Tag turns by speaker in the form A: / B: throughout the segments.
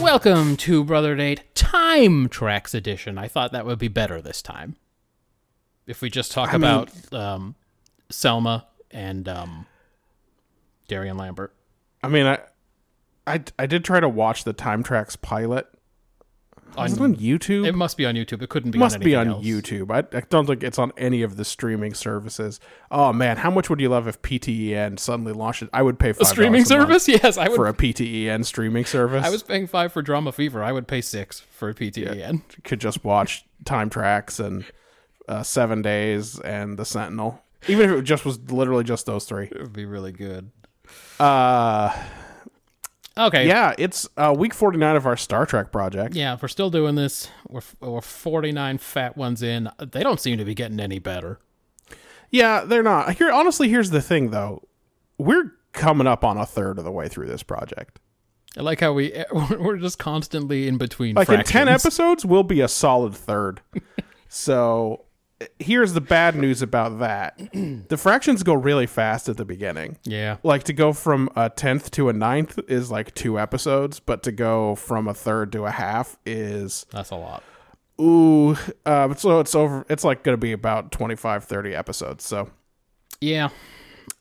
A: Welcome to Brother Date Time Tracks Edition. I thought that would be better this time. If we just talk
B: I mean-
A: about um, Selma and um, Darian Lambert.
B: I mean, I, I, I did try to watch the time tracks pilot. Was it
A: On-
B: on YouTube?
A: It must be on YouTube. It couldn't be
B: must
A: on
B: be
A: anything
B: on
A: else.
B: YouTube. I, I don't think it's on any of the streaming services. Oh man, how much would you love if PTEN suddenly launched it? I would pay for
A: A streaming service? Yes, I would.
B: for a PTEN streaming service.
A: I was paying five for Drama Fever. I would pay six for PTEN.
B: could just watch time tracks and uh, Seven Days and The Sentinel. Even if it just was literally just those three.
A: It would be really good.
B: Uh,
A: Okay.
B: yeah, it's uh, week forty nine of our Star Trek project.
A: Yeah, if we're still doing this, we're, we're 49 fat ones in. They don't seem to be getting any better.
B: Yeah, they're not. Here honestly, here's the thing though. We're coming up on a third of the way through this project.
A: I like how we we're just constantly in between.
B: Like
A: fractions.
B: in 10 episodes, we'll be a solid third. so here's the bad news about that. The fractions go really fast at the beginning.
A: Yeah,
B: Like to go from a 10th to a ninth is like two episodes, but to go from a third to a half is
A: that's a lot.
B: ooh, uh, so it's over it's like going to be about 25 30 episodes. So
A: Yeah,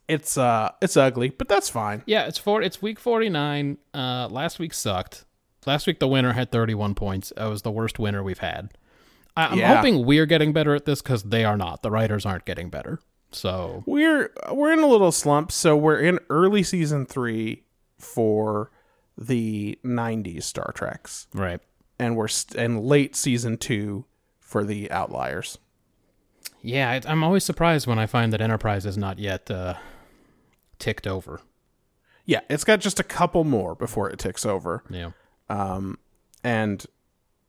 B: it's uh it's ugly, but that's fine.
A: yeah. It's four. It's week forty nine. Uh, last week sucked. Last week the winner had thirty one points. That was the worst winner we've had. I, I'm
B: Yeah.
A: hoping we're getting better at this because they are not. The writers aren't getting better. So
B: we're we're in a little slump so we're in early season three for the 90s star treks
A: right.
B: and we're st- and late season two for the outliers
A: Yeah, I, I'm always surprised when I find that Enterprise is not yet uh, ticked over.
B: yeah it's got just a couple more before it ticks over
A: Yeah.
B: um and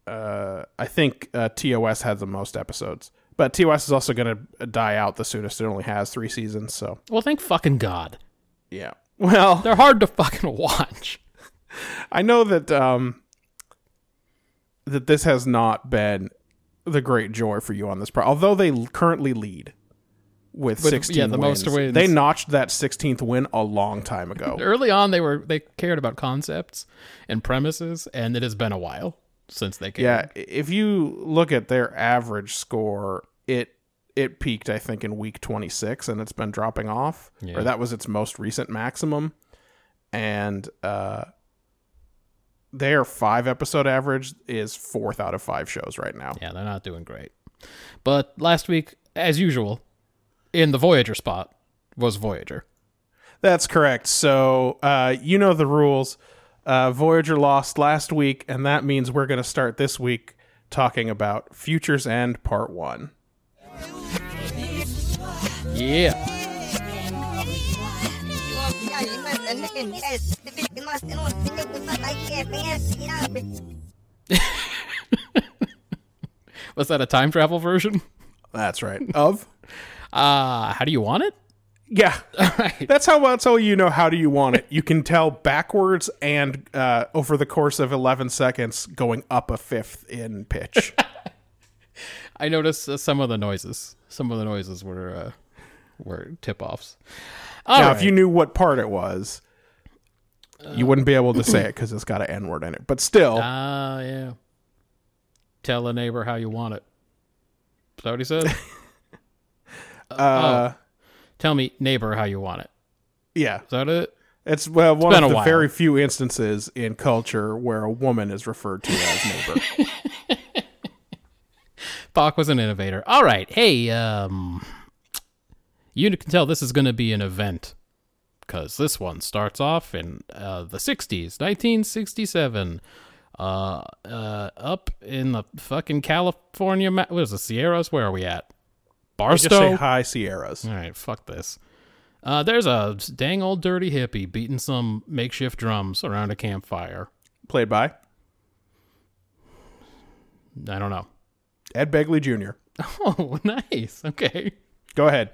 B: uh i think uh, tos had the most episodes but tos is also going to die out the soonest it only has three seasons so
A: Well, thank fucking God.
B: yeah well
A: They're hard to fucking watch.
B: I know that um that this has not been the great joy for you on this pro. Although they l- currently lead with
A: With-
B: sixteen,
A: yeah, the most wins.
B: They notched that sixteenth win a long time ago.
A: early on they were they cared about concepts and premises and it has been a while since they cared.
B: yeah, i- if you look at their average score, it it peaked I think in week twenty six, and it's been dropping off.
A: Yeah.
B: Or that was its most recent maximum, and uh. Their five episode average is fourth out of five shows right now.
A: yeah they're not doing great but last week as usual in the voyager spot was voyager
B: That's correct. So uh, you know the rules. Uh, Voyager lost last week, and that means we're going to start this week talking about Futures End Part One.
A: yeah was that a time travel version
B: That's right. Of
A: uh how do you want it
B: yeah,
A: right
B: that's how that's how you know how do you want it. You can tell backwards and uh, over the course of eleven seconds, going up a fifth in pitch.
A: i noticed uh, some of the noises some of the noises were uh were tip-offs All
B: now,
A: right.
B: if you knew what part it was, you wouldn't be able to say it because it's got an N word in it. But still,
A: ah yeah tell a neighbor how you want it is that what he said oh.
B: uh,
A: tell me neighbor how you want it
B: yeah.
A: is that it
B: It's well one
A: been a
B: of the
A: while.
B: very few instances in culture where a woman is referred to as neighbor.
A: Bach was an innovator. All right. Hey, um, you can tell this is going to be an event because this one starts off in uh, the 60s, 1967. Uh, uh, up in the fucking California, ma- what is the Sierras? Where are we at?
B: Just say
A: Barstow.
B: hi, Sierras.
A: All right, fuck this. Uh, there's a dang old dirty hippie beating some makeshift drums around a campfire.
B: Played by
A: I don't know.
B: Ed Begley Jr.
A: Oh, nice. Okay.
B: Go ahead.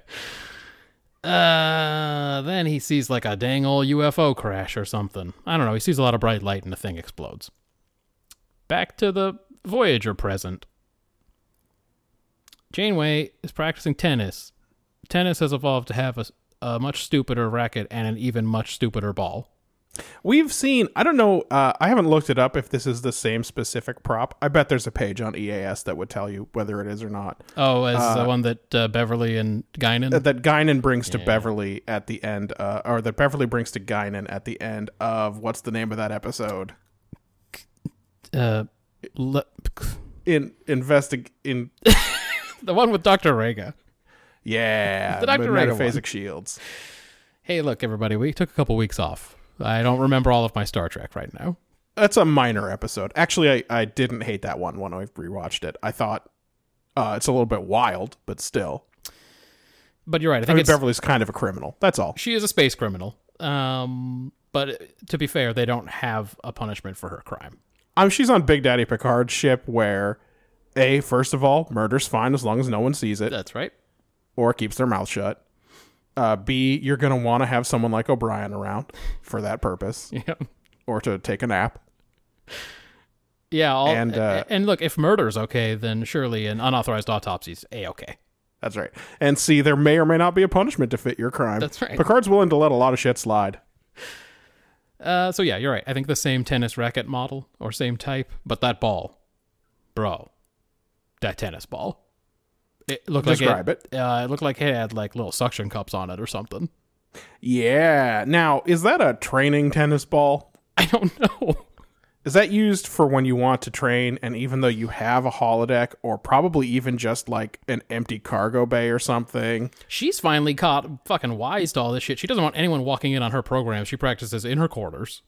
A: Uh, then he sees like a dang old UFO crash or something. I don't know. He sees a lot of bright light and the thing explodes. Back to the Voyager present. Janeway is practicing tennis. Tennis has evolved to have a, a much stupider racket and an even much stupider ball.
B: We've seen. I don't know. Uh, I haven't looked it up. If this is the same specific prop, I bet there's a page on EAS that would tell you whether it is or not.
A: Oh, as the one that uh, Beverly and Guinan.
B: uh, That, that Guinan brings to Beverly at the end, uh, or that Beverly brings to Guinan at the end of what's the name of that episode?
A: uh, le-
B: In investig in
A: the one with Dr. Rega.
B: yeah,
A: The Dr. Rager
B: metaphasic
A: one.
B: shields.
A: Hey, look, everybody, we took a couple weeks off. I don't remember all of my Star Trek right now.
B: That's a minor episode. Actually, I, I didn't hate that one when I rewatched it. I thought uh, it's a little bit wild, but still,
A: But you're right. I
B: I
A: think
B: mean
A: it's,
B: Beverly's kind of a criminal. That's all.
A: she is a space criminal. Um, but to be fair, they don't have a punishment for her crime.
B: Um, she's on Big Daddy Picard's ship where, A, first of all, murder's fine as long as no one sees it
A: That's right.
B: or keeps their mouth shut. Uh, B, you're going to want to have someone like O'Brien around for that purpose
A: Yeah.
B: or to take a nap.
A: Yeah. All,
B: And, uh,
A: and look, if murder's okay, then surely an unauthorized autopsy's a okay.
B: That's right. And C, there may or may not be a punishment to fit your crime.
A: That's right.
B: Picard's willing to let a lot of shit slide.
A: Uh, so yeah, you're right. I think the same tennis racket model or same type, but that ball, bro, that tennis ball. It looked
B: Describe
A: like it. Uh, it looked like it had like little suction cups on it or something.
B: Yeah. Now, is that a training tennis ball?
A: I don't know.
B: Is that used for when you want to train and even though you have a holodeck or probably even just like an empty cargo bay or something?
A: She's finally caught fucking wise to all this shit. She doesn't want anyone walking in on her program. She practices in her quarters.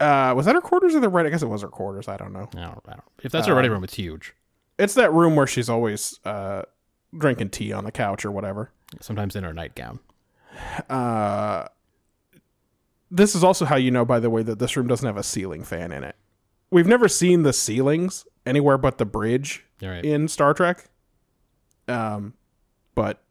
B: uh was that her quarters or the right i guess it was her quarters i don't know
A: I don't, I don't, if that's her ready room, it's huge.
B: it's that room where she's always uh drinking tea on the couch or whatever
A: Sometimes in her nightgown.
B: uh this is also how you know by the way that this room doesn't have a ceiling fan in it we've never seen the ceilings anywhere but the bridge
A: All right.
B: in star trek um but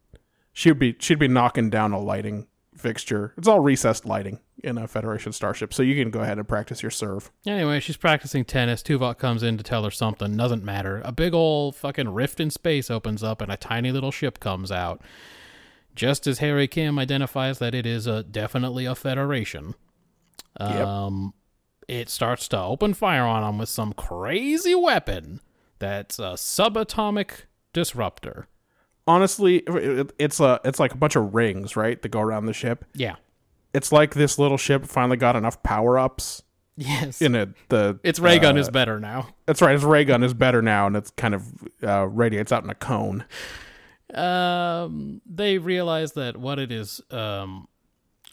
B: she'd be she'd be knocking down a lighting fixture it's all recessed lighting in a federation starship so you can go ahead and practice your serve
A: Anyway, she's practicing tennis. Tuvok comes in to tell her something. Doesn't matter. A big old fucking rift in space opens up and a tiny little ship comes out. Just as Harry Kim identifies that it is a definitely a Federation.
B: Yep.
A: Um, It starts to open fire on them with some crazy weapon that's a subatomic disruptor.
B: honestly it- it's a it's like a bunch of rings right that go around the ship
A: Yeah.
B: it's like this little ship finally got enough power-ups
A: Yes.
B: in it the
A: Its ray gun
B: uh,
A: is better now.
B: that's right its ray gun is better now and it's kind of uh, radiates out in a cone
A: Um, they realize that what it is, um,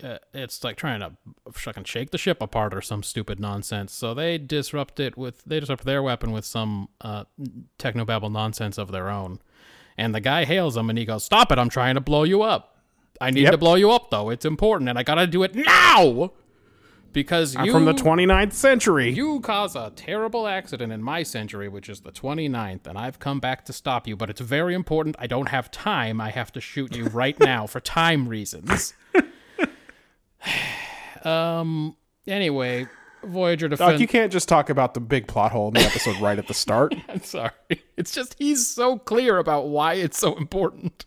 A: uh, it's like trying to fucking shake the ship apart or some stupid nonsense. So they disrupt it with they disrupt their weapon with some uh technobabble nonsense of their own. And the guy hails him and he goes, "Stop it! I'm trying to blow you up. I need
B: Yep.
A: to blow you up though. It's important, and I gotta do it now because
B: i'm
A: you
B: from the 29th century
A: you cause a terrible accident in my century, which is the 29th, and I've come back to stop you, but it's very important. I don't have time. I have to shoot you right now for time reasons. um, anyway, Voyager
B: Doc, you
A: defense.
B: can't just talk about the big plot hole in the episode right at the start
A: I'm sorry. It's just he's so clear about why it's so important.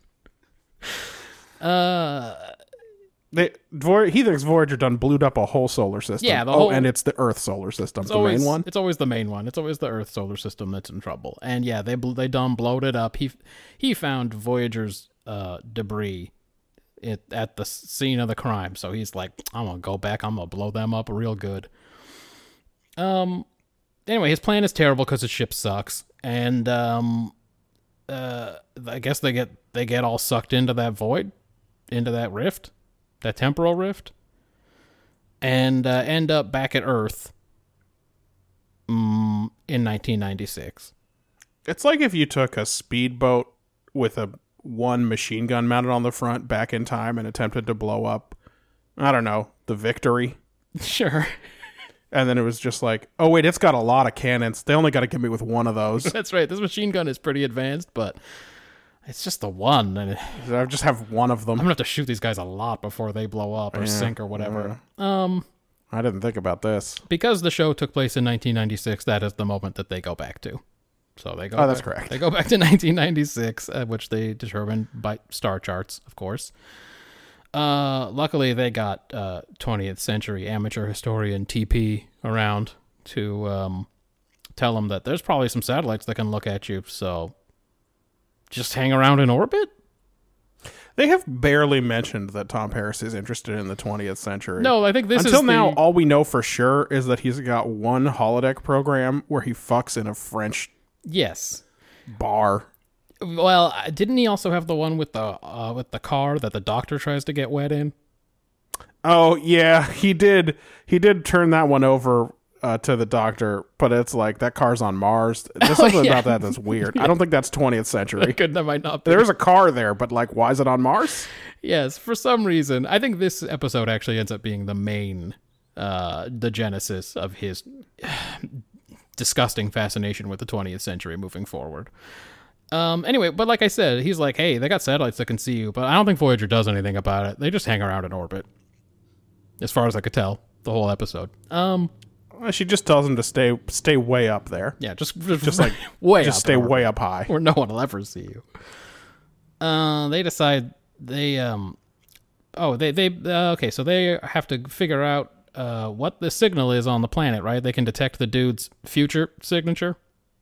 A: Uh,
B: they, Voy- he thinks voyager done blew up a whole solar system
A: Yeah, the
B: oh
A: whole-
B: and it's the earth solar system the
A: always,
B: main one
A: It's always the main one. It's always the Earth solar system that's in trouble. And yeah, they bl- they dumb blowed it up. He he found Voyager's uh, debris it, at the scene of the crime. So he's like, I'm gonna go back. I'm gonna blow them up real good. Um. Anyway, his plan is terrible because his ship sucks, and um, uh, I guess they get they get all sucked into that void, into that rift, that temporal rift, and uh, end up back at Earth mm, in 1996.
B: It's like if you took a speedboat with a one machine gun mounted on the front back in time and attempted to blow up, I don't know, the victory.
A: Sure.
B: And then it was just like, oh, wait, it's got a lot of cannons. They only got to get me with one of those.
A: That's right. This machine gun is pretty advanced, but it's just the one. And I'm
B: I just have one of them.
A: gonna have to shoot these guys a lot before they blow up or sink or whatever. Um,
B: I didn't think about this.
A: because the show took place in 1996, that is the moment that they go back to. So they go.
B: Oh, that's
A: back-
B: correct.
A: They go back to 1996, uh, which they determined by star charts, of course. Uh, luckily, they got uh, 20th century amateur historian TP around to um, tell them that there's probably some satellites that can look at you. So just hang around in orbit.
B: They have barely mentioned that Tom Paris is interested in the 20th century.
A: No, I think this
B: Until
A: is
B: now,
A: the-
B: all we know for sure is that he's got one holodeck program where he fucks in a French
A: yes.
B: bar.
A: Well, uh, didn't he also have the one with the uh, with the car that the doctor tries to get wet in?
B: Oh yeah, he did. He did turn that one over uh, to the doctor, but it's like that car's on Mars. There's something
A: Oh, yeah.
B: about that that's weird. I don't think that's 20th century.
A: Good, that might not be.
B: There's a car there, but like, why is it on Mars?
A: Yes, for some reason, I think this episode actually ends up being the main, uh, the genesis of his disgusting fascination with the 20th century moving forward. Um, anyway, but like I said, he's like, hey, they got satellites that can see you, but I don't think Voyager does anything about it. They just hang around in orbit, as far as I could tell, the whole episode. Um,
B: Well, Uh, she just tells him to stay stay way up there.
A: yeah, just just,
B: Just like
A: way
B: just
A: up
B: stay
A: in orbit.
B: way up high.
A: where no one will ever see you. Uh, they decide they um, oh they they uh, okay, so they have to figure out uh what the signal is on the planet, right? They can detect the dude's future signature.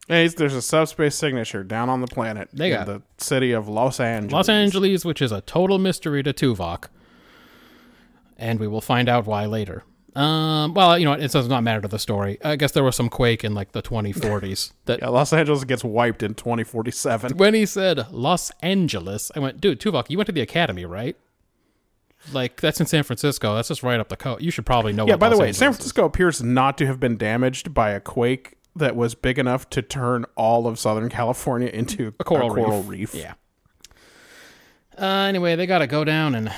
B: And he's- there's a subspace signature down on the planet.
A: They
B: in
A: got-
B: the city of Los Angeles.
A: Los Angeles, which is a total mystery to Tuvok, and we will find out why later. Um, well, you know, what, it does not matter to the story. I guess there was some quake in like the 2040s that
B: Yeah, Los Angeles gets wiped in 2047.
A: when he said Los Angeles, I went, dude, Tuvok, you went to the academy, right? Like that's in San Francisco. That's just right up the coast. You should probably know.
B: Yeah,
A: what
B: by the
A: Los
B: way, San
A: Angeles is.
B: Francisco appears not to have been damaged by a quake that was big enough to turn all of Southern California into a
A: coral
B: reef.
A: Yeah. Uh, anyway, they got to go down and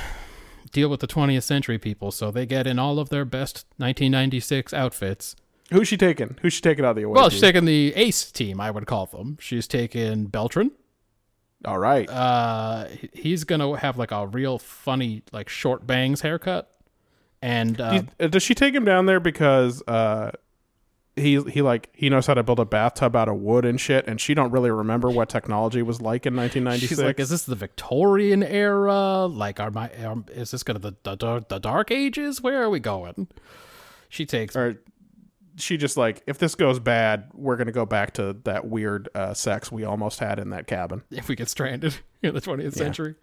A: deal with the 20th century people, so they get in all of their best 1996 outfits.
B: Who's she taking? Who's she taking out of the away?
A: Well, she's
B: team?
A: taking the ace team, I would call them. She's taking Beltran.
B: all right.
A: Uh, he- he's gonna have like a real funny, like short bangs haircut, and uh,
B: Do- uh, Does she take him down there because uh, he he like he knows how to build a bathtub out of wood and shit, and she don't really remember what technology was like in 1996.
A: She's like, is this the Victorian era? Like, are my are, is this gonna the, the dar- the Dark Ages? Where are we going? She takes
B: or she just like, if this goes bad, we're gonna go back to that weird uh, sex we almost had in that cabin.
A: if we get stranded in the 20th century.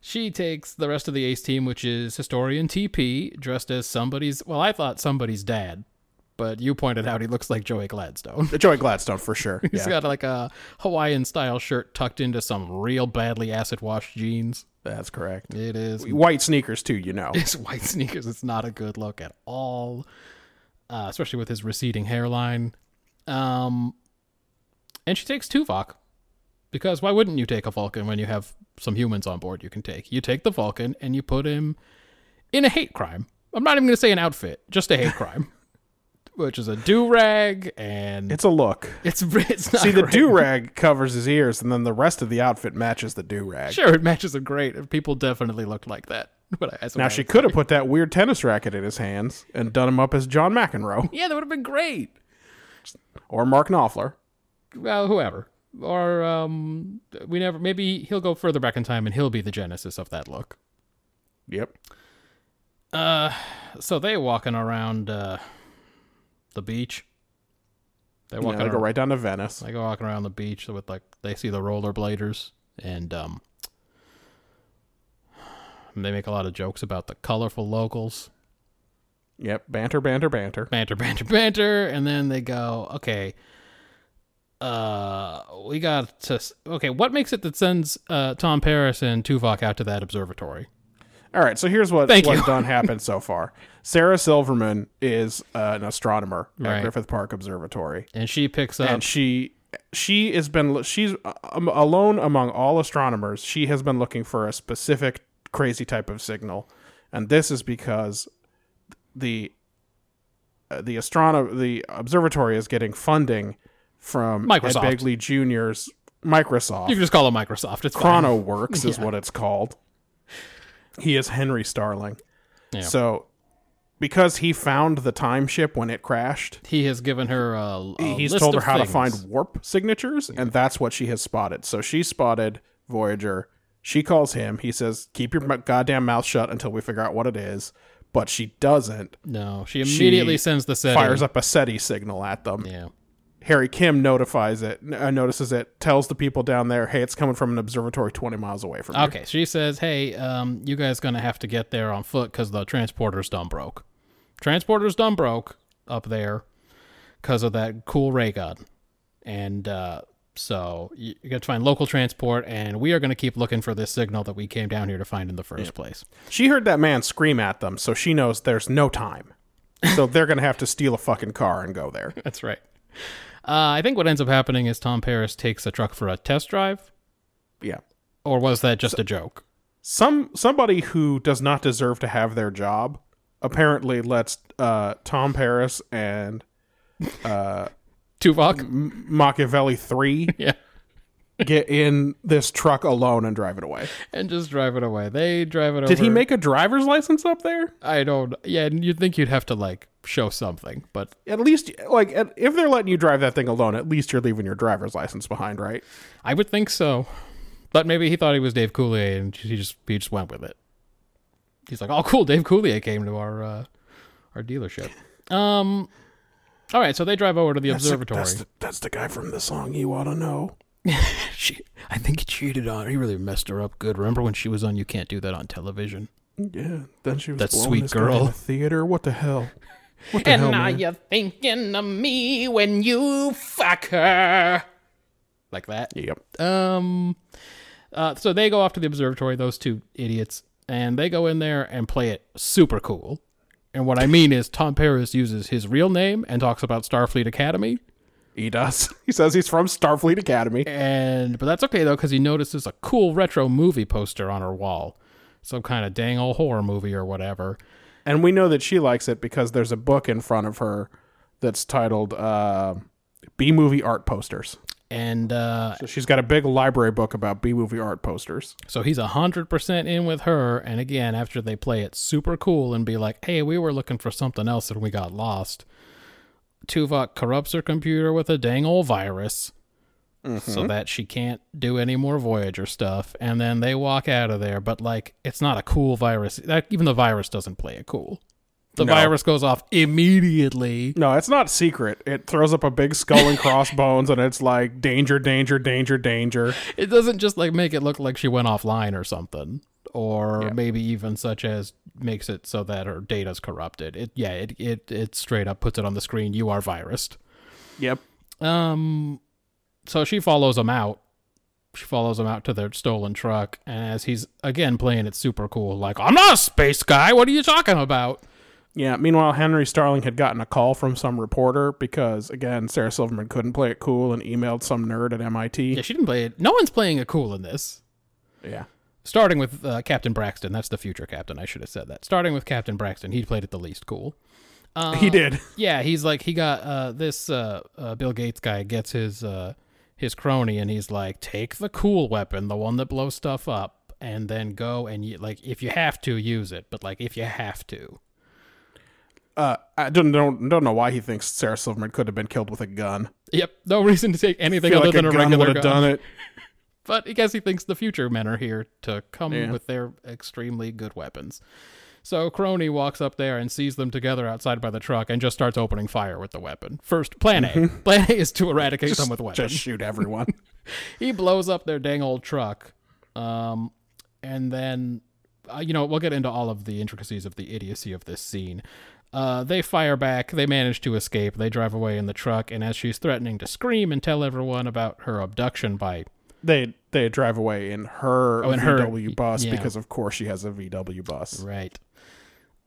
A: She takes the rest of the ace team, which is historian TP, dressed as somebody's. Well, I thought somebody's dad, but you pointed out he looks like Joey Gladstone.
B: Joey Gladstone for sure.
A: He's
B: Yeah.
A: got like a Hawaiian style shirt tucked into some real badly acid washed jeans.
B: That's correct.
A: It is
B: White sneakers too, you know.
A: his white sneakers it's not a good look at all uh, especially with his receding hairline um and she takes tuvok because why wouldn't you take a falcon when you have some humans on board you can take you take the falcon and you put him in a hate crime i'm not even going to say an outfit just a hate crime which is a do-rag and
B: It's a look.
A: it's it's not
B: See, the
A: great.
B: do rag covers his ears, and then the rest of the outfit matches the do rag.
A: sure it matches him great people definitely looked like that but I,
B: Now she could have put that weird tennis racket in his hands and done him up as John McEnroe
A: yeah that would have been great
B: or Mark Knopfler.
A: well, whoever. Or um, we never. Maybe he'll go further back in time, and he'll be the genesis of that look.
B: Yep.
A: So they walking around uh, the beach. They
B: Yeah,
A: walking.
B: they go
A: ar-
B: right down to Venice.
A: They go walking around the beach with like they see the rollerbladers, and um, they make a lot of jokes about the colorful locals.
B: Yep. Banter, banter, banter.
A: banter, banter, banter, and then they go, okay, uh, we got to, s- okay, what makes it that sends uh, Tom Paris and Tuvok out to that observatory?
B: All right, so here's what
A: Thank
B: what's
A: you.
B: done happened so far. Sarah Silverman is uh, an astronomer
A: Right.
B: at Griffith Park Observatory,
A: and she picks up.
B: and she she has been she's um, alone among all astronomers. She has been looking for a specific crazy type of signal, and this is because the uh, the astrono- the observatory is getting funding from
A: Microsoft.
B: Ed Begley Jr.'s Microsoft.
A: you can just call it Microsoft. It's fine.
B: Chrono Works is what it's called. He is Henry Starling.
A: Yeah.
B: So, because he found the time ship when it crashed,
A: He has given her a. a
B: he's
A: list
B: told her
A: of
B: how to
A: things.
B: find warp signatures, and that's what she has spotted. So she spotted Voyager. She calls him. He says, "Keep your m- goddamn mouth shut until we figure out what it is." But she doesn't.
A: No, she immediately sends the SETI.
B: Fires up a SETI signal at them.
A: Yeah.
B: Harry Kim notifies it, n- uh, notices it, tells the people down there, "Hey, it's coming from an observatory twenty miles away from you."
A: Okay, she says, "Hey, um, you guys gonna have to get there on foot because the transporter's done broke. Transporter's done broke up there because of that cool ray gun, and uh, so you, you got to find local transport. And we are gonna keep looking for this signal that we came down here to find in the first place.
B: She heard that man scream at them, so she knows there's no time. So they're going to have to steal a fucking car and go there.
A: That's right. Uh, I think what ends up happening is Tom Paris takes a truck for a test drive,
B: Yeah.
A: or was that just a joke?
B: Some somebody who does not deserve to have their job apparently lets uh, Tom Paris and
A: Tuvok?
B: Machiavelli 3
A: Yeah.
B: get in this truck alone and drive it away.
A: And just drive it away. They drive it away.
B: Did he make a driver's license up there?
A: I don't. Yeah, and you'd think you'd have to like show something, but
B: At least like at, if they're letting you drive that thing alone, at least you're leaving your driver's license behind, right?
A: I would think so. But maybe he thought he was Dave Coulier, and he just he just went with it. He's like, "Oh, cool! Dave Coulier came to our uh, our dealership." Um, all right, so they drive over to the observatory.
B: That's the, that's the guy from the song you ought to know.
A: she, I think he cheated on her. He really messed her up good. Remember when she was on "You Can't Do That on Television"?
B: Yeah, then she was
A: That
B: blowing
A: sweet
B: this guy in
A: girl.
B: the theater. What the hell? What the
A: And
B: hell,
A: now
B: man?
A: you're thinking of me when you fuck her, like that.
B: Yep.
A: Um, uh, so they go off to the observatory, those two idiots, and they go in there and play it super cool. And what I mean is, Tom Paris uses his real name and talks about Starfleet Academy.
B: He does. He says he's from Starfleet Academy.
A: And but that's okay though, because he notices a cool retro movie poster on her wall, some kind of dang old horror movie or whatever.
B: And we know that she likes it because there's a book in front of her that's titled uh, B Movie Art Posters.
A: And uh,
B: So she's got a big library book about B Movie Art Posters.
A: so he's a hundred percent in with her. And again, after they play it super cool and be like, "Hey, we were looking for something else and we got lost," Tuvok corrupts her computer with a dang old virus so that she can't do any more Voyager stuff. And then they walk out of there. But, like, it's not a cool virus. That, even the virus doesn't play it cool. The
B: No.
A: virus goes off immediately.
B: No, it's not secret. It throws up a big skull and crossbones, and it's like danger, danger, danger, danger.
A: It doesn't just, like, make it look like she went offline or something. Or maybe even such as makes it so that her data's corrupted. It yeah, it, it it straight up puts it on the screen. You are virused.
B: Yep.
A: Um, so she follows him out. She follows him out to their stolen truck, and as he's again playing it super cool, like I'm not a space guy. What are you talking about?
B: Yeah. Meanwhile, Henry Starling had gotten a call from some reporter because, again, Sarah Silverman couldn't play it cool and emailed some nerd at MIT.
A: Yeah, she didn't play it. No one's playing it cool in this.
B: Yeah.
A: Starting with uh, Captain Braxton. That's the future captain. I should have said that. Starting with Captain Braxton, he played it the least cool.
B: he did.
A: Yeah, he's like he got uh, this uh, uh, Bill Gates guy gets his uh, his crony, and he's like, take the cool weapon, the one that blows stuff up, and then go and you, like if you have to use it, but like if you have to,
B: Uh, I don't, don't don't know why he thinks Sarah Silverman could have been killed with a gun.
A: yep, no reason to take anything
B: Feel
A: other
B: like
A: than
B: a
A: a,
B: gun
A: regular
B: would
A: gun.
B: have done it.
A: But I guess he thinks the future men are here to come
B: Yeah.
A: with their extremely good weapons. So Crony walks up there and sees them together outside by the truck and just starts opening fire with the weapon. First, plan A. Plan A is to eradicate them with weapons.
B: Mm-hmm. Just shoot everyone.
A: he blows up their dang old truck. Um, and then, uh, you know, we'll get into all of the intricacies of the idiocy of this scene. Uh, they fire back. They manage to escape. They drive away in the truck. And as she's threatening to scream and tell everyone about her abduction by
B: they they drive away in her
A: Oh, in her-
B: VW bus
A: yeah.
B: because of course she has a VW bus.
A: Right.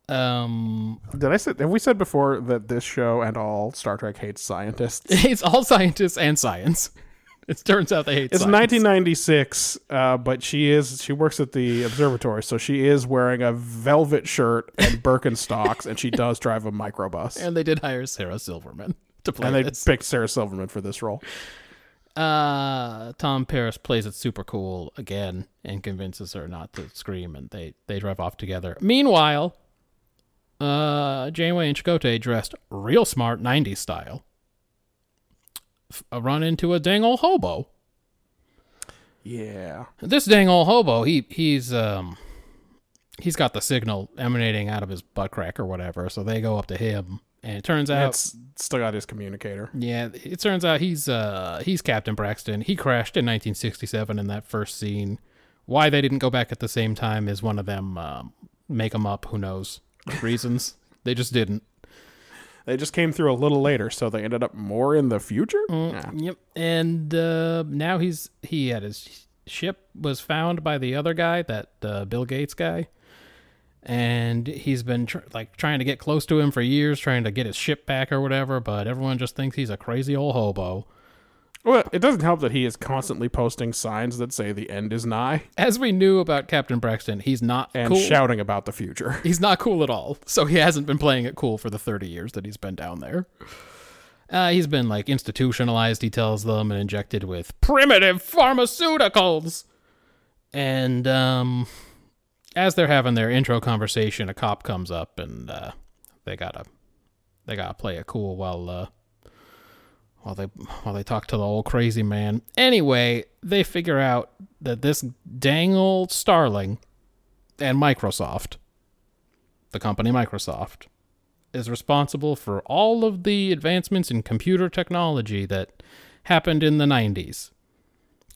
A: Um,
B: Did I say have we said before that this show and all Star Trek hates scientists?
A: it's all scientists and science. It turns out they hate.
B: It's
A: science.
B: 1996, uh, but she is she works at the observatory, so she is wearing a velvet shirt and Birkenstocks, and she does drive a microbus. And,
A: and they did hire Sarah Silverman to play
B: they
A: this.
B: picked Sarah Silverman for this role.
A: uh, Tom Paris plays it super cool again and convinces her not to scream, and they they drive off together. Meanwhile, uh, Janeway and Chakotay dressed real smart '90s style, f- uh, run into a dang old hobo.
B: Yeah,
A: This dang old hobo, he he's um he's got the signal emanating out of his butt crack or whatever, so they go up to him, and it turns out
B: it's still got his communicator.
A: Yeah, it turns out he's uh he's Captain Braxton. He crashed in 1967 in that first scene. Why they didn't go back at the same time is one of them um, make them up. Who knows? Reasons they just didn't.
B: They just came through a little later, so they ended up more in the future. Yeah.
A: Yep. And uh, now he's he had his ship was found by the other guy, that uh, Bill Gates guy, and he's been tr- like trying to get close to him for years, trying to get his ship back or whatever. But everyone just thinks he's a crazy old hobo.
B: Well, it doesn't help that he is constantly posting signs that say the end is nigh
A: as we knew about Captain Braxton, he's not
B: and
A: cool.
B: shouting about the future.
A: he's not cool at all. So he hasn't been playing it cool for the 30 years that he's been down there. Uh, he's been like institutionalized, he tells them, and injected with primitive pharmaceuticals. And um, as they're having their intro conversation, a cop comes up and uh, they gotta they gotta play it cool while uh, while they while they talk to the old crazy man. Anyway, they figure out that this dang old Starling and Microsoft, the company Microsoft, is responsible for all of the advancements in computer technology that happened in the 90s.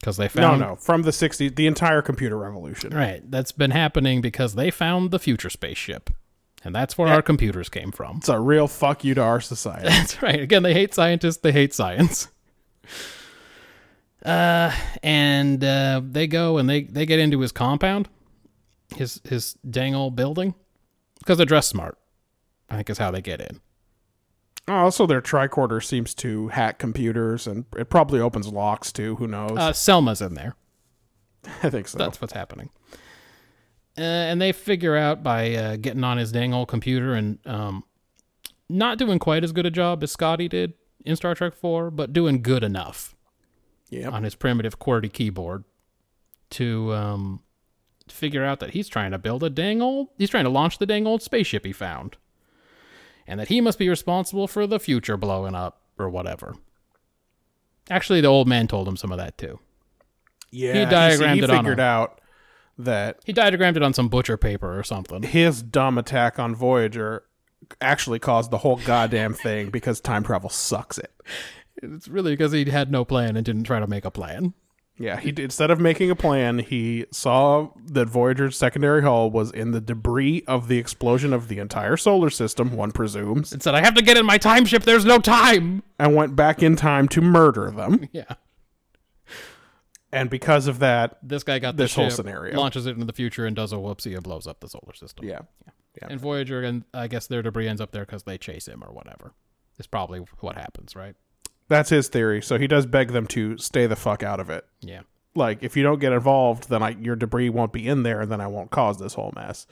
A: Because they
B: No,
A: found
B: no, from the 60s, the entire computer revolution.
A: Right. That's been happening because they found the future spaceship. And that's where our computers came from.
B: It's a real fuck you to our society.
A: That's right. Again, they hate scientists, they hate science. Uh and uh they go and they they get into his compound, his his dang old building because they're dressed smart. I think is how they get in.
B: Oh, Also, their tricorder seems to hack computers, and it probably opens locks too. Who knows?
A: Uh Selma's in there.
B: I think so.
A: That's what's happening. Uh, and they figure out by uh, getting on his dang old computer and um, not doing quite as good a job as Scotty did in Star Trek 4, but doing good enough
B: Yep.
A: on his primitive QWERTY keyboard to um, figure out that he's trying to build a dang old, he's trying to launch the dang old spaceship he found. And that he must be responsible for the future blowing up or whatever. Actually, the old man told him some of that too.
B: yeah,
A: he diagrammed
B: he
A: it on
B: figured
A: a-
B: out that
A: He diagrammed it on some butcher paper or something.
B: his dumb attack on Voyager actually caused the whole goddamn thing because time travel sucks it.
A: It's really because he had no plan and didn't try to make a plan.
B: Yeah, he did- instead of making a plan, he saw that Voyager's secondary hull was in the debris of the explosion of the entire solar system, one presumes,
A: It said, I have to get in my time ship. There's no time.
B: and went back in time to murder them.
A: Yeah.
B: And because of that,
A: This guy got the
B: This whole
A: ship,
B: scenario.
A: launches it into the future, and does a whoopsie and blows up the solar system.
B: yeah, yeah.
A: And Voyager, and I guess their debris ends up there because they chase him or whatever. Is probably what happens, right?
B: That's his theory. So he does beg them to stay the fuck out of it.
A: Yeah.
B: Like, if you don't get involved, then I, your debris won't be in there, and then I won't cause this whole mess.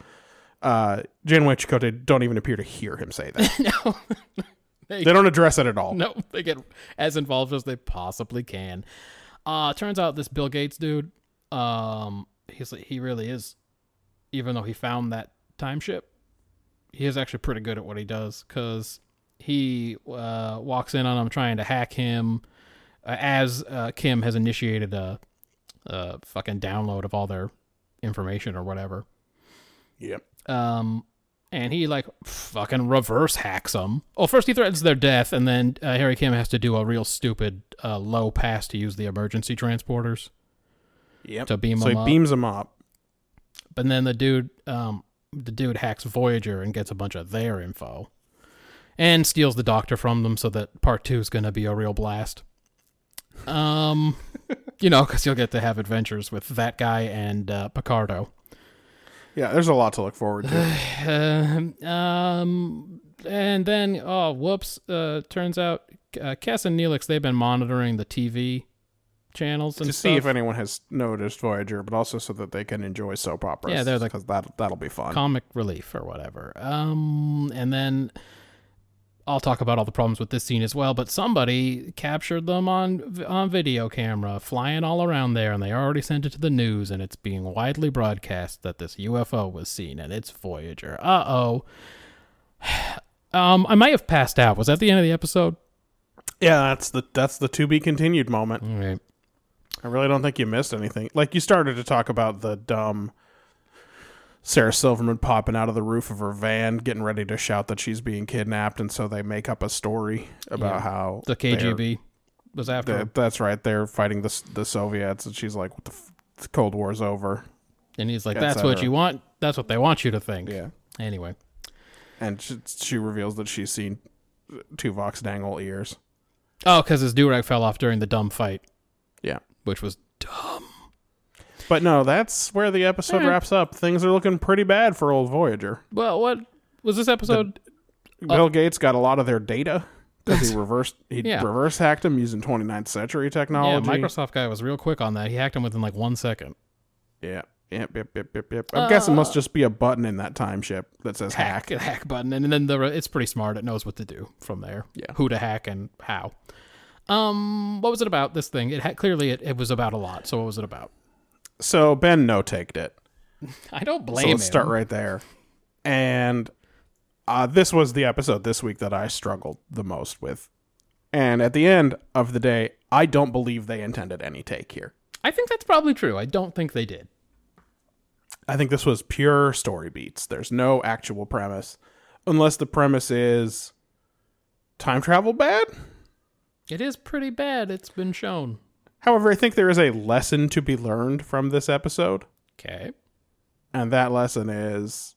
B: Uh, Janeway and Chakotay don't even appear to hear him say that.
A: No.
B: they don't address it at all.
A: no, they get as involved as they possibly can. Uh turns out this Bill Gates dude, um, he's he really is, even though he found that time ship, he is actually pretty good at what he does because he uh, walks in on him trying to hack him, uh, as uh, Kim has initiated a, a fucking download of all their information or whatever.
B: Yep.
A: Um, and he like fucking reverse hacks them. Well, first he threatens their death, and then uh, Harry Kim has to do a real stupid uh, low pass to use the emergency transporters
B: Yep.
A: to beam
B: so
A: them
B: he
A: up.
B: beams him up.
A: But then the dude, um, the dude hacks Voyager and gets a bunch of their info, and steals the Doctor from them, so that Part Two is gonna be a real blast. Um, you know, because you'll get to have adventures with that guy and uh, Picardo.
B: Yeah, there's a lot to look forward to.
A: Um, um, and then, oh, whoops! Uh, turns out uh, Cass and Neelix they've been monitoring the TV channels and
B: to see if
A: stuff.
B: anyone has noticed Voyager, but also so that they can enjoy soap operas.
A: Yeah, they're the-
B: because that that'll be fun.
A: comic relief or whatever. Um, and then I'll talk about all the problems with this scene as well. But somebody captured them on on video camera, flying all around there, and they already sent it to the news, and it's being widely broadcast that this UFO was seen, and it's Voyager. Uh oh. Um, I might have passed out. Was that the end of the episode?
B: yeah, that's the that's the to be continued moment.
A: All right.
B: I really don't think you missed anything. Like you started to talk about the dumb Sarah Silverman popping out of the roof of her van, getting ready to shout that she's being kidnapped, and so they make up a story about
A: Yeah.
B: how
A: The
B: they're-
A: KGB was after.
B: that-
A: him.
B: that's right. They're fighting the the Soviets, and she's like, "What the, f- the Cold War's over."
A: And he's like,
B: et
A: "That's what
B: cetera.
A: you want. That's what they want you to think."
B: Yeah,
A: Anyway,
B: and she, she reveals that she's seen two Vox Dangle ears.
A: oh, because his durag fell off during the dumb fight,
B: Yeah,
A: which was
B: but no, that's where the episode
A: Alright.
B: wraps up. Things are looking pretty bad for old Voyager.
A: Well, what was this episode? Oh.
B: Bill Gates got a lot of their data because he reverse he
A: Yeah.
B: reverse hacked them using 29th century
A: yeah,
B: technology.
A: Microsoft guy was real quick on that. He hacked him within like one second.
B: yeah. Yep, yep, yep, yep, yep. I guess it must just be a button in that time ship that says hack.
A: Uh. hack, hack button, and then the it's pretty smart. It knows what to do from there.
B: Yeah.
A: who to hack and how. Um, what was it about this thing? It ha- clearly it, it was about a lot. So what was it about?
B: So Ben no taked it.
A: I don't blame.
B: So let's
A: him.
B: start right there. And uh, this was the episode this week that I struggled the most with. And at the end of the day, I don't believe they intended any take here.
A: I think that's probably true. I don't think they did.
B: I think this was pure story beats. There's no actual premise, unless the premise is time travel bad.
A: It is pretty bad. It's been shown.
B: However, I think there is a lesson to be learned from this episode,
A: Okay.
B: and that lesson is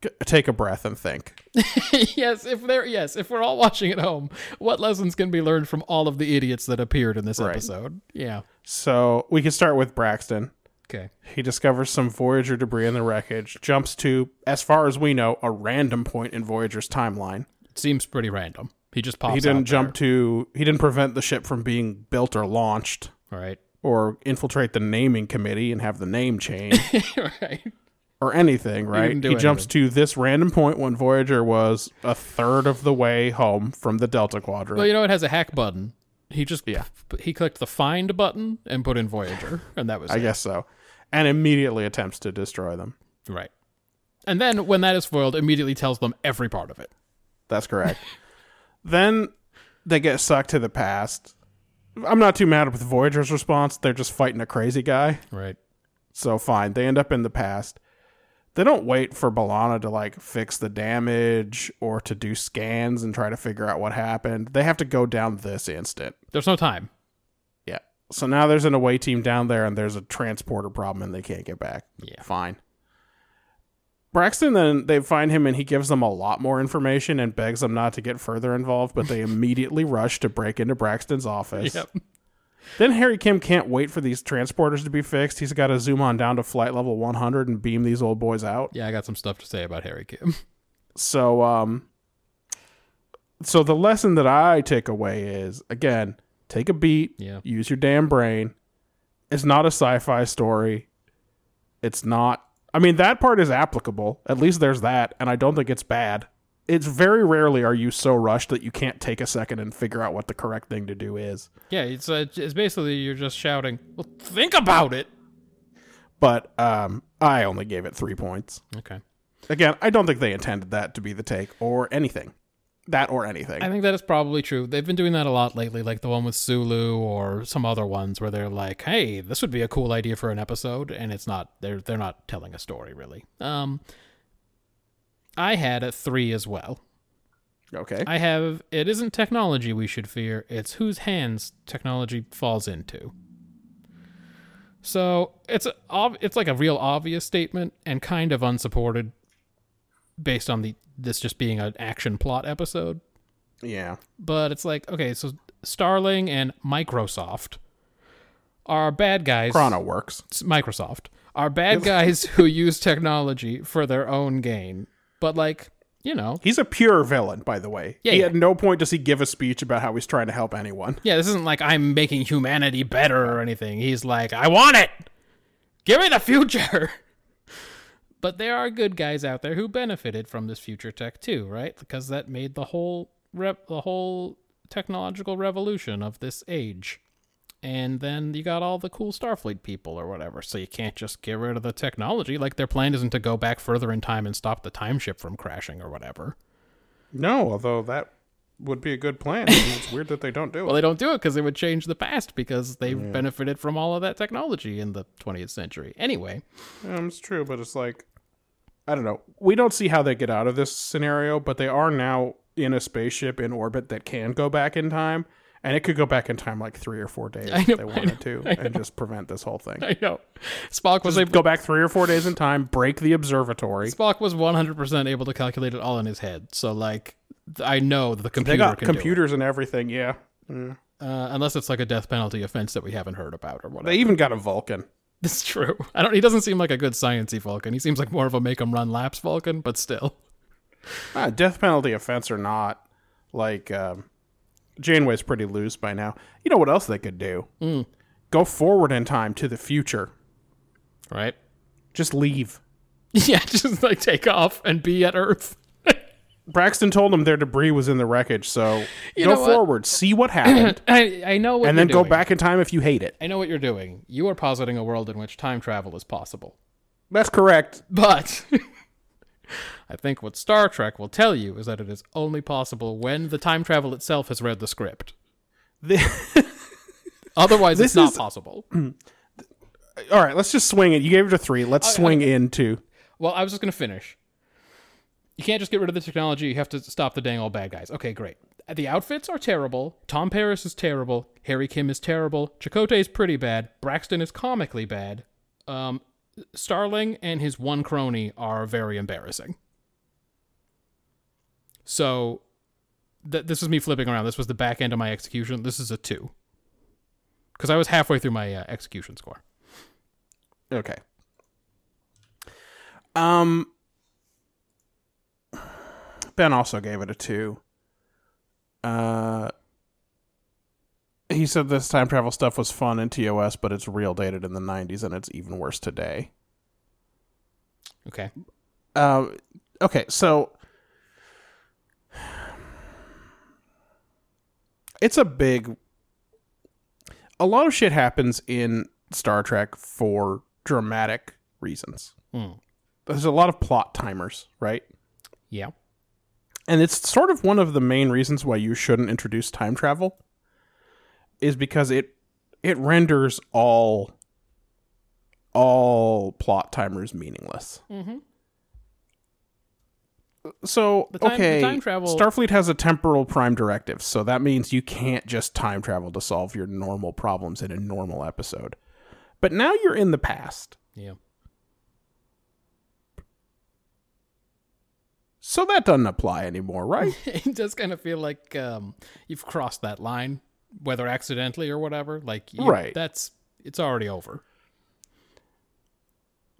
B: t- take a breath and think.
A: yes, if there. Yes, if we're all watching at home, what lessons can be learned from all of the idiots that appeared in this
B: Right.
A: episode? Yeah.
B: So we can start with Braxton.
A: Okay.
B: He discovers some Voyager debris in the wreckage, jumps to, as far as we know, a random point in Voyager's timeline.
A: seems pretty random. He just pops.
B: He didn't
A: out
B: jump to, he didn't prevent the ship from being built or launched.
A: There. Right.
B: or infiltrate the naming committee and have the name change
A: right.
B: or anything, right? He
A: do
B: jumps to this random point when Voyager was a third of the way home from the Delta Quadrant.
A: Well, you know it has a hack button. He just
B: Yeah.
A: p- he clicked the find button and put in Voyager, and that was
B: I
A: it.
B: guess so. And immediately attempts to destroy them.
A: right. And then when that is foiled, immediately tells them every part of it.
B: That's correct. then they get sucked to the past. I'm not too mad with Voyager's response. They're just fighting a crazy guy.
A: Right.
B: So fine, they end up in the past. They don't wait for Balana to like fix the damage or to do scans and try to figure out what happened. They have to go down this instant.
A: There's no time.
B: Yeah. So now there's an away team down there and there's a transporter problem and they can't get back.
A: Yeah.
B: Fine. Braxton then they find him and he gives them a lot more information and begs them not to get further involved, but they immediately rush to break into Braxton's office.
A: Yep.
B: Then Harry Kim can't wait for these transporters to be fixed. He's got to zoom on down to flight level 100 and beam these old boys out.
A: Yeah, I got some stuff to say about Harry Kim.
B: So, um, so the lesson that I take away is again, take a beat,
A: Yeah.
B: use your damn brain. It's not a sci-fi story. It's not. I mean, that part is applicable. At least there's that, and I don't think it's bad. It's very rarely are you so rushed that you can't take a second and figure out what the correct thing to do is.
A: Yeah, it's uh, it's basically you're just shouting. Well, think about it.
B: But um, I only gave it three points.
A: Okay.
B: Again, I don't think they intended that to be the take or anything. That or anything.
A: I think that is probably true. They've been doing that a lot lately, like the one with Sulu or some other ones where they're like, "Hey, this would be a cool idea for an episode," and it's not. They're they're not telling a story really. Um, I had a three as well.
B: okay.
A: I have. It isn't technology we should fear. It's whose hands technology falls into. So it's a, ob- it's like a real obvious statement and kind of unsupported, based on the this just being an action plot episode
B: yeah.
A: but it's like okay so Starling and Microsoft are bad guys.
B: Chrono works.
A: it's Microsoft are bad guys who use technology for their own gain. But like, you know,
B: He's a pure villain, by the way.
A: Yeah,
B: he
A: yeah.
B: at no point does he give a speech about how he's trying to help anyone.
A: yeah, this isn't like I'm making humanity better or anything. He's like, I want it. Give me the future. But there are good guys out there who benefited from this future tech too, right? Because that made the whole rep, the whole technological revolution of this age. And then you got all the cool Starfleet people or whatever. So you can't just get rid of the technology. Like their plan isn't to go back further in time and stop the time ship from crashing or whatever.
B: No, although that would be a good plan. it's weird that they don't do
A: Well,
B: it.
A: they don't do it because it would change the past because they benefited from all of that technology in the 20th century. Anyway,
B: Um, it's true, but it's like I don't know. We don't see how they get out of this scenario, but they are now in a spaceship in orbit that can go back in time, and it could go back in time like three or four days
A: I
B: if
A: know,
B: they
A: I
B: wanted to, and just prevent this whole thing.
A: I know Spock was
B: Just
A: able,
B: go back three or four days in time, break the observatory.
A: Spock was 100% able to calculate it all in his head. So like th- I know the
B: They
A: computer
B: got
A: can do it.
B: computers and everything. Yeah, yeah.
A: Uh, unless it's like a death penalty offense that we haven't heard about or whatever.
B: they even got a Vulcan.
A: That's true. I don't. He doesn't seem like a good sciency Vulcan. He seems like more of a make 'em run laps Vulcan, but still.
B: Ah, death penalty offense or not, like um, Janeway's pretty loose by now. You know what else they could do?
A: Mm.
B: Go forward in time to the future.
A: Right?
B: Just leave.
A: Yeah, just like take off and be at Earth.
B: Braxton told them their debris was in the wreckage, so
A: know
B: go
A: what?
B: forward, see what happened,
A: I, I know what
B: and
A: you're
B: then go
A: doing.
B: back in time if you hate it.
A: I know what you're doing. You are positing a world in which time travel is possible.
B: That's correct.
A: But I think what Star Trek will tell you is that it is only possible when the time travel itself has read the script.
B: The-
A: Otherwise, it's
B: This
A: not
B: is-
A: possible.
B: All right, let's just swing it. You gave it a three. Let's swing into.
A: Well, I was just going to finish. You can't just get rid of the technology. You have to stop the dang old bad guys. Okay, great. The outfits are terrible. Tom Paris is terrible. Harry Kim is terrible. Chakotay is pretty bad. Braxton is comically bad. Um, Starling and his one crony are very embarrassing. So, th- this was me flipping around. This was the back end of my execution. This is a two. Because I was halfway through my uh, execution score.
B: Okay. Um. Ben also gave it a two. Uh. He said this time travel stuff was fun in TOS, but it's real dated in the '90s, and it's even worse today.
A: Okay.
B: Uh, okay, so it's a big. A lot of shit happens in Star Trek for dramatic reasons.
A: Hmm.
B: There's a lot of plot timers, right?
A: Yeah.
B: And it's sort of one of the main reasons why you shouldn't introduce time travel is because it it renders all all plot timers meaningless.
A: Mm-hmm.
B: So
A: The time- the
B: okay,
A: time travel-
B: Starfleet has a temporal prime directive, so that means you can't just time travel to solve your normal problems in a normal episode. But now you're in the past,
A: Yeah.
B: so that doesn't apply anymore, right?
A: it does kind of feel like um, you've crossed that line, whether accidentally or whatever. Like, you,
B: Right.
A: That's it's already over.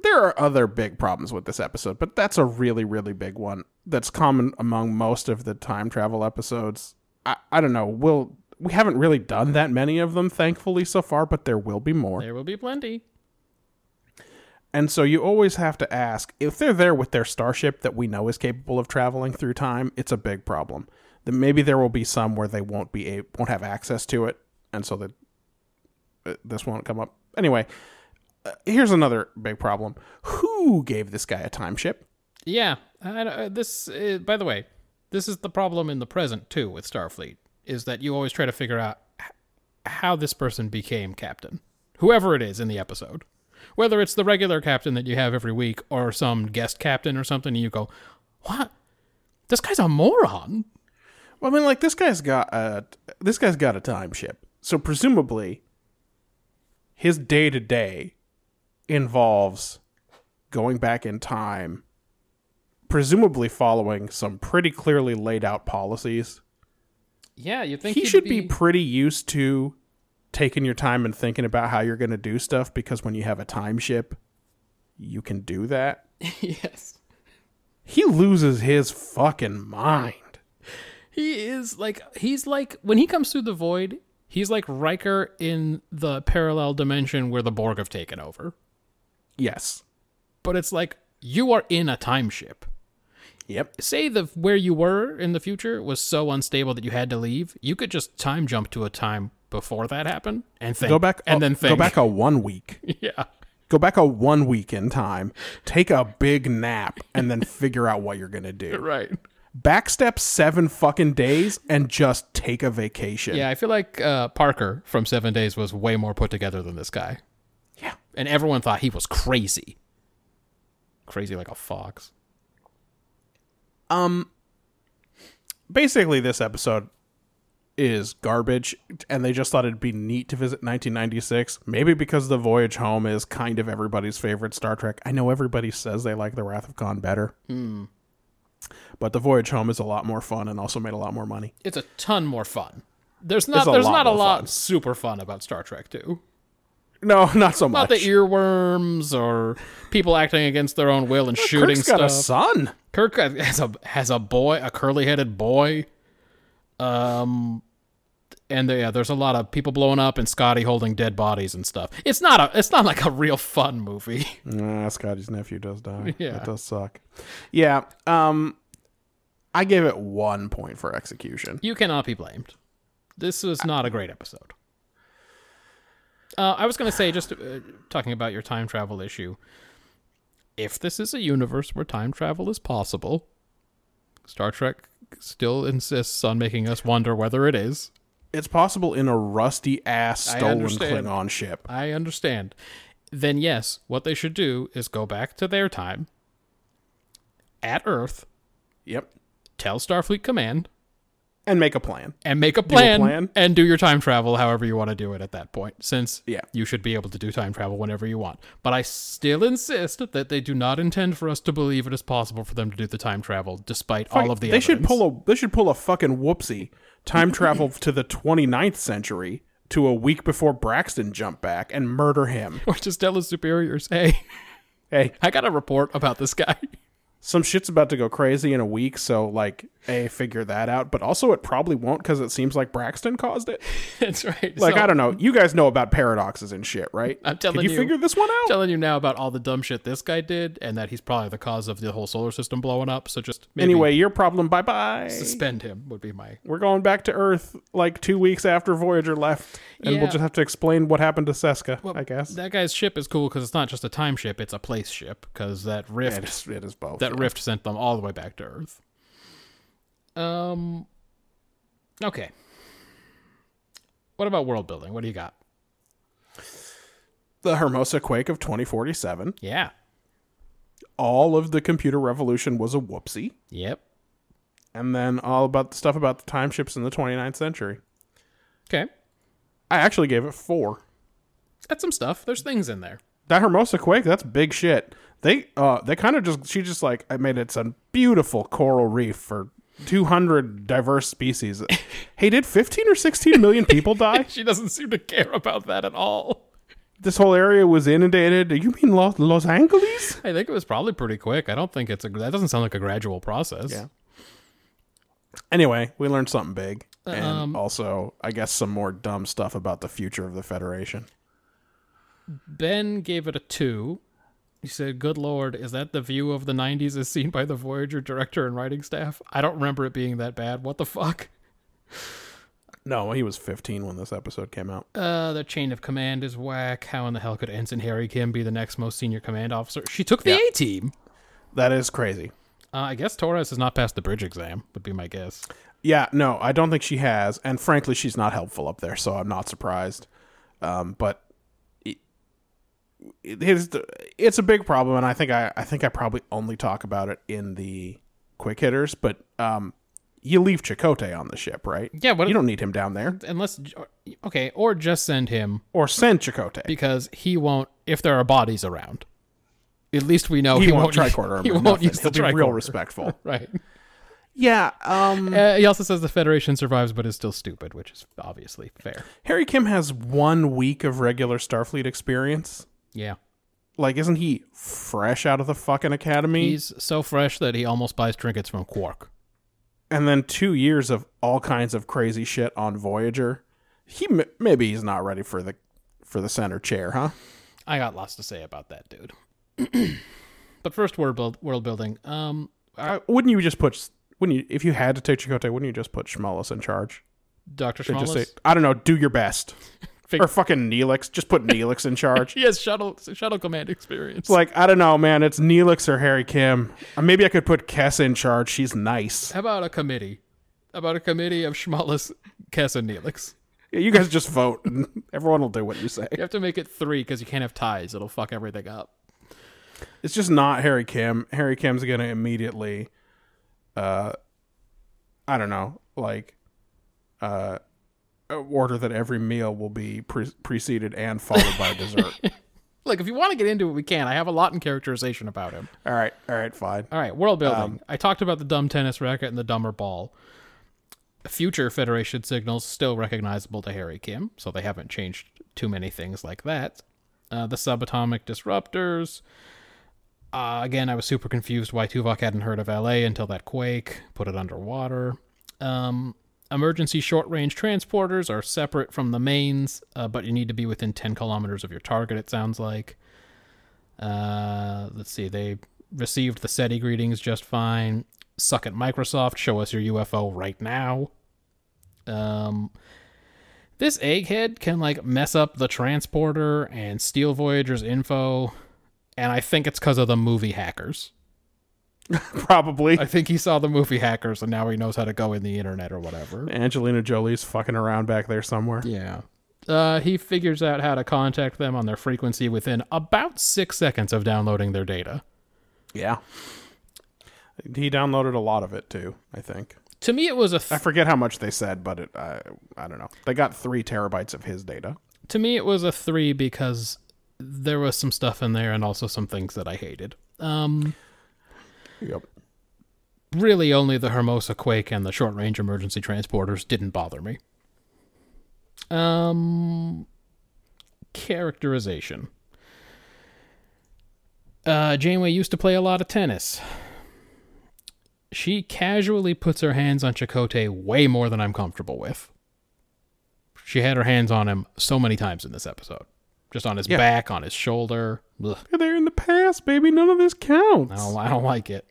B: there are other big problems with this episode, but that's a really, really big one that's common among most of the time travel episodes. I, I don't know. We'll we haven't really done that many of them, thankfully, so far, but there will be more.
A: There will be plenty.
B: And so you always have to ask if they're there with their starship that we know is capable of traveling through time, it's a big problem. Then maybe there will be some where they won't be a- won't have access to it, and so that uh, this won't come up. Anyway, uh, here's another big problem. Who gave this guy a time ship?
A: Yeah. I, I- this, uh, by the way, this is the problem in the present too with Starfleet is that you always try to figure out h- how this person became captain, whoever it is in the episode, whether it's the regular captain that you have every week or some guest captain or something. And you go, what? This guy's a moron.
B: Well, I mean, like this guy's got a this guy's got a time ship, so presumably his day to day involves going back in time, presumably following some pretty clearly laid out policies
A: Yeah, you think
B: he
A: he'd
B: should be... pretty used to taking your time and thinking about how you're going to do stuff because when you have a time ship, you can do that.
A: yes.
B: He loses his fucking mind.
A: He is like he's like when he comes through the void, he's like Riker in the parallel dimension where the Borg have taken over.
B: Yes.
A: But it's like you are in a time ship.
B: Yep.
A: Say the where you were in the future was so unstable that you had to leave, you could just time jump to a time before that happened and think
B: Go back
A: and
B: a-
A: then think
B: Go back a one week.
A: yeah.
B: Go back a one week in time. Take a big nap and then figure out what you're going to do.
A: Right.
B: Backstep 7 fucking days and just take a vacation.
A: Yeah, I feel like uh, Parker from Seven Days was way more put together than this guy.
B: Yeah.
A: And everyone thought he was crazy. Crazy like a fox.
B: basically this episode is garbage and they just thought it'd be neat to visit 1996 maybe because the voyage home is kind of everybody's favorite star trek i know everybody says they like the wrath of khan better
A: Hmm.
B: but the voyage home is a lot more fun and also made a lot more money
A: It's a ton more fun. There's not
B: a
A: there's
B: lot
A: not a
B: more
A: lot
B: fun.
A: super fun about Star Trek 2.
B: no not so much
A: Not the earworms or people acting against their own will and shooting
B: Kirk's got
A: stuff.
B: a son
A: Kirk has a has a boy, a curly headed boy. Um, and there- yeah, there's a lot of people blowing up and Scotty holding dead bodies and stuff. It's not a it's not like a real fun movie.
B: Nah, Scotty's nephew does die.
A: Yeah.
B: That does suck. Yeah. Um I gave it one point for execution.
A: You cannot be blamed. This was not a great episode. Uh, I was going to say, just uh, talking about your time travel issue, if this is a universe where time travel is possible, Star Trek still insists on making us wonder whether it is.
B: It's possible in a rusty ass
A: I
B: stolen
A: understand.
B: Klingon ship.
A: I understand. Then, yes, what they should do is go back to their time at Earth,
B: Yep.
A: tell Starfleet Command,
B: And make a plan.
A: and make a plan,
B: plan.
A: and do your time travel however you want to do it at that point since
B: Yeah.
A: you should be able to do time travel whenever you want but i still insist that they do not intend for us to believe it is possible for them to do the time travel despite all of the
B: they should
A: evidence.
B: pull a they should pull a fucking whoopsie. Time travel to the 29th century to a week before Braxton jumped back and murder him.
A: or just tell his superiors hey
B: Hey,
A: i got a report about this guy
B: some shit's about to go crazy in a week, so like, a figure that out. But also, it probably won't because it seems like Braxton caused it.
A: that's right
B: Like
A: So,
B: I don't know. You guys know about paradoxes and shit, right?
A: I'm telling
B: Can you,
A: you.
B: figure this one out?
A: telling you now about all the dumb shit this guy did and that he's probably the cause of the whole solar system blowing up so just maybe
B: anyway, your problem. Bye bye.
A: suspend him would be my
B: We're going back to Earth like two weeks after Voyager left, and
A: Yeah.
B: we'll just have to explain what happened to Seska.
A: Well,
B: I guess
A: that guy's ship is cool because it's not just a time ship; it's a place ship. Because that rift,
B: it is, it is both.
A: that rift sent them all the way back to Earth. Um. Okay. What about world building? What do you got?
B: the Hermosa quake of 2047.
A: Yeah.
B: All of the computer revolution was a whoopsie,
A: Yep.
B: and then all about the stuff about the time ships in the 29th century.
A: Okay.
B: I actually gave it four.
A: That's some stuff. There's things in there.
B: that Hermosa quake, that's big shit. They uh they kind of just she just like I mean it's a beautiful coral reef for 200 diverse species. hey, did 15 or 16 million people die?
A: She doesn't seem to care about that at all.
B: This whole area was inundated. You mean Los, Los Angeles?
A: I think it was probably pretty quick. I don't think it's a. That doesn't sound like a gradual process.
B: Yeah. Anyway, we learned something big and also I guess some more dumb stuff about the future of the Federation.
A: Ben gave it a two. He said, Good Lord, is that the view of the 90s as seen by the Voyager director and writing staff? I don't remember it being that bad. What the fuck?
B: No, he was 15 when this episode came out.
A: Uh, the chain of command is whack. How in the hell could Ensign Harry Kim be the next most senior command officer? She took the A team.
B: That is crazy.
A: Uh, I guess Torres has not passed the bridge exam, would be my guess.
B: Yeah, no, I don't think she has, and frankly, she's not helpful up there, so I'm not surprised. Um, but it, it is the, it's a big problem, and I think I, I think I probably only talk about it in the quick hitters. But um, you leave Chakotay on the ship, right?
A: Yeah, what-
B: you don't need him down there,
A: Unless, okay, or just send him
B: or send Chakotay.
A: because he won't, if there are bodies around. At least we know
B: he,
A: he,
B: won't
A: use-
B: tricorder him.
A: oh, He
B: or
A: won't
B: nothing.
A: use the
B: He'll be real
A: tricorder.
B: respectful.
A: Right.
B: Yeah. Um,
A: Uh, he also says the Federation survives but is still stupid, which is obviously fair.
B: Harry Kim has one week of regular Starfleet experience.
A: Yeah.
B: Like, isn't he fresh out of the fucking academy?
A: He's so fresh that he almost buys trinkets from Quark.
B: and then two years of all kinds of crazy shit on Voyager. He m- maybe he's not ready for the for the center chair, huh?
A: I got lots to say about that dude. but first world build, world building. Um
B: Uh, wouldn't you just put? Wouldn't you if you had to take Chakotay? Wouldn't you just put Schmollis in charge?
A: Dr.
B: And
A: Schmallis.
B: Just say, I don't know. Do your best.
A: Fig-
B: or fucking Neelix. Just put Neelix in charge.
A: he has shuttle shuttle command experience.
B: It's like I don't know, man. It's Neelix or Harry Kim. Uh, maybe I could put Kess in charge. She's nice.
A: How about a committee? How about a committee of Schmallis, Kess, and Neelix?
B: Yeah, you guys just vote, and everyone will do what you say.
A: You have to make it three because you can't have ties. It'll fuck everything up.
B: It's just not Harry Kim. Harry Kim's gonna immediately, uh, I don't know, like, uh, order that every meal will be pre- preceded and followed by dessert.
A: Look, if you want to get into it, we can. I have a lot in characterization about him.
B: all right, all right, fine.
A: All right, world building. I talked about the dumb tennis racket and the dumber ball. Future Federation signals still recognizable to Harry Kim, so they haven't changed too many things like that. Uh, the subatomic disruptors. Uh, again, I was super confused why Tuvok hadn't heard of LA until that quake put it underwater. Um, emergency short range transporters are separate from the mains, uh, but you need to be within 10 kilometers of your target, it sounds like. Uh, let's see. They received the SETI greetings just fine. Suck at Microsoft. Show us your UFO right now. Um, this egghead can like mess up the transporter and steal Voyager's info, and I think it's because of the movie hackers.
B: Probably
A: I think he saw the movie hackers, and now he knows how to go in the internet or whatever.
B: Angelina Jolie's fucking around back there somewhere.
A: Yeah. Uh, he figures out how to contact them on their frequency within about six seconds of downloading their data.
B: Yeah. He downloaded a lot of it too. I think
A: To me, it was a
B: I forget how much they said, but it I I don't know. They got three terabytes of his data.
A: to me it was a three because there was some stuff in there and also some things that I hated. Um,
B: Yep.
A: really, only the Hermosa quake and the short range emergency transporters didn't bother me. Um, characterization. Uh, Janeway used to play a lot of tennis. She casually puts her hands on Chakotay way more than I'm comfortable with. She had her hands on him so many times in this episode, just on his
B: Yeah.
A: back, on his shoulder. Ugh.
B: They're in the past, baby. None of this counts.
A: I don't, I don't like it.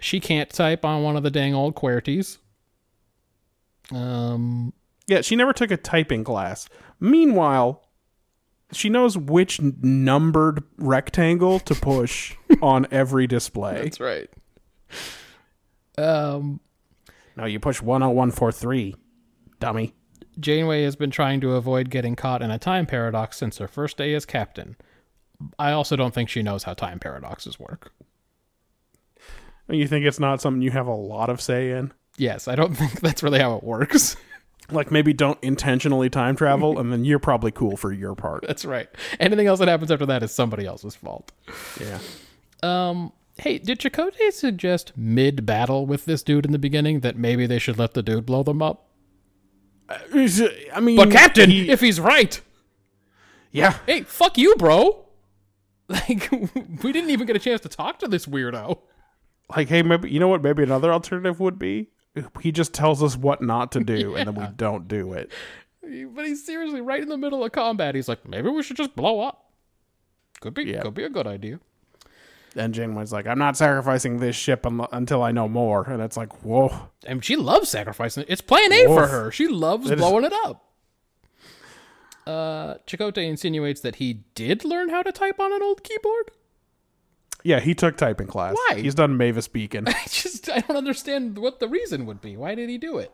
A: She can't type on one of the dang old QWERTYs. Um,
B: Yeah, she never took a typing class. Meanwhile, she knows which n- numbered rectangle to push on every display.
A: right. Um,
B: No, you push 10143, dummy.
A: Janeway has been trying to avoid getting caught in a time paradox since her first day as captain. I also don't think she knows how time paradoxes work.
B: And you think it's not something you have a lot of say in?
A: Yes, I don't think that's really how it works.
B: Like maybe don't intentionally time travel, and then you're probably cool for your part.
A: that's right. Anything else that happens after that is somebody else's fault.
B: Yeah.
A: Um, hey, did Chakotay suggest mid battle with this dude in the beginning that maybe they should let the dude blow them up?
B: I mean,
A: But Captain,
B: he-
A: if he's right,
B: yeah,
A: hey, fuck you, bro. Like we didn't even get a chance to talk to this weirdo.
B: like hey, maybe you know what? Maybe another alternative would be he just tells us what not to do, and then we don't do it.
A: But he's seriously right in the middle of combat. He's like, maybe we should just blow up. Could be,
B: Yeah.
A: could be a good idea.
B: And Janeway's like, I'm not sacrificing this ship un- until I know more. And it's like, whoa.
A: And she loves sacrificing. It's plan A for
B: Woof.
A: her. She loves
B: That is-
A: blowing it up. Uh, Chakotay insinuates that he did learn how to type on an old keyboard.
B: Yeah, he took typing class.
A: Why?
B: He's done Mavis Beacon.
A: I just I don't understand what the reason would be. Why did he do it?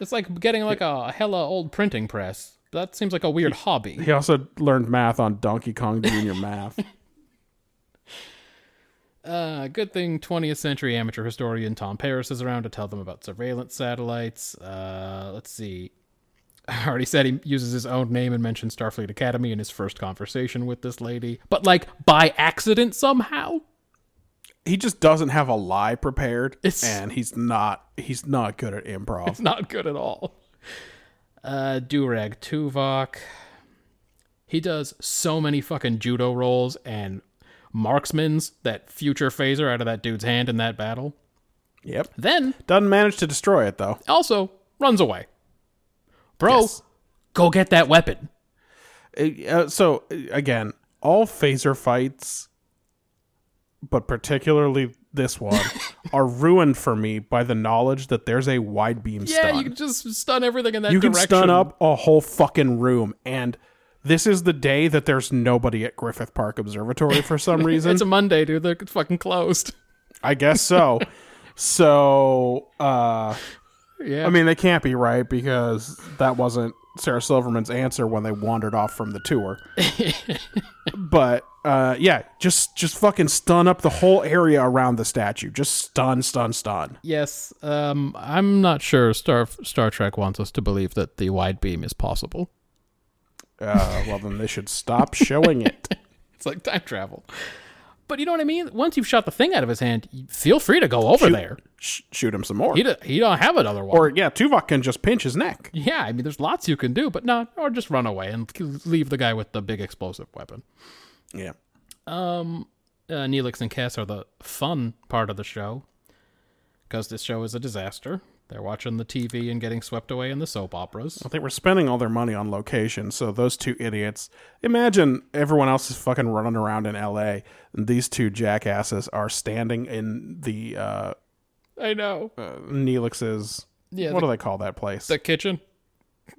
A: It's like getting like a hella old printing press. That seems like a weird hobby.
B: he also learned math on Donkey Kong Junior math.
A: Uh, good thing 20th century amateur historian Tom Paris is around to tell them about surveillance satellites. Uh, let's see. I already said he uses his own name and mentioned Starfleet Academy in his first conversation with this lady, but like by accident somehow.
B: he just doesn't have a lie prepared,
A: It's-
B: and he's not he's not good at improv.
A: It's not good at all. Uh, Durag Tuvok. He does so many fucking judo rolls and marksmans that future phaser out of that dude's hand in that battle.
B: Yep,
A: Then
B: doesn't manage to destroy it though.
A: also runs away. Bro,
B: Yes.
A: go get that weapon.
B: Uh, so uh, again, all phaser fights, but particularly this one, are ruined for me by the knowledge that there's a wide beam
A: Yeah,
B: stun.
A: you can just stun everything in that
B: you can
A: direction.
B: stun up a whole fucking room, and this is the day that there's nobody at Griffith Park Observatory for some reason.
A: It's a Monday, dude. They're fucking closed.
B: I guess so. so, uh,
A: Yeah.
B: I mean, they can't be right because that wasn't Sarah Silverman's answer when they wandered off from the tour. but uh, yeah, just just fucking stun up the whole area around the statue. Just stun, stun, stun.
A: Yes, um, I'm not sure Star Star Trek wants us to believe that the wide beam is possible.
B: Uh, well, then they should stop showing it.
A: It's like time travel. But you know what I mean? Once you've shot the thing out of his hand, you- feel free to go over there.
B: Sh- shoot him some more.
A: He, do, he don't have another one.
B: or yeah, Tuvok can just pinch his neck.
A: yeah, I mean, there's lots you can do, but no, or just run away and leave the guy with the big explosive weapon.
B: Yeah.
A: uh, Neelix and Cass are the fun part of the show because this show is a disaster. They're watching the TV and getting swept away in the soap operas.
B: They were spending all their money on location, so those two idiots. Imagine everyone else is fucking running around in L.A. and these two jackasses are standing in the uh,
A: I know.
B: uh, Neelix's.
A: Yeah,
B: what
A: the-
B: do they call that place?
A: The kitchen.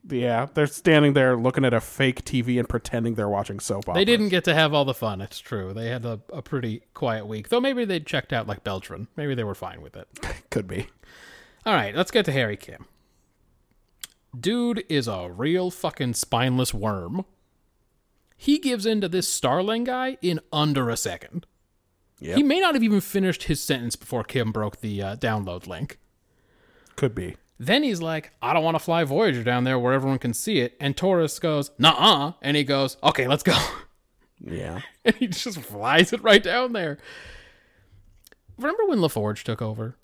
B: yeah, they're standing there looking at a fake TV and pretending they're watching soap opera.
A: They didn't get to have all the fun. It's true. They had a, a pretty quiet week, though. Maybe they checked out like Beltran. Maybe they were fine with it.
B: Could be.
A: All right, let's get to Harry Kim. Dude is a real fucking spineless worm. He gives in to this Starling guy in under a second.
B: Yep.
A: He may not have even finished his sentence before Kim broke the uh, download link.
B: Could be.
A: Then he's like, I don't want to fly Voyager down there where everyone can see it. And Taurus goes, nah uh. And he goes, okay, let's go.
B: Yeah.
A: and he just flies it right down there. Remember when LaForge took over?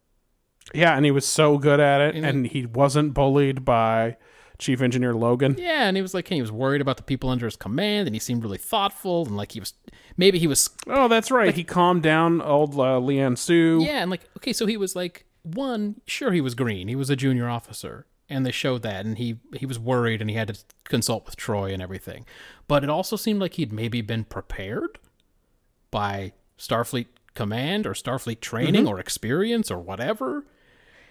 B: Yeah, and he was so good at it,
A: And
B: and,
A: he-
B: he wasn't bullied by Chief Engineer Logan.
A: Yeah, and he was like, he was worried about the people under his command, and he seemed really thoughtful, and like he was, maybe he was,
B: Oh, that's right. he calmed down old uh, Leanne Sue.
A: yeah, and like, okay, so he was like, one, sure, he was green, he was a junior officer, and they showed that, and he he was worried, and he had to consult with Troy and everything, but it also seemed like he'd maybe been prepared by Starfleet command or Starfleet training or experience or whatever,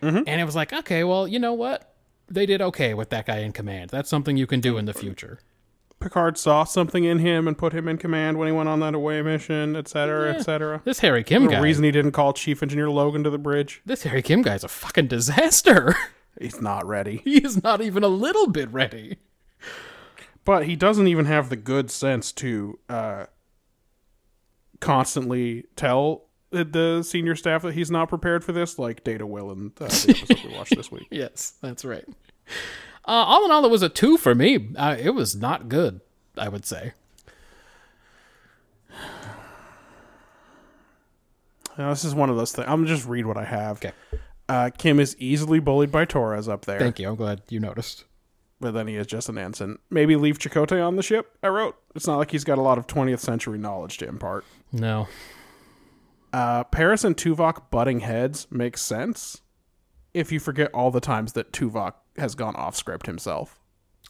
A: and it was like, okay, well, you know what, they did okay with that guy in command. That's something you can do in the future.
B: Picard saw something in him and put him in command when he went on that away mission, et cetera, et cetera.
A: This Harry Kim
B: The
A: guy.
B: reason he didn't call Chief Engineer Logan to the bridge.
A: This Harry Kim guy's a fucking disaster.
B: He's not ready.
A: he is not even a little bit ready.
B: But he doesn't even have the good sense to uh, constantly tell the- the senior staff that he's not prepared for this, like Data Will and uh, the episode we watched this week.
A: Yes, that's right. Uh, all in all, it was a two for me. Uh, it was not good, I would say.
B: Now, this is one of those things. I'm just read what I have. Uh, Kim is easily bullied by Torres up there,
A: Thank you. I'm glad you noticed.
B: but then he is just an ensign. Maybe leave Chakotay on the ship. I wrote. It's not like he's got a lot of 20th century knowledge to impart.
A: No.
B: Uh, Paris and Tuvok butting heads makes sense if you forget all the times that Tuvok has gone off script himself.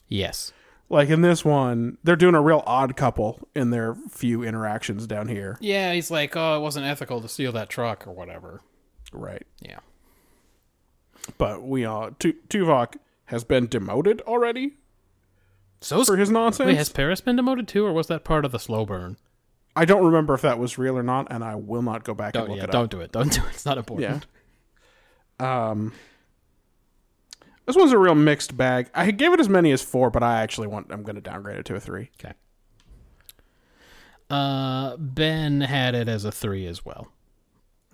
A: Yes.
B: Like in this one, they're doing a real odd couple in their few interactions down here.
A: Yeah, he's like, oh, it wasn't ethical to steal that truck or whatever.
B: Right.
A: Yeah.
B: But we all Tu Tuvok has been demoted already
A: So
B: for his nonsense.
A: Wait, has Paris been demoted too, or was that part of the slow burn?
B: I don't remember if that was real or not, and I will not go back
A: Don't,
B: and look
A: yeah,
B: it up.
A: don't do it. Don't do it. It's not important.
B: Yeah. Um, this one's a real mixed bag. I gave it as many as four, but I actually want I'm going to downgrade it to a three.
A: Okay. Uh, ben had it as a three as well.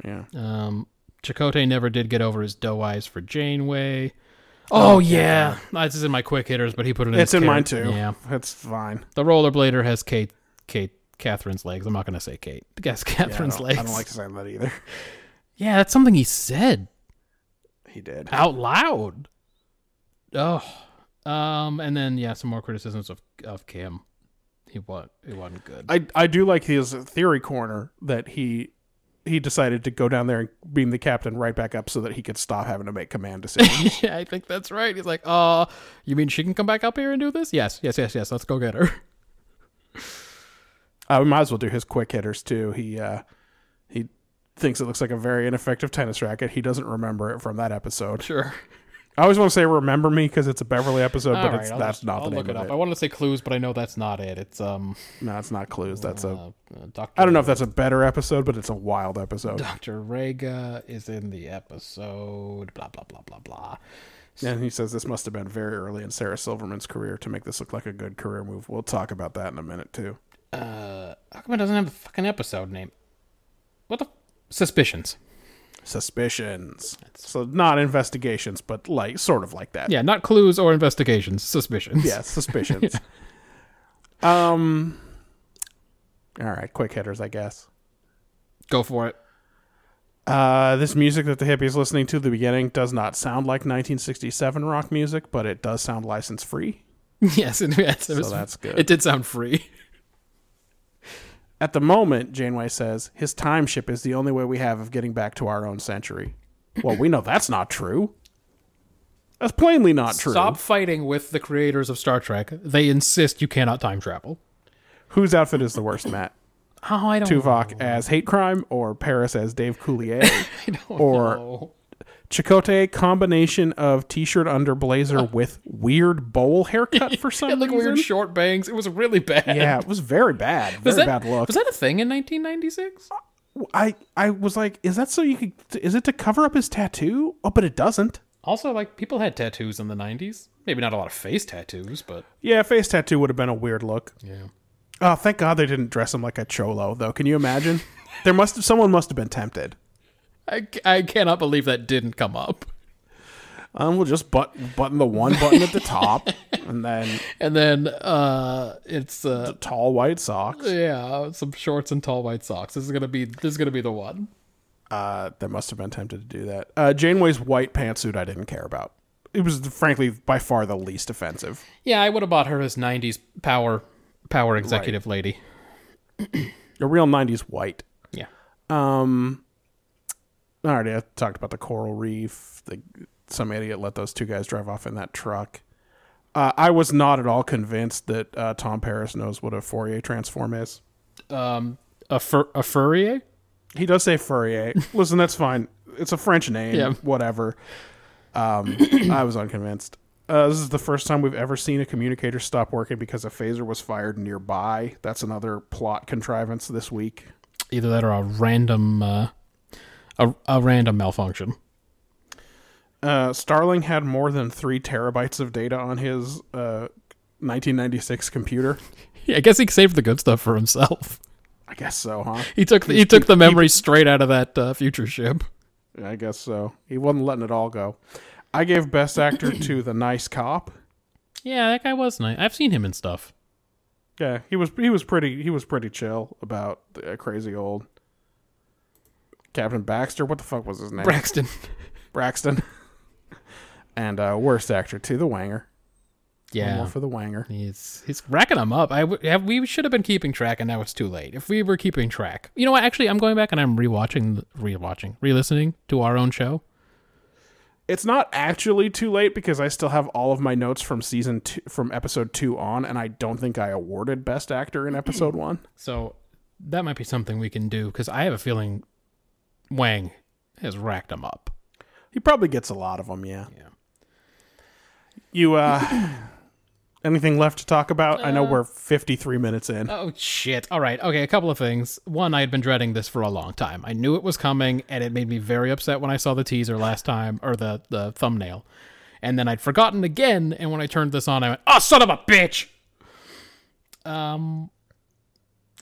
B: Yeah.
A: Um, Chakotay never did get over his doe eyes for Janeway. Oh, yeah, this is in my quick hitters, but he put it. in
B: It's
A: his
B: in
A: car-
B: mine too.
A: Yeah,
B: That's fine.
A: the rollerblader has Kate Kate Catherine's legs. I'm not going to say Kate. Guess Catherine's
B: I don't,
A: legs.
B: I don't like saying that either.
A: yeah, that's something he said
B: He did.
A: out loud. Oh, um, and then yeah, some more criticisms of of Kim. He was he wasn't good.
B: I I do like his theory corner that he he decided to go down there and beam the captain right back up so that he could stop having to make command decisions.
A: yeah, I think that's right. He's like, uh, you mean she can come back up here and do this? Yes, yes, yes, yes. Let's go get her.
B: uh, we might as well do his quick hitters too. He uh he thinks it looks like a very ineffective tennis racket. He doesn't remember it from that episode.
A: Sure.
B: I always want to say remember me because it's a Beverly episode,
A: All
B: but
A: right,
B: it's,
A: I'll
B: that's
A: just-
B: not
A: I'll
B: the name
A: look it
B: of
A: up.
B: it.
A: I wanted to say clues, but I know that's not it. It's um,
B: No, it's not clues. That's a
A: uh, Doctor.
B: I don't know if that's a better episode, but it's a wild episode.
A: Doctor Rega is in the episode. Blah blah blah blah blah.
B: And he says this must have been very early in Sarah Silverman's career to make this look like a good career move. We'll talk about that in a minute too.
A: Uh, how come it doesn't have the fucking episode name? What the f- suspicions?
B: Suspicions. So not investigations, but like sort of like that.
A: Yeah, not clues or investigations. Suspicions.
B: Yeah, suspicions. Um All right, quick hitters, I guess.
A: go for it.
B: Uh, this music that the hippies listening to at the beginning does not sound like 1967 rock music, but it does sound license free.
A: yes, and yes, it was-
B: that's good.
A: It did sound free.
B: At the moment, Janeway says, his time ship is the only way we have of getting back to our own century. Well, we know that's not true. That's plainly not true.
A: Stop fighting with the creators of Star Trek. They insist you cannot time travel.
B: Whose outfit is the worst, Matt?
A: Oh, I don't.
B: Tuvok as Hate Crime or Paris as Dave Coulier? or
A: know.
B: Chicote combination of t shirt under blazer with weird bowl haircut for some
A: It like
B: reason?
A: weird short bangs. It was really bad.
B: yeah, it was very bad. Very
A: Was that,
B: bad look.
A: Was that a thing in 1996?
B: I I was like, is that so you could? Is it to cover up his tattoo? Oh, but it doesn't.
A: Also, like people had tattoos in the 90s. Maybe not a lot of face tattoos, but
B: Yeah, face tattoo would have been a weird look.
A: yeah.
B: Oh, thank God they didn't dress him like a cholo, though. Can you imagine? there must have, someone must have been tempted.
A: I, c- I cannot believe that didn't come up.
B: Um, we'll just but, button the one button at the top, and then
A: And then uh it's uh
B: tall white socks.
A: yeah, some shorts and tall white socks. This is going to be this is going to be the one.
B: Uh, they must have been tempted to do that. Uh, Janeway's white pantsuit, I didn't care about. It was frankly by far the least offensive.
A: Yeah, I would have bought her as 90s power power executive lady.
B: A real '90s white.
A: Yeah.
B: Um, I already I talked about the coral reef. The some idiot let those two guys drive off in that truck. Uh, I was not at all convinced that uh, Tom Paris knows what a Fourier transform is.
A: Um a fur a furrier?
B: He does say Fourier. Listen, that's fine. It's a French name.
A: Yeah.
B: Whatever. Um, I was unconvinced. Uh, this is the first time we've ever seen a communicator stop working because a phaser was fired nearby. That's another plot contrivance this week.
A: Either that or a random uh a, a random malfunction.
B: uh, Starling had more than three terabytes of data on his uh, 1996 computer.
A: Yeah, I guess he saved the good stuff for himself.
B: I guess so, huh?
A: He took the, he took the memory straight out of that uh, future ship.
B: I guess so. He wasn't letting it all go. I gave Best Actor to the nice cop.
A: Yeah, that guy was nice. I've seen him in stuff.
B: Yeah, he was he was pretty he was pretty chill about the uh, crazy old Captain Baxter. What the fuck was his name?
A: Braxton.
B: Braxton. and uh, worst actor to the Wanger. One more
A: Yeah.
B: for the Wanger.
A: He's he's racking them up. I w- have, we should have been keeping track, and now it's too late. If we were keeping track, you know what? Actually, I'm going back and I'm rewatching, rewatching, re-listening to our own show.
B: it's not actually too late because I still have all of my notes from season two, from episode two on, and I don't think I awarded best actor in episode one.
A: So that might be something we can do because I have a feeling Wang has racked them up.
B: He probably gets a lot of them, yeah.
A: Yeah.
B: You, uh, anything left to talk about? I know
A: Uh,
B: we're 53 minutes in.
A: Oh shit! All right, okay. A couple of things. One, I had been dreading this for a long time. I knew it was coming, and it made me very upset when I saw the teaser last time or the the thumbnail, and then I'd forgotten again. And when I turned this on, I went, "Oh, son of a bitch!" Um.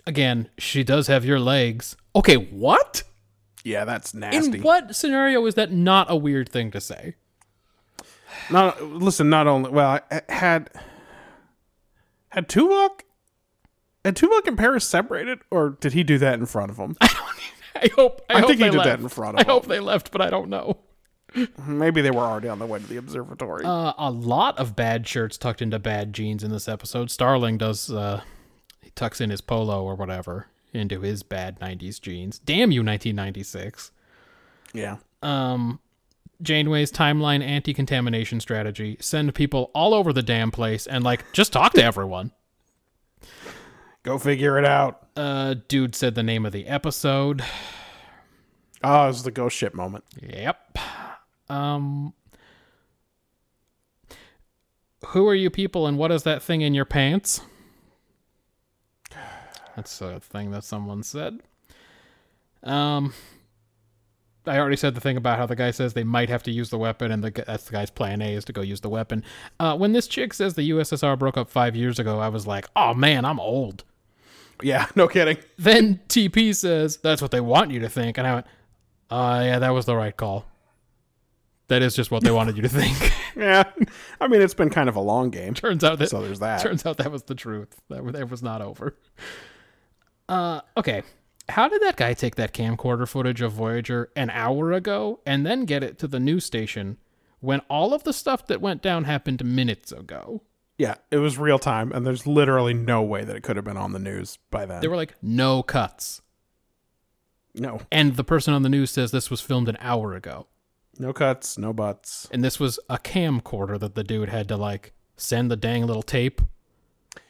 A: Again, she does have your legs. Okay, what?
B: yeah, that's
A: In
B: nasty.
A: what scenario is that not a weird thing to say?
B: Not, listen, not only, well, I- I had, had Tuvok And Tuvok and Paris separated, or did he do that in front of him?
A: I hope. I,
B: I
A: hope
B: think he
A: they
B: did that
A: left.
B: in front
A: I
B: of
A: hope
B: him.
A: they left, but I don't know.
B: Maybe they were already on the way to the observatory.
A: Uh, a lot of bad shirts tucked into bad jeans in this episode. Starling does. Uh, he tucks in his polo or whatever into his bad '90s jeans. Damn you, 1996.
B: yeah.
A: um, Janeway's timeline anti-contamination strategy: send people all over the damn place and like just talk to everyone.
B: Go figure it out.
A: Uh, dude said the name of the episode.
B: Oh, it was the ghost ship moment.
A: Yep. Um, who are you people, and what is that thing in your pants? That's a thing that someone said. Um, I already said the thing about how the guy says they might have to use the weapon, and the, gu- that's the guy's plan A is to go use the weapon. Uh, when this chick says the USSR broke up five years ago, I was like, oh man, I'm old.
B: Yeah, no kidding.
A: Then TP says, that's what they want you to think. And I went, uh, yeah, that was the right call. That is just what they wanted you to think.
B: Yeah. I mean, it's been kind of a long game.
A: turns out that
B: So there's that.
A: turns out that was the truth. That, wa- that was not over. Uh, okay. How did that guy take that camcorder footage of Voyager an hour ago and then get it to the news station when all of the stuff that went down happened minutes ago?
B: Yeah, it was real time, and there's literally no way that it could have been on the news by then.
A: There were like no cuts.
B: no,
A: And the person on the news says this was filmed an hour ago.
B: no cuts, no buts.
A: and this was a camcorder that the dude had to like send the dang little tape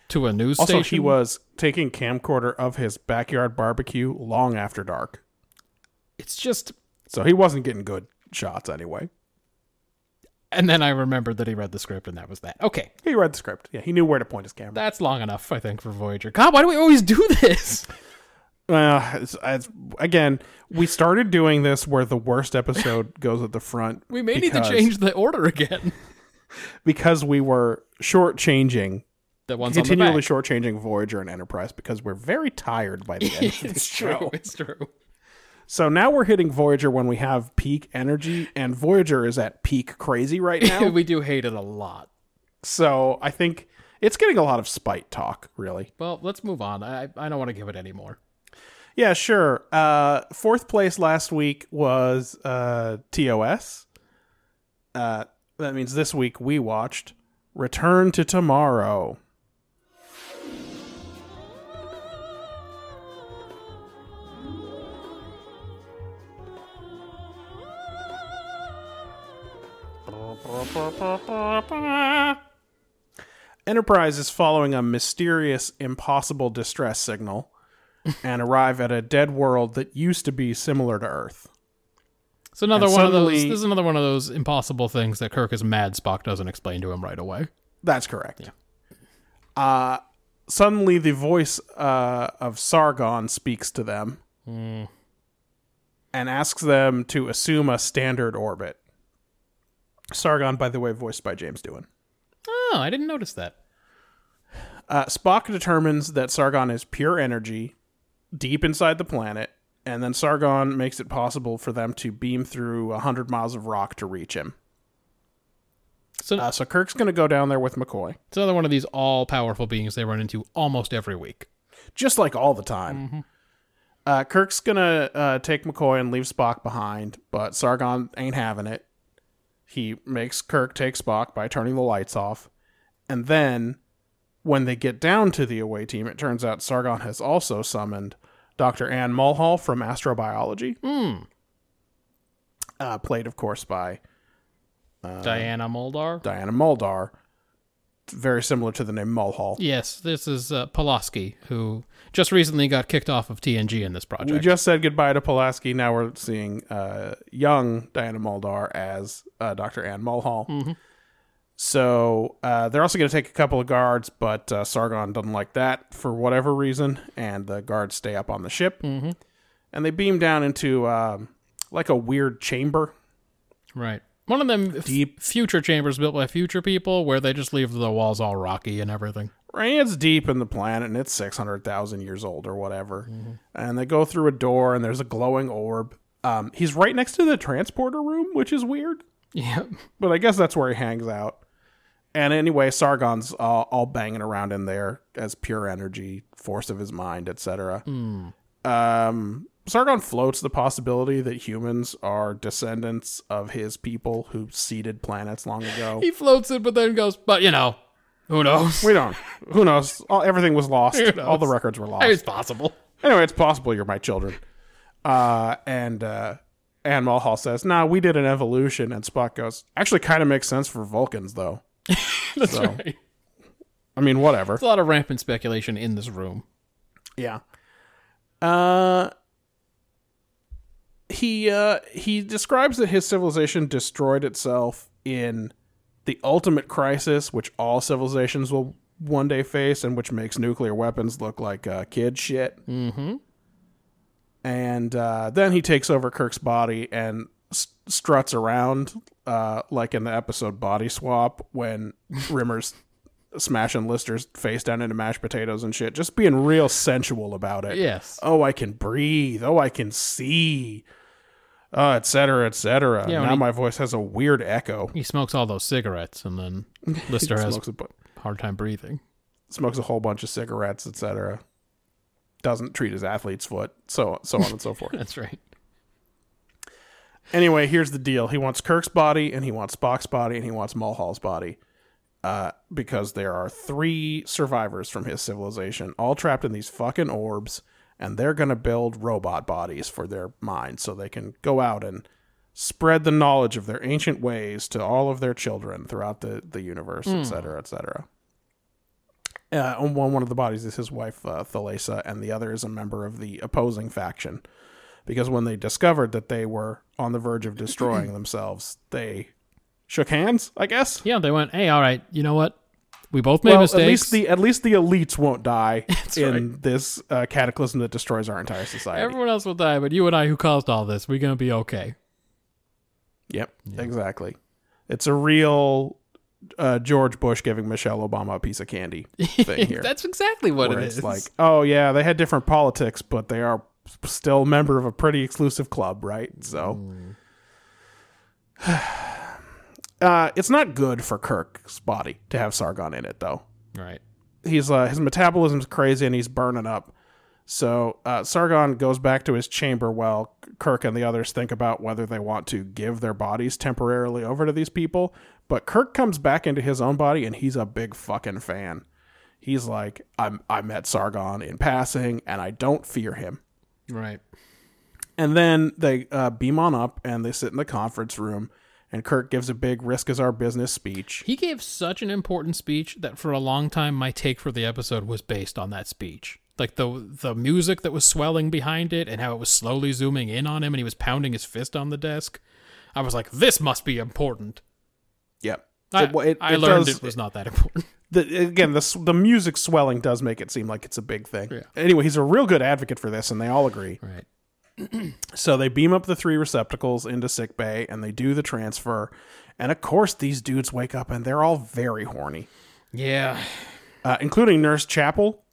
A: to a news
B: Also,
A: station.
B: he was taking camcorder of his backyard barbecue long after dark,
A: It's just,
B: so he wasn't getting good shots anyway.
A: and then I remembered that he read the script, and that was that. Okay,
B: He read the script. Yeah, he knew where to point his camera.
A: that's long enough, I think, for Voyager. God, why do we always do this?
B: Uh, it's, it's, again, we started doing this where the worst episode goes at the front.
A: We may need
B: because-
A: to change the order again.
B: because we were shortchanging,
A: That one's
B: continually
A: on the back.
B: shortchanging Voyager and Enterprise because we're very tired by the end of this
A: It's true.
B: show.
A: It's true.
B: So now we're hitting Voyager when we have peak energy, and Voyager is at peak crazy right now.
A: we do hate it a lot.
B: so I think it's getting a lot of spite talk, really.
A: Well, let's move on. I I don't want to give it anymore.
B: Yeah, sure. Uh, fourth place last week was uh, TOS. Uh, that means this week we watched Return to Tomorrow. Enterprise is following a mysterious, impossible distress signal and arrive at a dead world that used to be similar to Earth.
A: It's another
B: And
A: one of those.
B: suddenly-
A: This is another one of those impossible things that Kirk is mad. Spock doesn't explain to him right away.
B: That's correct. Uh, suddenly, the voice uh, of Sargon speaks to them and asks them to assume a standard orbit. Sargon, by the way, voiced by James Doohan.
A: Oh, I didn't notice that.
B: Uh, Spock determines that Sargon is pure energy deep inside the planet, and then Sargon makes it possible for them to beam through 100 miles of rock to reach him.
A: So
B: Uh, so Kirk's going to go down there with McCoy,
A: It's another one of these all powerful beings they run into almost every week.
B: just like all the time. Uh, Kirk's going to uh, take McCoy and leave Spock behind, but Sargon ain't having it. He makes Kirk take Spock by turning the lights off. And then, when they get down to the away team, it turns out Sargon has also summoned Dr. Ann Mulhall from Astrobiology. Uh, played, of course, by
A: Diana Muldar.
B: Diana Muldar. Very similar to the name Mulhall.
A: yes, this is uh, Pulaski, who just recently got kicked off of TNG in this
B: We
A: project.
B: just said goodbye to Pulaski. Now we're seeing uh, young Diana Muldar as uh, Dr. Ann Mulhall. So uh, they're also going to take a couple of guards, but uh, Sargon doesn't like that for whatever reason, and the guards stay up on the ship. Mm-hmm. And they beam down into um, like a weird chamber.
A: right. One of them f-
B: Deep.
A: future chambers built by future people where they just leave the walls all rocky and everything.
B: Right, It's deep in the planet, and it's 600,000 years old or whatever. And they go through a door, and there's a glowing orb. Um, he's right next to the transporter room, which is weird.
A: Yeah.
B: but I guess that's where he hangs out. And anyway, Sargon's uh, all banging around in there as pure energy, force of his mind, etc. Um, Sargon floats the possibility that humans are descendants of his people who seeded planets long ago.
A: He floats it, but then goes, but you know, who knows?
B: we don't. Who knows? All, everything was lost.
A: Who knows?
B: All the records were lost.
A: it's possible.
B: Anyway, it's possible you're my children. Uh, and uh, and Mulhall says, "Nah, we did an evolution." And Spock goes, "Actually, kind of makes sense for Vulcans, though.
A: That's right. There's
B: I mean, whatever."
A: a lot of rampant speculation in this room.
B: Yeah. Uh he uh he describes that his civilization destroyed itself in the ultimate crisis which all civilizations will one day face and which makes nuclear weapons look like uh, kid shit. Mhm. And uh then he takes over Kirk's body and s- struts around uh like in the episode Body Swap when Rimmer's smashing Lister's face down into mashed potatoes and shit, just being real sensual about it.
A: Yes.
B: Oh, I can breathe. Oh, I can see. Uh, et cetera, et cetera.
A: Yeah, when
B: now
A: he-
B: my voice has a weird echo.
A: He smokes all those cigarettes, and then Lister has
B: Smokes a, bu-
A: a hard time breathing.
B: smokes a whole bunch of cigarettes, et cetera. Doesn't treat his athlete's foot, so so on and so forth.
A: That's right.
B: Anyway, here's the deal. He wants Kirk's body, and he wants Spock's body, and he wants Mulhall's body. Uh, because there are three survivors from his civilization, all trapped in these fucking orbs, and they're gonna build robot bodies for their minds so they can go out and spread the knowledge of their ancient ways to all of their children throughout the, the universe, et cetera, et cetera. Uh, on one, one of the bodies is his wife, uh, Thalesa, and the other is a member of the opposing faction because when they discovered that they were on the verge of destroying themselves, they shook hands, I guess.
A: Yeah, they went, hey, all right, you know what? We both made
B: well,
A: mistakes.
B: at least the at least the elites won't die in this uh, cataclysm that destroys our entire society.
A: Everyone else will die, but you and I, who caused all this, we're gonna be okay.
B: Yep, exactly. It's a real uh, George Bush giving Michelle Obama a piece of candy thing here.
A: That's exactly what
B: where
A: it
B: it's
A: is.
B: like, oh yeah, they had different politics, but they are still a member of a pretty exclusive club, right? So, uh, it's not good for Kirk's body to have Sargon in it, though.
A: right.
B: He's uh, his metabolism's crazy and he's burning up. So uh, Sargon goes back to his chamber while Kirk and the others think about whether they want to give their bodies temporarily over to these people. But Kirk comes back into his own body and he's a big fucking fan. He's like, I'm, I met Sargon in passing and I don't fear him.
A: Right.
B: And then they uh, beam on up and they sit in the conference room. And Kirk gives a big risk is our business speech.
A: He gave such an important speech that for a long time my take for the episode was based on that speech. Like the the music that was swelling behind it and how it was slowly zooming in on him and he was pounding his fist on the desk. I was like, this must be important.
B: Yep.
A: I,
B: It- it-
A: I
B: it
A: learned
B: does-
A: it was not that important.
B: the, again the s- the music swelling does make it seem like it's a big thing.
A: Yeah.
B: Anyway, he's a real good advocate for this, and they all agree.
A: Right.
B: So they beam up the three receptacles into sick bay, and they do the transfer. And of course, these dudes wake up, and they're all very horny,
A: Yeah.
B: uh, including Nurse Chapel,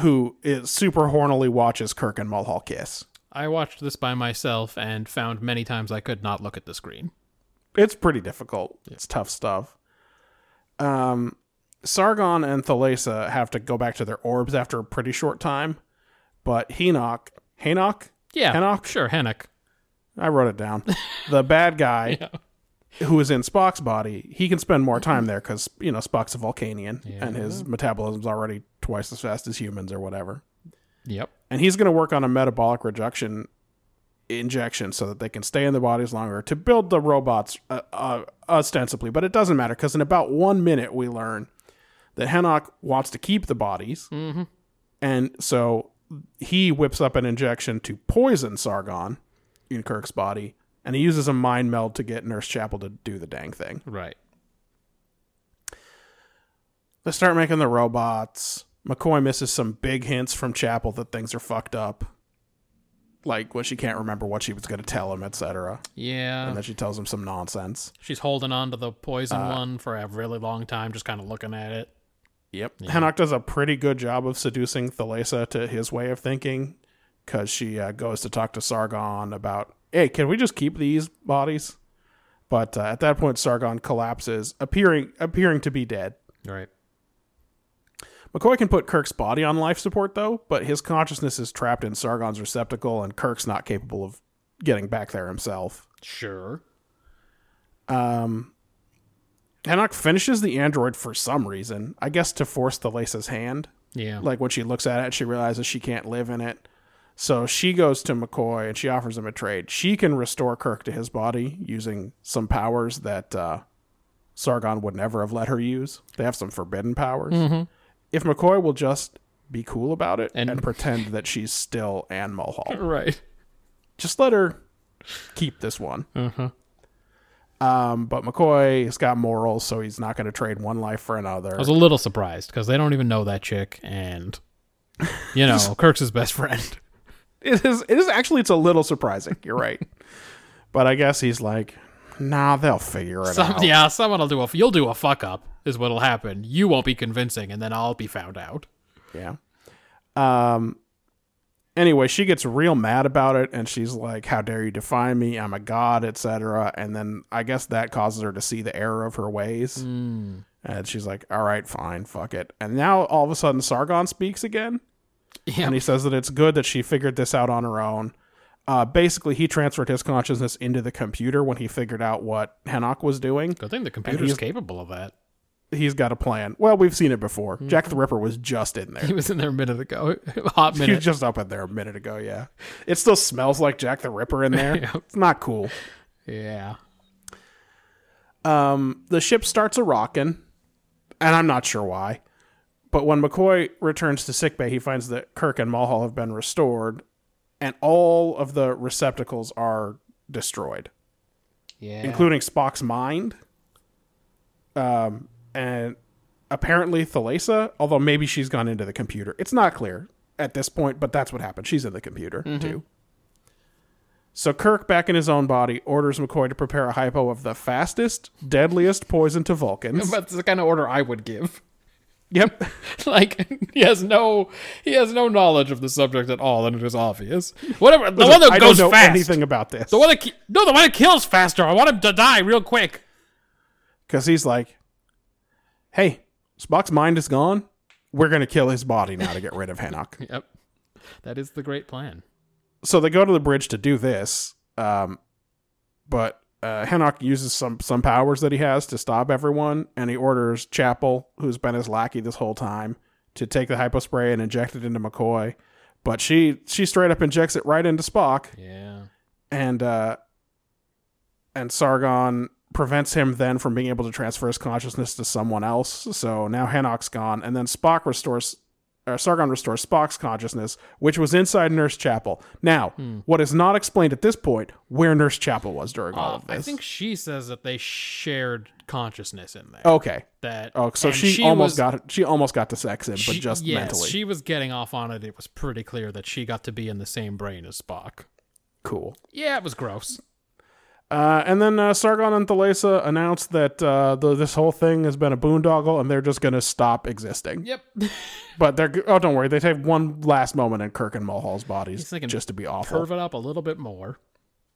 B: who is super hornily watches Kirk and Mulhall kiss.
A: I watched this by myself and found many times I could not look at the screen.
B: it's pretty difficult. It's tough stuff. Um, Sargon and Thalesa have to go back to their orbs after a pretty short time, but Henok, Henok,
A: Yeah.
B: Hennock?
A: Sure, Hennock.
B: I wrote it down. the bad guy who is in Spock's body, he can spend more time there because you know Spock's a Vulcanian and his metabolism's already twice as fast as humans or whatever.
A: Yep.
B: And he's going to work on a metabolic reduction injection so that they can stay in the bodies longer to build the robots uh, uh, ostensibly. But it doesn't matter because in about one minute we learn that Hennock wants to keep the bodies, and so he whips up an injection to poison Sargon in Kirk's body, and he uses a mind meld to get Nurse Chapel to do the dang thing.
A: Right.
B: They start making the robots. McCoy misses some big hints from Chapel that things are fucked up. Like when she can't remember what she was going to tell him, etc.
A: Yeah.
B: And then she tells him some nonsense.
A: She's holding on to the poison
B: Uh,
A: one for a really long time, just kind of looking at it.
B: Yep. Hanok does a pretty good job of seducing Thalesa to his way of thinking because she uh, goes to talk to Sargon about, hey, can we just keep these bodies? But uh, at that point, Sargon collapses, appearing appearing to be dead.
A: Right.
B: McCoy can put Kirk's body on life support though, but his consciousness is trapped in Sargon's receptacle, and Kirk's not capable of getting back there himself.
A: Sure.
B: Hanok finishes the android for some reason, I guess to force the Lace's hand.
A: Yeah.
B: Like when she looks at it, she realizes she can't live in it. So she goes to McCoy and she offers him a trade. She can restore Kirk to his body using some powers that uh, Sargon would never have let her use. They have some forbidden powers. If McCoy will just be cool about it
A: And-
B: and, pretend that she's still Anne Mulhall,
A: right.
B: just let her keep this one. Um, but McCoy has got morals, so he's not going to trade one life for another.
A: I was a little surprised because they don't even know that chick, and you know, Kirk's his best friend.
B: It is. It is actually. It's a little surprising. You're right, but I guess he's like, nah, they'll figure it
A: Some,
B: out.
A: yeah, someone'll do a. You'll do a fuck up is what'll happen. You won't be convincing, and then I'll be found out.
B: Yeah. Um. Anyway, she gets real mad about it, and she's like, "How dare you defy me? I'm a god, etc." And then I guess that causes her to see the error of her ways,
A: Hmm.
B: and she's like, "All right, fine, fuck it." And now all of a sudden, Sargon speaks again.
A: Yeah.
B: and he says that it's good that she figured this out on her own. Uh, basically, he transferred his consciousness into the computer when he figured out what Hanok was doing.
A: Good thing the computer's
B: he's-
A: capable of that.
B: He's got a plan. Well, we've seen it before. Jack the Ripper was just in there.
A: He was in there Mm-hmm. a minute ago. Hot
B: He was
A: minute.
B: just up in there a minute ago, yeah. It still smells like Jack the Ripper in there. It's not cool.
A: yeah.
B: Um, the ship starts a rocking, and I'm not sure why. But when McCoy returns to sickbay, he finds that Kirk and Mulhall have been restored, and all of the receptacles are destroyed.
A: Yeah.
B: including Spock's mind. Um, and apparently Thalesa, although maybe she's gone into the computer. It's not clear at this point, but that's what happened. She's in the computer
A: Mm-hmm.
B: too. So Kirk, back in his own body, orders McCoy to prepare a hypo of the fastest, deadliest poison to Vulcans.
A: but it's the kind of order I would give.
B: yep.
A: Like he has no he has no knowledge of the subject at all, and it is obvious. Whatever the one
B: I
A: that
B: don't
A: goes
B: know
A: fast.
B: anything about this
A: The one that ki- no, the one that kills faster. I want him to die real quick.
B: because he's like, "Hey, Spock's mind is gone. We're gonna kill his body now to get rid of Hanok."
A: Yep, that is the great plan.
B: so they go to the bridge to do this, um, but uh, Hanok uses some some powers that he has to stop everyone, and he orders Chapel, who's been his lackey this whole time, to take the hypospray and inject it into McCoy. But she she straight up injects it right into Spock,
A: Yeah,
B: and uh, and Sargon prevents him then from being able to transfer his consciousness to someone else. So now Hanok's gone, and then Spock restores. Or Sargon restores Spock's consciousness, which was inside Nurse Chapel. Now,
A: Hmm.
B: what is not explained at this point, where Nurse Chapel was during all of this.
A: Uh, I think she says that they shared consciousness in there.
B: okay.
A: that
B: Oh, so
A: and
B: she, almost
A: was-
B: got she almost got to sex him, but
A: she-
B: just
A: yes,
B: mentally.
A: She was getting off on it. It was pretty clear that she got to be in the same brain as Spock.
B: cool.
A: Yeah, it was gross.
B: Uh, and then uh, Sargon and Thalesa announced that uh, the, this whole thing has been a boondoggle, and they're just going to stop existing.
A: Yep.
B: But they're oh, don't worry. They take one last moment in Kirk and Mulhall's bodies
A: thinking
B: just to be awful
A: Curve it up a little bit more.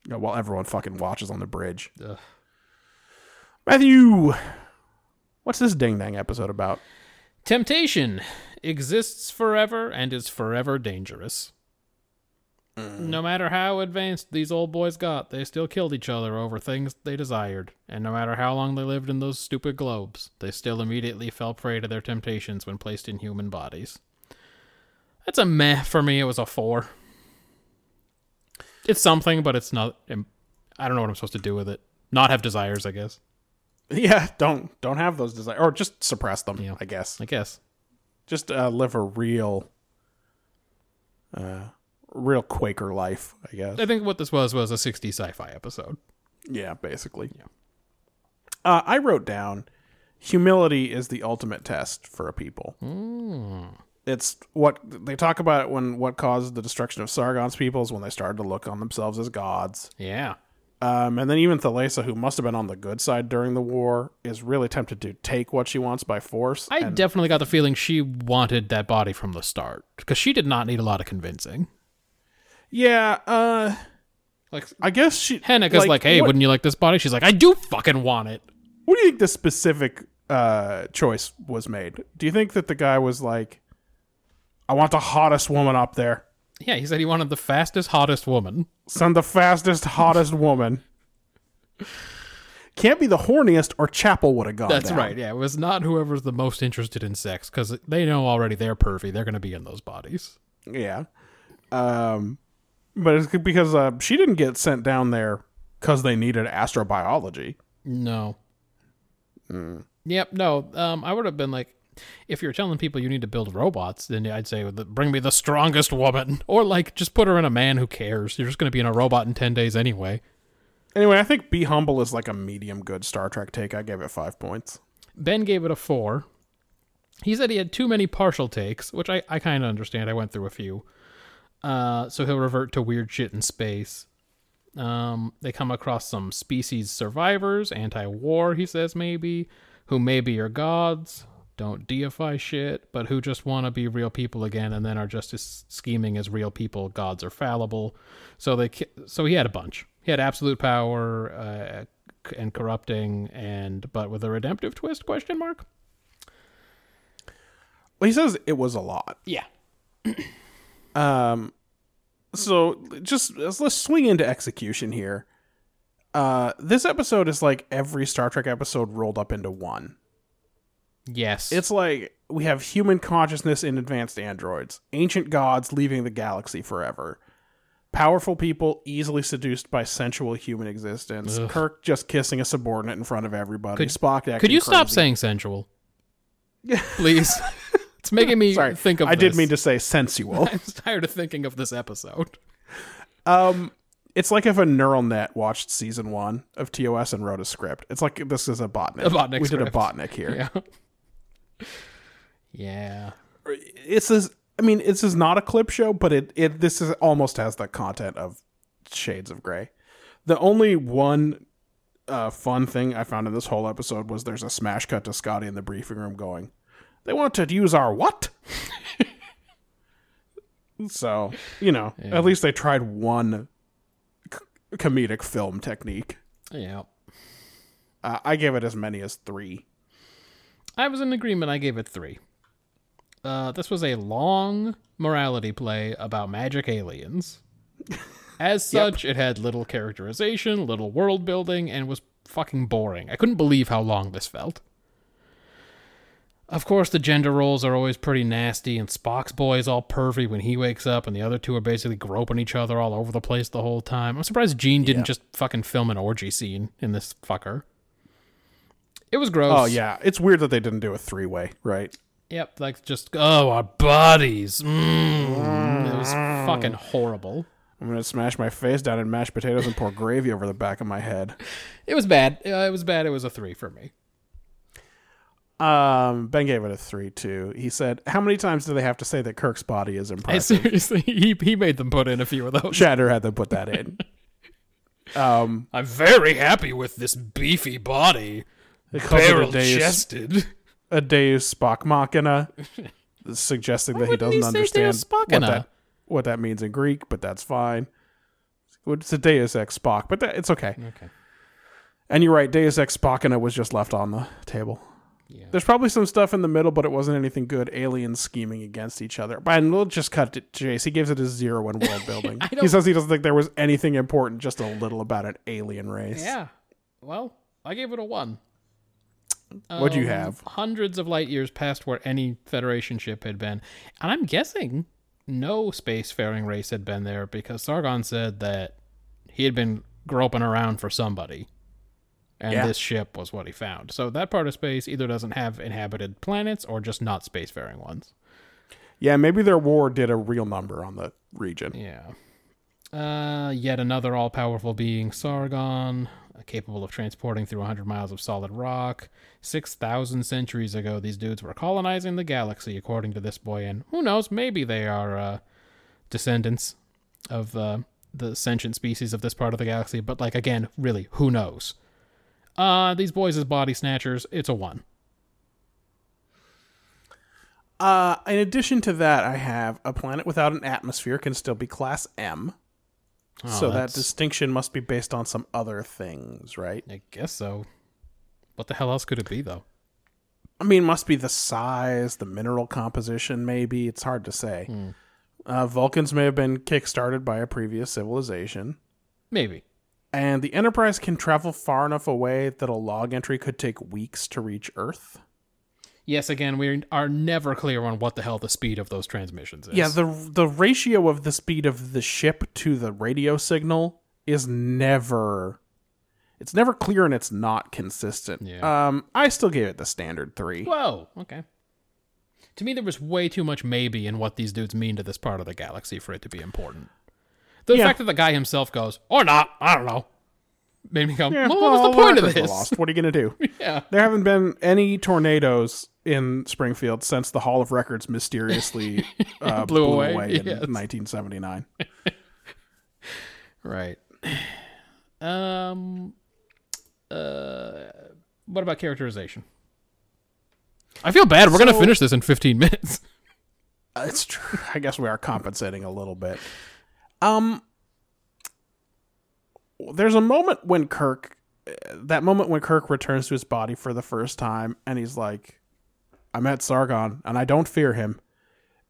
B: Yeah, while everyone fucking watches on the bridge.
A: Ugh.
B: Matthew, what's this ding dang episode about?
A: Temptation exists forever and is forever dangerous. No matter how advanced these old boys got, they still killed each other over things they desired. And no matter how long they lived in those stupid globes, they still immediately fell prey to their temptations when placed in human bodies. That's a meh for me. It was a four. It's something, but it's not. I don't know what I'm supposed to do with it. Not have desires, I guess.
B: Yeah, don't don't have those desires, or just suppress them. I guess
A: I guess.
B: just uh, live a real, uh, real Quaker life. I guess.
A: I think what this was was a 60 sci fi episode.
B: Yeah, basically. Yeah. Uh, I wrote down humility is the ultimate test for a people.
A: Hmm.
B: It's what they talk about when what caused the destruction of Sargon's people is when they started to look on themselves as gods.
A: Yeah.
B: Um, and then even Thalesa, who must have been on the good side during the war, is really tempted to take what she wants by force.
A: I definitely got the feeling she wanted that body from the start because she did not need a lot of convincing.
B: yeah, uh,
A: Like
B: I guess she
A: Hennick is like, hey,
B: what,
A: wouldn't you like this body? She's like, I do fucking want it.
B: what do you think the specific uh choice was made? Do you think that the guy was like I want the hottest woman up there.
A: Yeah, he said he wanted the fastest, hottest woman.
B: Send the fastest, hottest woman. Can't be the horniest or Chapel would have gone.
A: That's
B: down.
A: right. Yeah, it was not whoever's the most interested in sex because they know already they're pervy. They're going to be in those bodies.
B: Yeah. Um, but it's because uh, she didn't get sent down there because they needed astrobiology.
A: No. Yep. No. Um, I would have been like, if you're telling people you need to build robots, then I'd say bring me the strongest woman, or like just put her in a man who cares. You're just going to be in a robot in ten days anyway.
B: Anyway, I think Be Humble is like a medium good Star Trek take. I gave it five points.
A: Ben gave it a four. He said he had too many partial takes, which I, I kind of understand. I went through a few. Uh, so he'll revert to weird shit in space. Um, they come across some species survivors, anti war, he says, maybe, who maybe are gods, don't deify shit, but who just want to be real people again and then are just as scheming as real people. Gods are fallible. So they ki- so he had a bunch. He had absolute power uh, c- and corrupting and but with a redemptive twist question mark.
B: Well, he says it was a lot.
A: Yeah.
B: Um, so just let's, let's swing into execution here. Uh, this episode is like every Star Trek episode rolled up into one.
A: Yes.
B: It's like we have human consciousness in advanced androids, ancient gods leaving the galaxy forever, powerful people easily seduced by sensual human existence,
A: Ugh.
B: Kirk just kissing a subordinate in front of everybody,
A: Could-
B: Spock acting
A: Could you stop
B: crazy.
A: saying sensual? Please. it's making me
B: Sorry,
A: think of
B: I did
A: this.
B: mean to say sensual.
A: I'm tired of thinking of this episode.
B: um, it's like if a neural net watched season one of TOS and wrote a script. It's like this is a botnik.
A: A Botnik
B: we did a
A: script.
B: botnik here.
A: Yeah. Yeah.
B: It's this. I mean, this is not a clip show, but it, it this is almost has the content of Shades of Grey. The only one uh, fun thing I found in this whole episode was there's a smash cut to Scotty in the briefing room going, "They want to use our what?" so you know, at least they tried one c- comedic film technique.
A: Yeah.
B: Uh, I gave it as many as three.
A: I was in agreement. I gave it three. Uh, this was a long morality play about magic aliens. As such, it had little characterization, little world building, and was fucking boring. I couldn't believe how long this felt. Of course, the gender roles are always pretty nasty, and Spock's boy is all pervy when he wakes up, and the other two are basically groping each other all over the place the whole time. I'm surprised Gene didn't just fucking film an orgy scene in this fucker. It was gross.
B: Oh yeah, it's weird that they didn't do a three way, right?
A: Yep, like just oh our bodies. Mm. It was fucking horrible.
B: I'm gonna smash my face down in mashed potatoes and pour gravy over the back of my head.
A: It was bad. Uh, it was bad. It was a three for me.
B: Um, ben gave it a three two. He said, "How many times do they have to say that Kirk's body is
A: I
B: impressive?"
A: seriously, he, he made them put in a few of those.
B: Shatter had to put that in. um,
A: I'm very happy with this beefy body,
B: they called it
A: barrel
B: a Deus,
A: chested.
B: a Deus Spock Machina, suggesting that he
A: wouldn't
B: doesn't
A: he say
B: understand
A: Deus
B: what
A: Machina?
B: that what that means in Greek, but that's fine. It's a Deus Ex Spock, but that, it's okay.
A: Okay.
B: And you're right, Deus Ex Machina was just left on the table.
A: Yeah.
B: There's probably some stuff in the middle, but it wasn't anything good. Aliens scheming against each other. But and we'll just cut to Jace. He gives it a zero in world building.
A: I
B: he
A: don't-
B: says he doesn't think there was anything important, just a little about an alien race.
A: Yeah. Well, I gave it a one.
B: What'd
A: um,
B: you have?
A: Hundreds of light years past where any Federation ship had been. And I'm guessing no spacefaring race had been there because Sargon said that he had been groping around for somebody. And
B: Yeah.
A: this ship was what he found. So that part of space either doesn't have inhabited planets or just not spacefaring ones.
B: Yeah, maybe their war did a real number on the region.
A: Yeah. Uh, yet another all powerful being, Sargon, uh, capable of transporting through 100 miles of solid rock. 6,000 centuries ago, these dudes were colonizing the galaxy, according to this boy, and who knows, maybe they are uh, descendants of uh, the sentient species of this part of the galaxy, but, like, again, really, who knows? Uh, these boys as body snatchers, it's a one.
B: Uh, in addition to that, I have a planet without an atmosphere can still be class M.
A: Oh,
B: so that
A: that's-
B: distinction must be based on some other things, right?
A: I guess so. What the hell else could it be though?
B: I mean, must be the size, the mineral composition, maybe. It's hard to say.
A: Hmm.
B: Uh, Vulcans may have been kickstarted by a previous civilization.
A: Maybe.
B: And the Enterprise can travel far enough away that a log entry could take weeks to reach Earth.
A: Yes, again, we are never clear on what the hell the speed of those transmissions is.
B: Yeah, the the ratio of the speed of the ship to the radio signal is never it's never clear and it's not consistent.
A: Yeah.
B: Um I still gave it the standard 3.
A: Whoa, okay. To me, there was way too much maybe in what these dudes mean to this part of the galaxy for it to be important. The
B: Yeah.
A: fact that the guy himself goes, or not, I don't know, made me go,
B: Yeah,
A: well, what was
B: well,
A: the point of
B: Earthers were
A: this?
B: Lost. What are you going to do?
A: Yeah.
B: There haven't been any tornadoes in Springfield since the Hall of Records mysteriously uh,
A: Blew
B: blew,
A: away,
B: away, in
A: yes.
B: 1979.
A: Right. Um. Uh. What about characterization? I feel bad. We're gonna
B: So-
A: finish this in 15 minutes.
B: Uh, It's true. I guess we are compensating a little bit. Um, there's a moment when Kirk, uh, that moment when Kirk returns to his body for the first time, and he's like, "I met Sargon, and I don't fear him."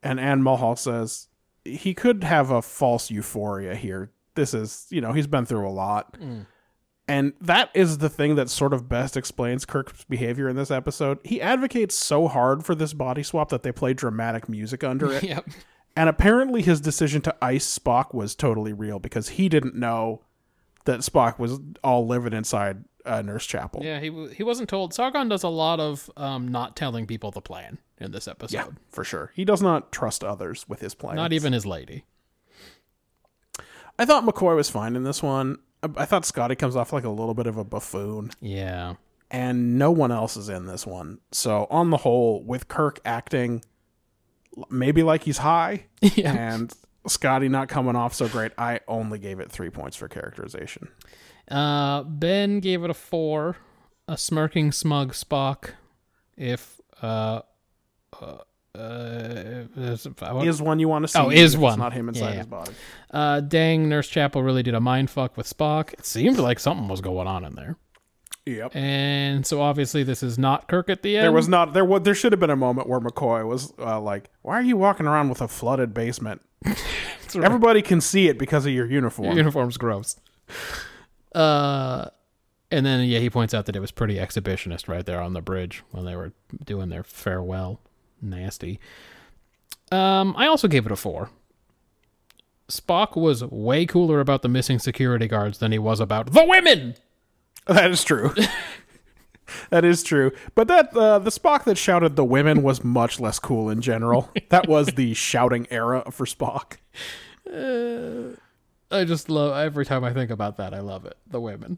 B: And Anne Mulhall says he could have a false euphoria here. This is, you know, he's been through a lot. And that is the thing that sort of best explains Kirk's behavior in this episode. He advocates so hard for this body swap that they play dramatic music under it.
A: yep.
B: And apparently, his decision to ice Spock was totally real because he didn't know that Spock was all living inside uh, Nurse Chapel.
A: Yeah. He w- he wasn't told. Sargon does a lot of um not telling people the plan in this episode.
B: Yeah, for sure. He does not trust others with his plans.
A: Not even his lady.
B: I thought McCoy was fine in this one. I, I thought Scotty comes off like a little bit of a buffoon,
A: Yeah.
B: and no one else is in this one. So, on the whole, with Kirk acting l- maybe like he's high
A: Yeah.
B: and Scotty not coming off so great, I only gave it three points for characterization.
A: Uh. Ben gave it a four. A smirking smug Spock. If uh. Uh. uh is- I want-
B: Is one you want to see?
A: Oh, is
B: if
A: one.
B: It's not him inside
A: Yeah.
B: his body.
A: Uh, dang, Nurse Chapel really did a mind fuck with Spock. It seemed like something was going on in there.
B: Yep.
A: And so obviously this is not Kirk at the end.
B: There was not there. wa- There should have been a moment where McCoy was uh, like, "Why are you walking around with a flooded basement? Everybody can see it because of your uniform."
A: uniform's gross. Uh, and then yeah, he points out that it was pretty exhibitionist right there on the bridge when they were doing their farewell. Nasty. Um, I also gave it a four. Spock was way cooler about the missing security guards than he was about the women.
B: that is true. that is true. But that uh, the Spock that shouted the women was much less cool in general. that was the shouting era for Spock.
A: I just love every time I think about that. I love it. The women.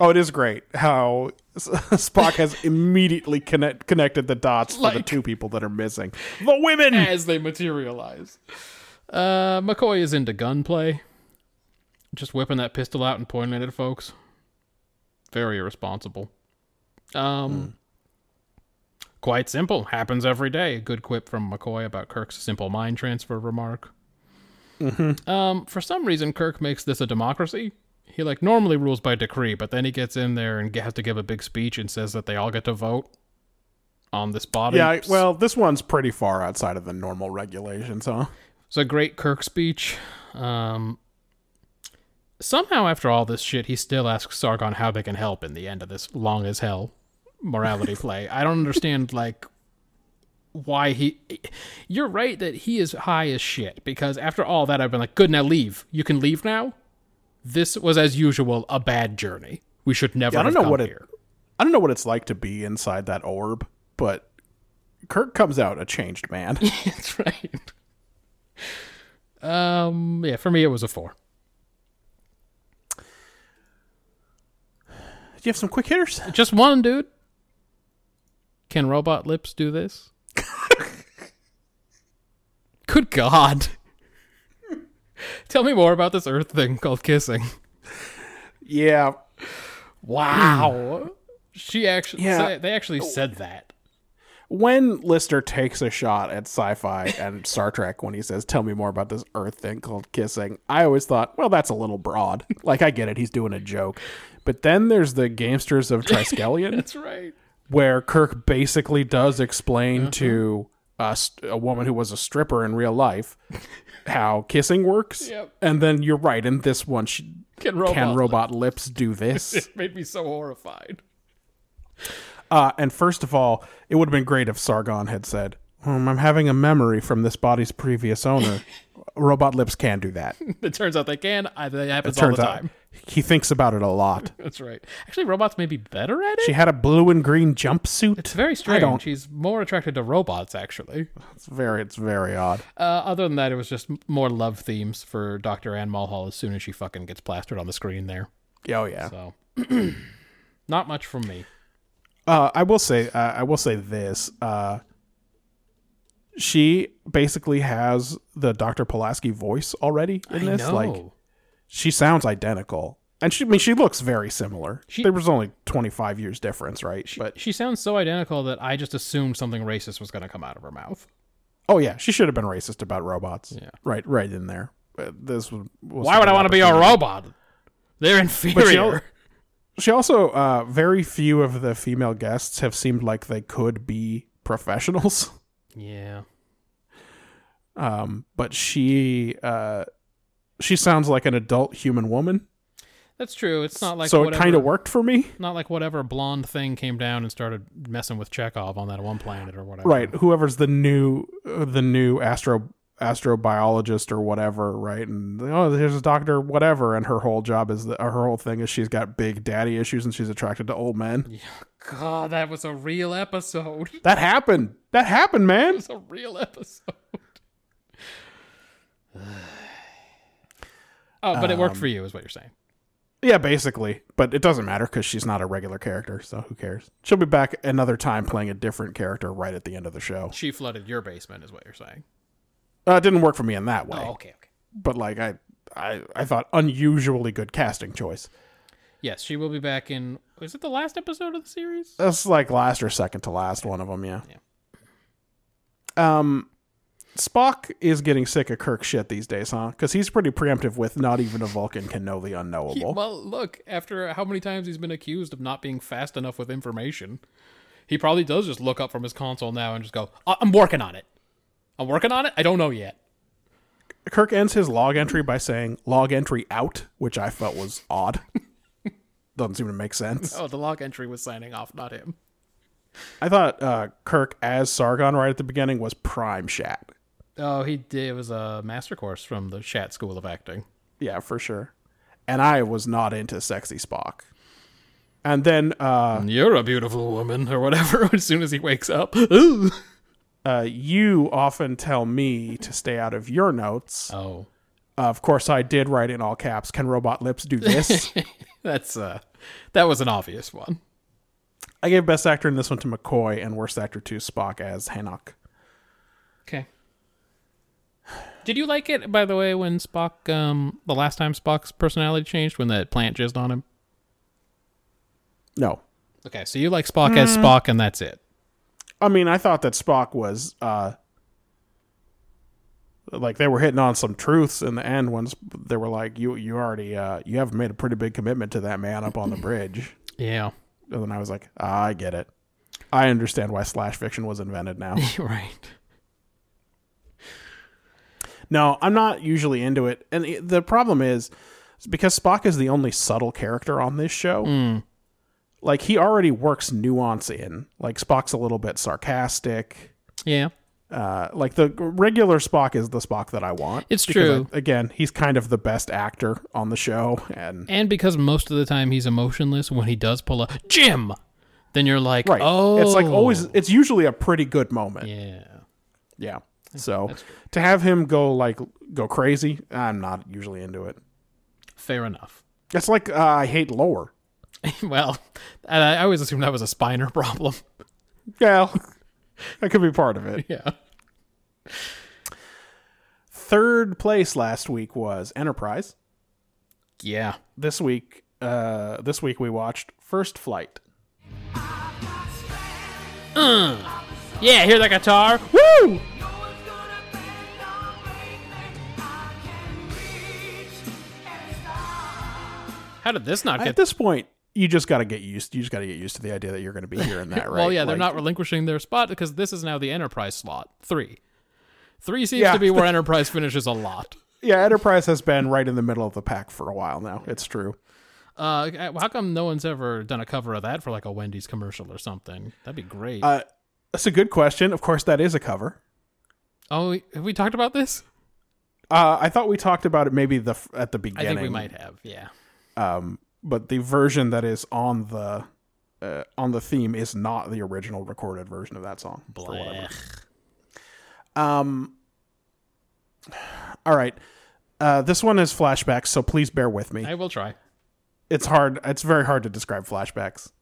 B: Oh, it is great how S- Spock has immediately connect, connected the dots for the
A: Like-
B: two people that are missing. The women.
A: as they materialize. Uh, McCoy is into gunplay, just whipping that pistol out and pointing it at folks. Very irresponsible. Um, quite simple. Happens every day. A good quip from McCoy about Kirk's simple mind transfer remark. Um, for some reason, Kirk makes this a democracy. He like normally rules by decree, but then he gets in there and has to give a big speech and says that they all get to vote on this body.
B: Yeah, I- well, this one's pretty far outside of the normal regulations, huh?
A: It's a great Kirk speech. Um, somehow, after all this shit, he still asks Sargon how they can help in the end of this long as hell morality play. I don't understand, like, why he. You're right that he is high as shit, because after all that, I've been like, good, now leave. You can leave now. This was, as usual, a bad journey. We should never
B: I don't
A: have
B: know
A: come
B: what it-
A: here.
B: I don't know what it's like to be inside that orb, but Kirk comes out a changed man.
A: That's right. Um, yeah, for me, it was a four.
B: Do you have some quick hitters?
A: Just one, dude. Can robot lips do this? Good God. Tell me more about this earth thing called kissing.
B: Yeah.
A: Wow. Hmm. she actually
B: Yeah.
A: they actually said that.
B: when Lister takes a shot at sci-fi and Star Trek when he says, "Tell me more about this Earth thing called kissing," I always thought, "Well, that's a little broad." like I get it, he's doing a joke, but then there's the gamesters of Triskelion,
A: That's right.
B: where Kirk basically does explain
A: Uh-huh.
B: to a, st- a woman who was a stripper in real life how kissing works,
A: Yep.
B: and then you're right. In this one, she,
A: Can robot.
B: can robot lips do this?
A: It made me so horrified.
B: Uh, and first of all, it would have been great if Sargon had said, "Hmm, I'm having a memory from this body's previous owner. Robot lips can do that.
A: It turns out they can. I, that happens all
B: Turns
A: the
B: out
A: time.
B: he thinks about it a lot.
A: That's right. Actually, robots may be better at it.
B: She had a blue and green jumpsuit.
A: it's very strange.
B: don't-
A: She's more attracted to robots, actually.
B: It's very, it's very odd.
A: Uh, other than that, it was just m- more love themes for Dr. Ann Mulhall as soon as she fucking gets plastered on the screen there.
B: Oh yeah.
A: So, not much from me.
B: Uh, I will say, uh, I will say this. Uh, she basically has the Dr. Pulaski voice already in this. Like she sounds identical, and she, I mean, she looks very similar.
A: She-
B: there was only twenty five years difference, right? but
A: she sounds so identical that I just assumed something racist was going to come out of her mouth.
B: Oh yeah, she should have been racist about robots.
A: Yeah.
B: right, right in there. But this was, was
A: Why would I want to be a
B: opportunity.
A: robot? They're
B: But she al-
A: inferior.
B: She also, uh, very few of the female guests have seemed like they could be professionals.
A: Yeah.
B: Um, but she, uh, she sounds like an adult human woman.
A: That's true. It's not like
B: so
A: whatever,
B: it kind of worked for me,
A: Not like whatever blonde thing came down and started messing with Chekhov on that one planet or whatever.
B: right? Whoever's the new, uh, the new astro astrobiologist or whatever, right? And oh, there's a doctor, whatever, and her whole job is the, her whole thing is she's got big daddy issues and she's attracted to old men.
A: Yeah, God, that was a real episode. It
B: That happened. That happened, man.
A: was a real episode. oh, but it worked for you, is what you're saying.
B: Yeah, basically. But it doesn't matter because she's not a regular character, so who cares? She'll be back another time playing a different character right at the end of the show.
A: She flooded your basement, is what you're saying.
B: Uh, it didn't work for me in that way,
A: Oh, okay, okay.
B: but like I, I, I thought unusually good casting choice.
A: Yes, she will be back in. Is it the last episode of the series?
B: That's like last or second to last one of them, yeah. Um, Spock is getting sick of Kirk shit these days, huh? Because he's pretty preemptive with not even a Vulcan can know the unknowable.
A: He- well, look, after how many times he's been accused of not being fast enough with information, he probably does just look up from his console now and just go, "I- I'm working on it. I'm working on it. I don't know yet.
B: Kirk ends his log entry by saying log entry out, which I felt was odd. Doesn't seem to make sense.
A: Oh, the log entry was signing off, not him.
B: I thought uh, Kirk as Sargon right at the beginning was prime Shat.
A: Oh, he did. It was a master course from the Shat School of Acting.
B: Yeah, for sure. And I was not into sexy Spock. And then uh,
A: You're a beautiful woman, or whatever. As soon as he wakes up, Ooh.
B: uh, you often tell me to stay out of your notes. Uh,
A: oh,
B: of course, I did write in all caps. Can robot lips do this?
A: that's uh, that was an obvious one.
B: I gave best actor in this one to McCoy and worst actor to Spock as Hanok.
A: Okay. Did you like it, by the way, when Spock, um, the last time Spock's personality changed, when that plant jizzed on him?
B: No,
A: Okay, so you like Spock as
B: Mm.
A: Spock, and that's it.
B: I mean, I thought that Spock was uh like they were hitting on some truths in the end when Sp- they were like, "You you already uh you have made a pretty big commitment to that man up on the bridge,"
A: Yeah.
B: and then I was like, ah, "I get it, I understand why slash fiction was invented now."
A: right.
B: no, I'm not usually into it, and it- the problem is is because Spock is the only subtle character on this show.
A: Hmm.
B: Like he already works nuance in. Like Spock's a little bit sarcastic.
A: Yeah.
B: uh, like the regular Spock is the Spock that I want.
A: It's
B: Because
A: true.
B: I- again, he's kind of the best actor on the show, and
A: And because most of the time he's emotionless, when he does pull a Jim, then you're like,
B: right,
A: oh.
B: it's like always. It's usually a pretty good moment. Yeah.
A: Yeah.
B: So to have him go like go crazy, I'm not usually into it.
A: Fair enough.
B: It's like uh, I hate lore.
A: well, I, I always assumed that was a Spiner problem.
B: Yeah, that could be part of it.
A: yeah.
B: Third place last week was Enterprise.
A: Yeah.
B: This week, uh, this week we watched First Flight.
A: Uh, Yeah, hear that guitar? Woo! How did this not
B: At
A: get?
B: this point, you just got to get used. You just got to get used to the idea that you're going to be hearing that, right?
A: Well, yeah, they're
B: Like,
A: not relinquishing their spot because this is now the Enterprise slot three. Three seems
B: Yeah.
A: to be where Enterprise finishes a lot.
B: Yeah, Enterprise has been right in the middle of the pack for a while now. It's true.
A: Uh, how come no one's ever done a cover of that for like a Wendy's commercial or something? That'd be great.
B: Uh, that's a good question. Of course, that is a cover.
A: oh, have we talked about this?
B: Uh, I thought we talked about it maybe the f- at the
A: I
B: beginning.
A: think we might have. Yeah.
B: Um, but the version that is on the uh, on the theme is not the original recorded version of that song. for whatever
A: Blech.
B: Um, all right. Uh, this one is flashbacks, so please bear with me.
A: I will try.
B: It's hard. It's very hard to describe flashbacks.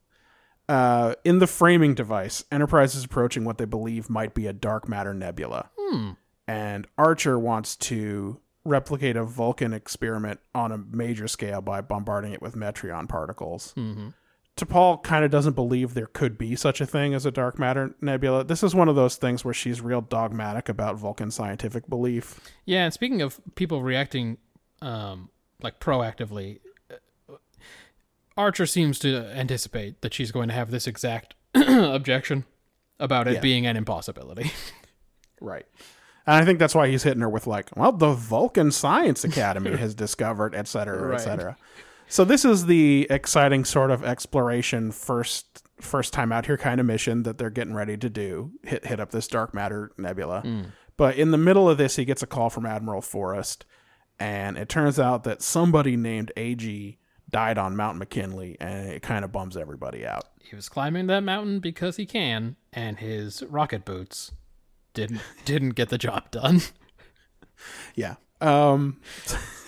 B: Uh, in the framing device, Enterprise is approaching what they believe might be a dark matter nebula, and Archer wants to replicate a Vulcan experiment on a major scale by bombarding it with Metreon particles. T'Pol kind of doesn't believe there could be such a thing as a dark matter nebula. This is one of those things where she's real dogmatic about Vulcan scientific belief.
A: Yeah, and speaking of people reacting, um, like proactively, uh, Archer seems to anticipate that she's going to have this exact objection about it
B: Yeah.
A: being an impossibility.
B: Right. And I think that's why he's hitting her with like, well, the Vulcan Science Academy has discovered, et cetera, et
A: Right.
B: cetera. So this is the exciting sort of exploration first first time out here kind of mission that they're getting ready to do. Hit hit up this dark matter nebula.
A: Hmm.
B: But in the middle of this he gets a call from Admiral Forrest and it turns out that somebody named AG died on Mount McKinley and it kind of bums everybody out.
A: he was climbing that mountain because he can, and his rocket boots didn't didn't get the job done.
B: Yeah. Um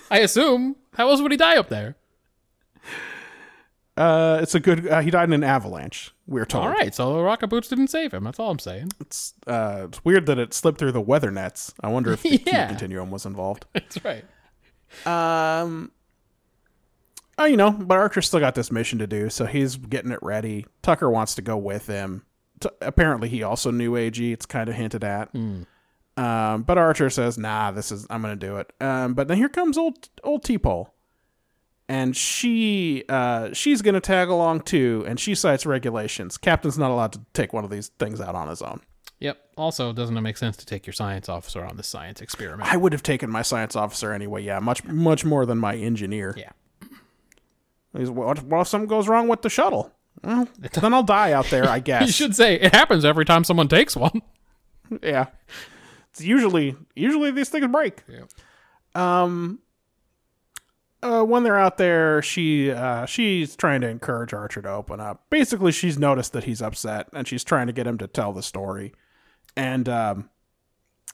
A: I assume. How else would he die up there?
B: uh it's a good uh, he died in an avalanche. We're told.
A: All right, so the rocket boots didn't save him. That's all I'm saying.
B: It's uh, it's weird that it slipped through the weather nets. I wonder if the Q
A: Yeah.
B: continuum was involved.
A: That's right.
B: Um, oh, you know, but Archer's still got this mission to do, so he's getting it ready. Tucker wants to go with him. T- apparently, he also knew AG. It's kind of hinted at. Um, but Archer says, "Nah, this is I'm gonna do it." Um, but then here comes old old T-Pole, and she uh, she's gonna tag along too, and she cites regulations. Captain's not allowed to take one of these things out on his own.
A: Yep. Also, doesn't it make sense to take your science officer on this science experiment?
B: I would have taken my science officer anyway. Yeah, much much more than my engineer.
A: yeah.
B: He's, What, what if something goes wrong with the shuttle? Well, then I'll die out there, I guess.
A: You should say it happens every time someone takes one.
B: Yeah, it's usually usually these things break. Um. Uh, when they're out there, she uh, she's trying to encourage Archer to open up. Basically, she's noticed that he's upset, and she's trying to get him to tell the story. And um,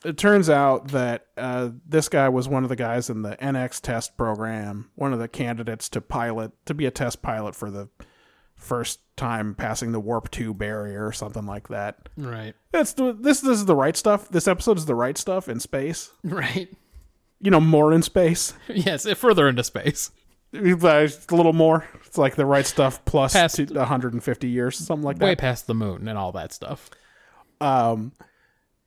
B: it turns out that uh, this guy was one of the guys in the NX test program, one of the candidates to pilot to be a test pilot for the first time passing the warp two barrier or something like that.
A: Right.
B: That's the, this this is the right stuff. This episode is the right stuff in space.
A: Right.
B: You know, more in space.
A: Yes, it- further into space.
B: Uh, just a little more. It's like the right stuff plus
A: Past-
B: to 150 years, something like
A: Way
B: that.
A: past the moon and all that stuff.
B: Um,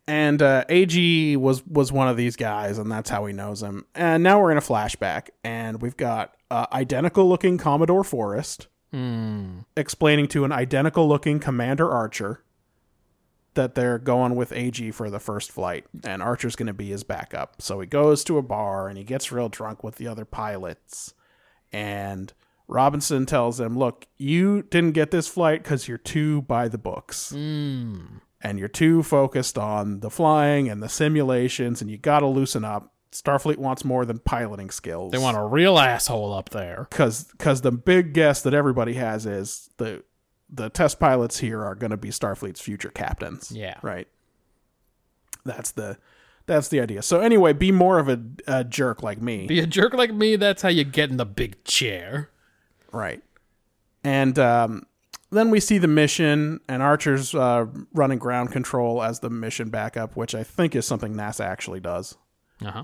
B: and uh, AG was was one of these guys, and that's how he knows him. And now we're in a flashback, and we've got uh, identical looking Commodore Forrest
A: Hmm.
B: explaining to an identical looking Commander Archer that they're going with AG for the first flight, and Archer's going to be his backup. So he goes to a bar and he gets real drunk with the other pilots. And Robinson tells him, Look, you didn't get this flight because you're too by the books.
A: Hmm.
B: And you're too focused on the flying and the simulations, and you got to loosen up. Starfleet wants more than piloting skills
A: They want a real asshole up there.
B: because because the big guess that everybody has is the the test pilots here are going to be Starfleet's future captains.
A: Yeah.
B: right. That's the that's the idea. So anyway, be more of a, a jerk like me,
A: Be a jerk like me, that's how you get in the big chair.
B: right? And um, then we see the mission, and Archer's uh, running ground control as the mission backup, which I think is something NASA actually does.
A: Uh huh.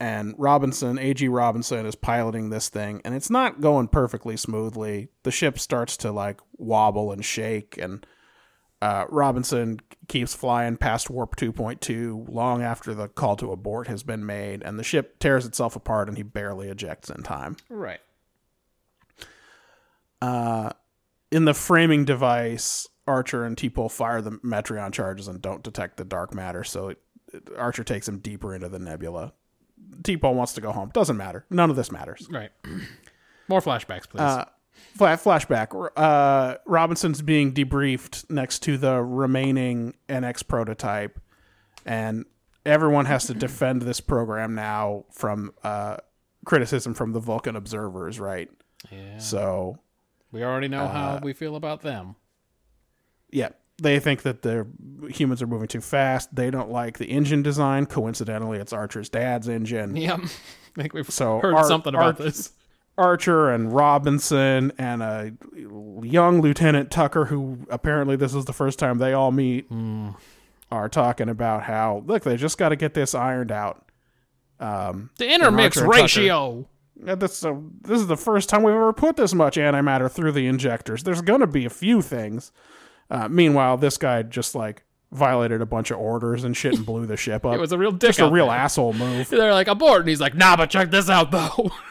B: and Robinson, AG Robinson, is piloting this thing, and it's not going perfectly smoothly. The ship starts to like wobble and shake, and Uh, Robinson keeps flying past warp 2.2 long after the call to abort has been made, and the ship tears itself apart and he barely ejects in time.
A: Right.
B: In the framing device, Archer and T'Pol fire the Metreon charges and don't detect the dark matter, so it, it- Archer takes him deeper into the nebula. T'Pol wants to go home. Doesn't matter. None of this matters.
A: Right. More flashbacks, please.
B: Uh, Fla- flashback. Uh, Robinson's being debriefed next to the remaining NX prototype, and everyone has to defend this program now from uh, criticism from the Vulcan observers, right?
A: yeah.
B: So,
A: We already know
B: uh,
A: how we feel about them.
B: yeah, they think that the humans are moving too fast. They don't like the engine design. Coincidentally, it's Archer's dad's engine.
A: Yep. I think we've
B: So
A: heard
B: Ar-
A: something about
B: Ar-
A: this.
B: Archer and Robinson and a young Lieutenant Tucker, who apparently this is the first time they all meet,
A: Hmm.
B: are talking about how look they just got to get this ironed out.
A: The intermix
B: Archer and Tucker.
A: ratio.
B: Uh, This uh, this is the first time we've ever put this much antimatter through the injectors. There's gonna be a few things. Uh, meanwhile, this guy just like violated a bunch of orders and shit and blew the ship up.
A: It was a real dick.
B: just a
A: out
B: real
A: there.
B: asshole move.
A: They're like abort, and he's like, "Nah, but check this out though."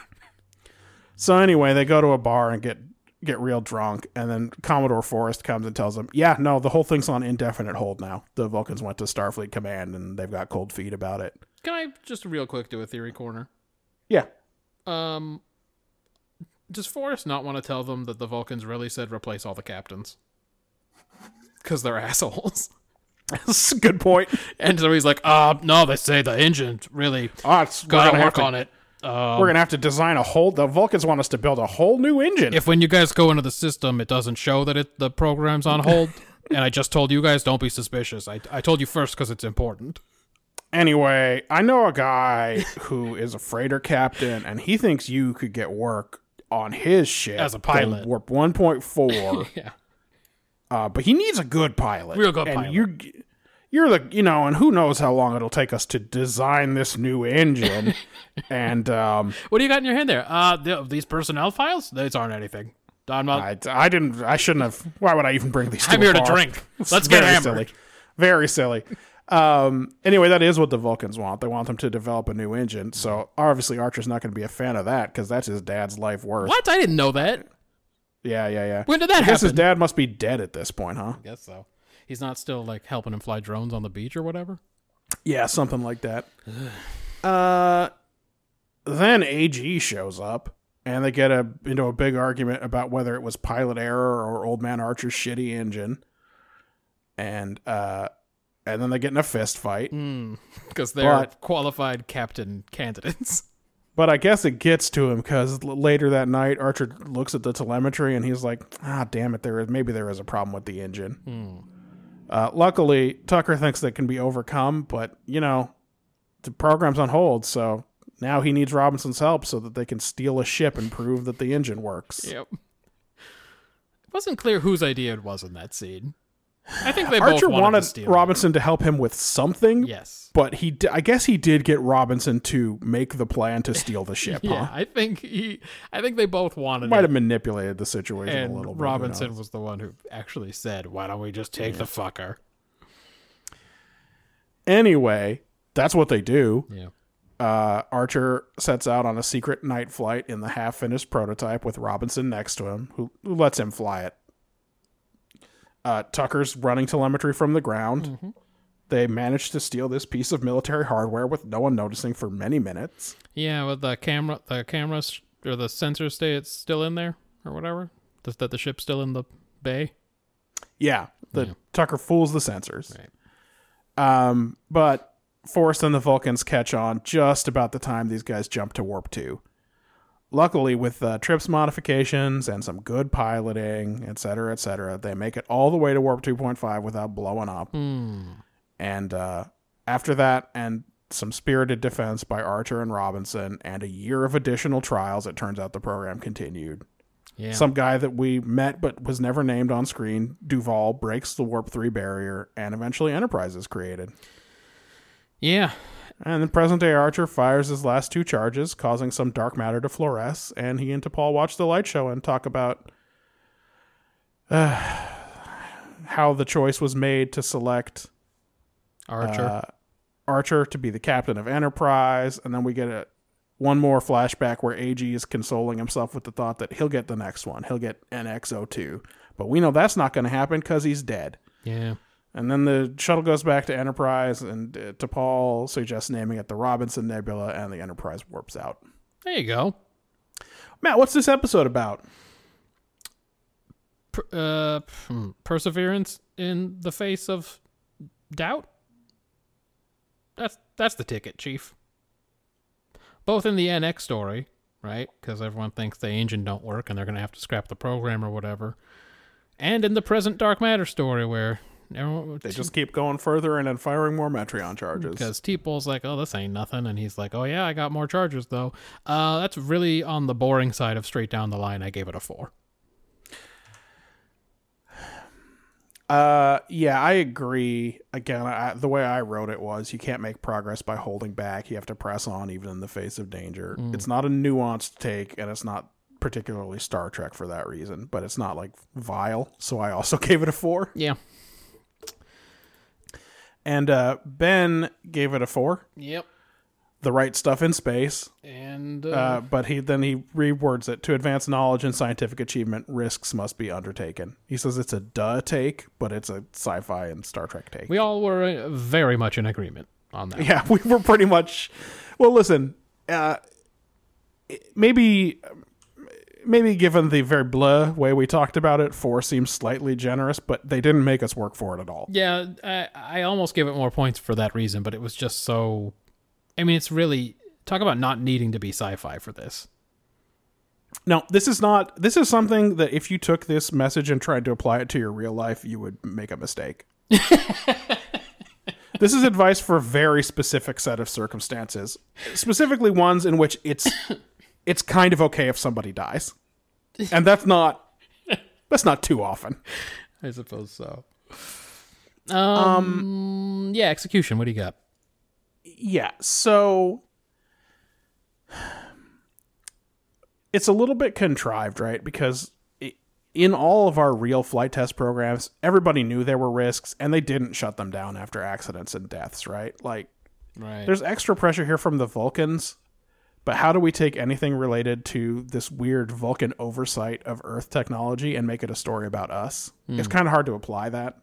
B: So anyway, they go to a bar and get get real drunk, and then Commodore Forrest comes and tells them, "Yeah, no, the whole thing's on indefinite hold now. The Vulcans went to Starfleet Command, and they've got cold feet about it."
A: Can I just real quick do a theory corner?
B: Yeah,
A: Um, does Forrest not want to tell them that the Vulcans really said replace all the captains? Because they're assholes.
B: that's a good point.
A: And so he's like, uh, no, they say the engine really
B: Oh, it's, we're
A: gotta
B: gonna have
A: work
B: to,
A: on it. Um,
B: We're gonna have to design a whole. The Vulcans want us to build a whole new engine.
A: if when you guys go into the system, it doesn't show that it the program's on hold, and I just told you guys don't be suspicious. I, I told you first because it's important.
B: anyway, I know a guy who is a freighter captain, and he thinks you could get work on his ship
A: As a pilot.
B: the warp one point four.
A: Yeah.
B: Uh, but he needs a good pilot.
A: Real good
B: and
A: pilot.
B: You're, you're the, you know, and who knows how long it'll take us to design this new engine. and um,
A: What do you got in your hand there? Uh, th- these personnel files? These aren't anything. I'm not.
B: I, I didn't, I shouldn't have. Why would I even bring these?
A: Uh, I'm
B: a
A: here to
B: bar?
A: drink.
B: It's
A: Let's get
B: very
A: hammered.
B: Silly. Very silly. Um, anyway, that is what the Vulcans want. They want them to develop a new engine. So obviously, Archer's not going to be a fan of that because that's his dad's life work.
A: what? I didn't know that.
B: Yeah, yeah, yeah.
A: When did that
B: I guess his
A: happen?
B: dad must be dead at this point, huh?
A: guess so. He's not still like helping him fly drones on the beach or whatever.
B: Yeah, something like that. uh, then AG shows up, and they get a into a big argument about whether it was pilot error or Old Man Archer's shitty engine, and uh, and then they get in a fist fight.
A: Because they're
B: Hmm. But-
A: qualified captain candidates.
B: But I guess it gets to him because later that night, Archer looks at the telemetry and he's like, "Ah, damn it! There is maybe there is a problem with the engine." Uh, luckily, Tucker thinks that can be overcome, but you know, the program's on hold, so now he needs Robinson's help so that they can steal a ship and prove that the engine works.
A: Yep. It wasn't clear whose idea it was in that scene. I think they
B: Archer
A: both wanted,
B: wanted,
A: to steal. it.
B: Robinson to help him with something,
A: Yes.
B: but he, di- I guess, he did get Robinson to make the plan to steal the ship.
A: Yeah,
B: huh?
A: I think he. I think they both wanted
B: Might
A: it,
B: have manipulated the situation a little
A: and
B: bit. who knows?
A: Robinson was the one who actually said, "Why don't we just take the fucker?"
B: Anyway, that's what they do.
A: Yeah.
B: Uh, Archer sets out on a secret night flight in the half finished prototype with Robinson next to him, who, who lets him fly it. Uh, Tucker's running telemetry from the ground. They manage to steal this piece of military hardware with no one noticing for many minutes.
A: Yeah, with the camera, the cameras or the sensors stay it's still in there or whatever. Just that the ship's still in the bay.
B: Yeah, the Tucker fools the sensors.
A: Right.
B: Um, but Forrest and the Vulcans catch on just about the time these guys jump to warp two. Luckily, with uh, trips modifications and some good piloting, et cetera, et cetera, they make it all the way to warp 2.5 without blowing up.
A: Hmm.
B: And uh, after that, and some spirited defense by Archer and Robinson, and a year of additional trials, it turns out the program continued.
A: Yeah.
B: Some guy that we met but was never named on screen, Duval, breaks the warp three barrier, and eventually Enterprise is created.
A: yeah.
B: And then present day Archer fires his last two charges, causing some dark matter to fluoresce, and he and T'Pol watch the light show and talk about. Uh, how the choice was made to select
A: Archer.
B: uh, Archer to be the captain of Enterprise, and then we get a one more flashback where AG is consoling himself with the thought that he'll get the next one. He'll get NX02. But we know that's not going to happen cuz he's dead.
A: yeah.
B: And then the shuttle goes back to Enterprise and uh, to Paul suggests naming it the Robinson Nebula and the Enterprise warps out.
A: There you go.
B: Matt, what's this episode about?
A: Per, uh, hmm, perseverance in the face of doubt. That's that's the ticket, Chief. Both in the NX story, right? Because everyone thinks the engine don't work and they're gonna have to scrap the program or whatever, and in the present dark matter story where everyone
B: They just keep going further and then firing more Metreon charges.
A: because T-Pole's like, oh, this ain't nothing, and he's like, oh yeah, I got more charges though. Uh, that's really on the boring side of straight down the line. I gave it a four.
B: Uh, yeah, I agree. Again, I, the way I wrote it was you can't make progress by holding back. You have to press on even in the face of danger. It's not a nuanced take, and it's not particularly Star Trek for that reason, but it's not like vile. So I also gave it a four.
A: Yeah.
B: And uh, Ben gave it a four.
A: Yep.
B: The right stuff in space.
A: And
B: Uh, but he then he rewords it to advance knowledge and scientific achievement. Risks must be undertaken. He says it's a duh take, but it's a sci-fi and Star Trek take.
A: We all were uh, very much in agreement on that.
B: yeah, we were pretty much. Well, listen, uh, maybe maybe given the very blah way we talked about it, four seems slightly generous, but they didn't make us work for it at all.
A: Yeah, I, I almost gave it more points for that reason, but it was just so. I mean, it's really talk about not needing to be sci-fi for this.
B: No, this is not. This is something that if you took this message and tried to apply it to your real life, you would make a mistake. this is advice for a very specific set of circumstances, specifically ones in which it's it's kind of okay if somebody dies, and that's not that's not too often.
A: I suppose so. Um,
B: Um,
A: yeah, execution. What do you got?
B: Yeah, so it's a little bit contrived, right? Because i- in all of our real flight test programs, everybody knew there were risks and they didn't shut them down after accidents and deaths, right? Like
A: Right.
B: there's extra pressure here from the Vulcans, but how do we take anything related to this weird Vulcan oversight of Earth technology and make it a story about us? It's kind of hard to apply that.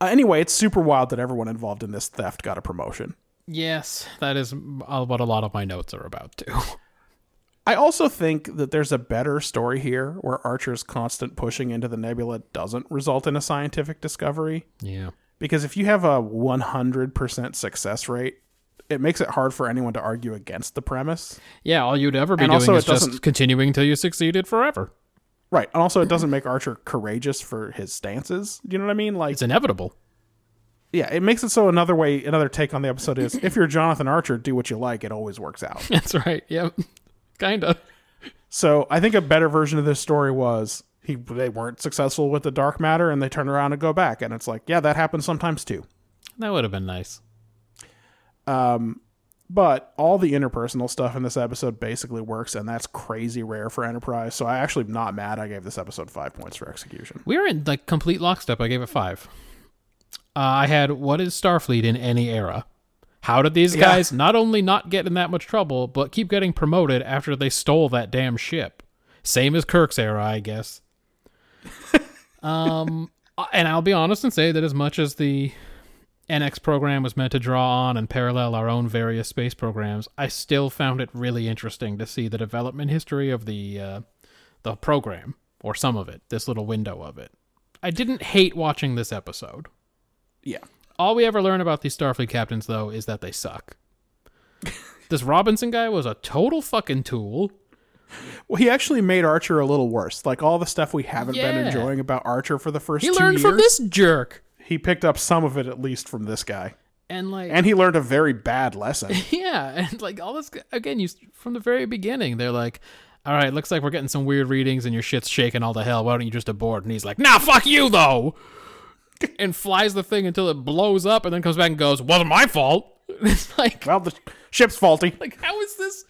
B: Uh, anyway, it's super wild that everyone involved in this theft got a promotion.
A: yes, that is m- what a lot of my notes are about too.
B: I also think that there's a better story here where Archer's constant pushing into the nebula doesn't result in a scientific discovery.
A: yeah.
B: Because if you have a 100% success rate, it makes it hard for anyone to argue against the premise.
A: Yeah, all you'd ever be
B: And
A: doing
B: also
A: is
B: it
A: just
B: doesn't-
A: continuing till you succeeded forever.
B: Right. And also, it doesn't make Archer courageous for his stances. Do you know what I mean? Like,
A: It's inevitable.
B: yeah, it makes it so another way, another take on the episode is if you're Jonathan Archer, do what you like. It always works out.
A: That's right. Yep. Kinda.
B: so I think a better version of this story was he they weren't successful with the dark matter and they turn around and go back. And it's like, yeah, that happens sometimes too.
A: That would have been nice.
B: But all the interpersonal stuff in this episode basically works, and that's crazy rare for Enterprise. So I actually am not mad. I gave this episode five points for execution.
A: We were in like complete lockstep. I gave it five. Uh, I had what is Starfleet in any era? How did these
B: Yeah.
A: guys not only not get in that much trouble, but keep getting promoted after they stole that damn ship? Same as Kirk's era, I guess. um, uh, and I'll be honest and say that as much as the NX program was meant to draw on and parallel our own various space programs, I still found it really interesting to see the development history of the uh, the program or some of it, this little window of it. I didn't hate watching this episode.
B: Yeah.
A: All we ever learn about these Starfleet captains, though, is that they suck. this Robinson guy was a total fucking tool.
B: Well, he actually made Archer a little worse. Like all the stuff we haven't
A: Yeah.
B: been enjoying about Archer for the first
A: He
B: two
A: learned
B: years,
A: from this jerk.
B: he picked up some of it at least from this guy,
A: And like,
B: and he learned a very bad lesson.
A: yeah, and like all this again. You from the very beginning, they're like, "All right, looks like we're getting some weird readings, and your shit's shaking all to hell. Why don't you just abort?" And he's like, "Nah, fuck you though," and flies the thing until it blows up, and then comes back and goes, "Wasn't my fault." It's like,
B: well, the ship's faulty.
A: Like, how is this?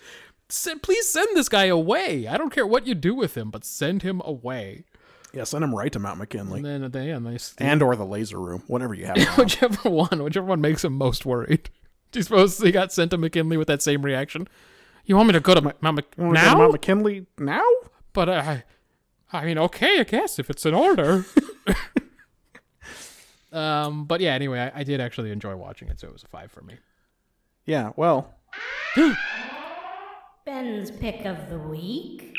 A: Send, please send this guy away. I don't care what you do with him, but send him away.
B: Yeah, send them right to Mount McKinley
A: And
B: and,
A: then at the end, they steal.
B: or the laser room, whatever you have. around.
A: whichever one, whichever one makes him most worried. Do you suppose he got sent to McKinley with that same reaction? You want me to go to Ma- Mount Mc-
B: You wanna go to
A: now?
B: Mount McKinley now?
A: but I, I mean, okay, I guess if it's an order. um, but yeah. Anyway, I, I did actually enjoy watching it, so it was a five for me.
B: Yeah. Well,
C: Ben's pick of the week.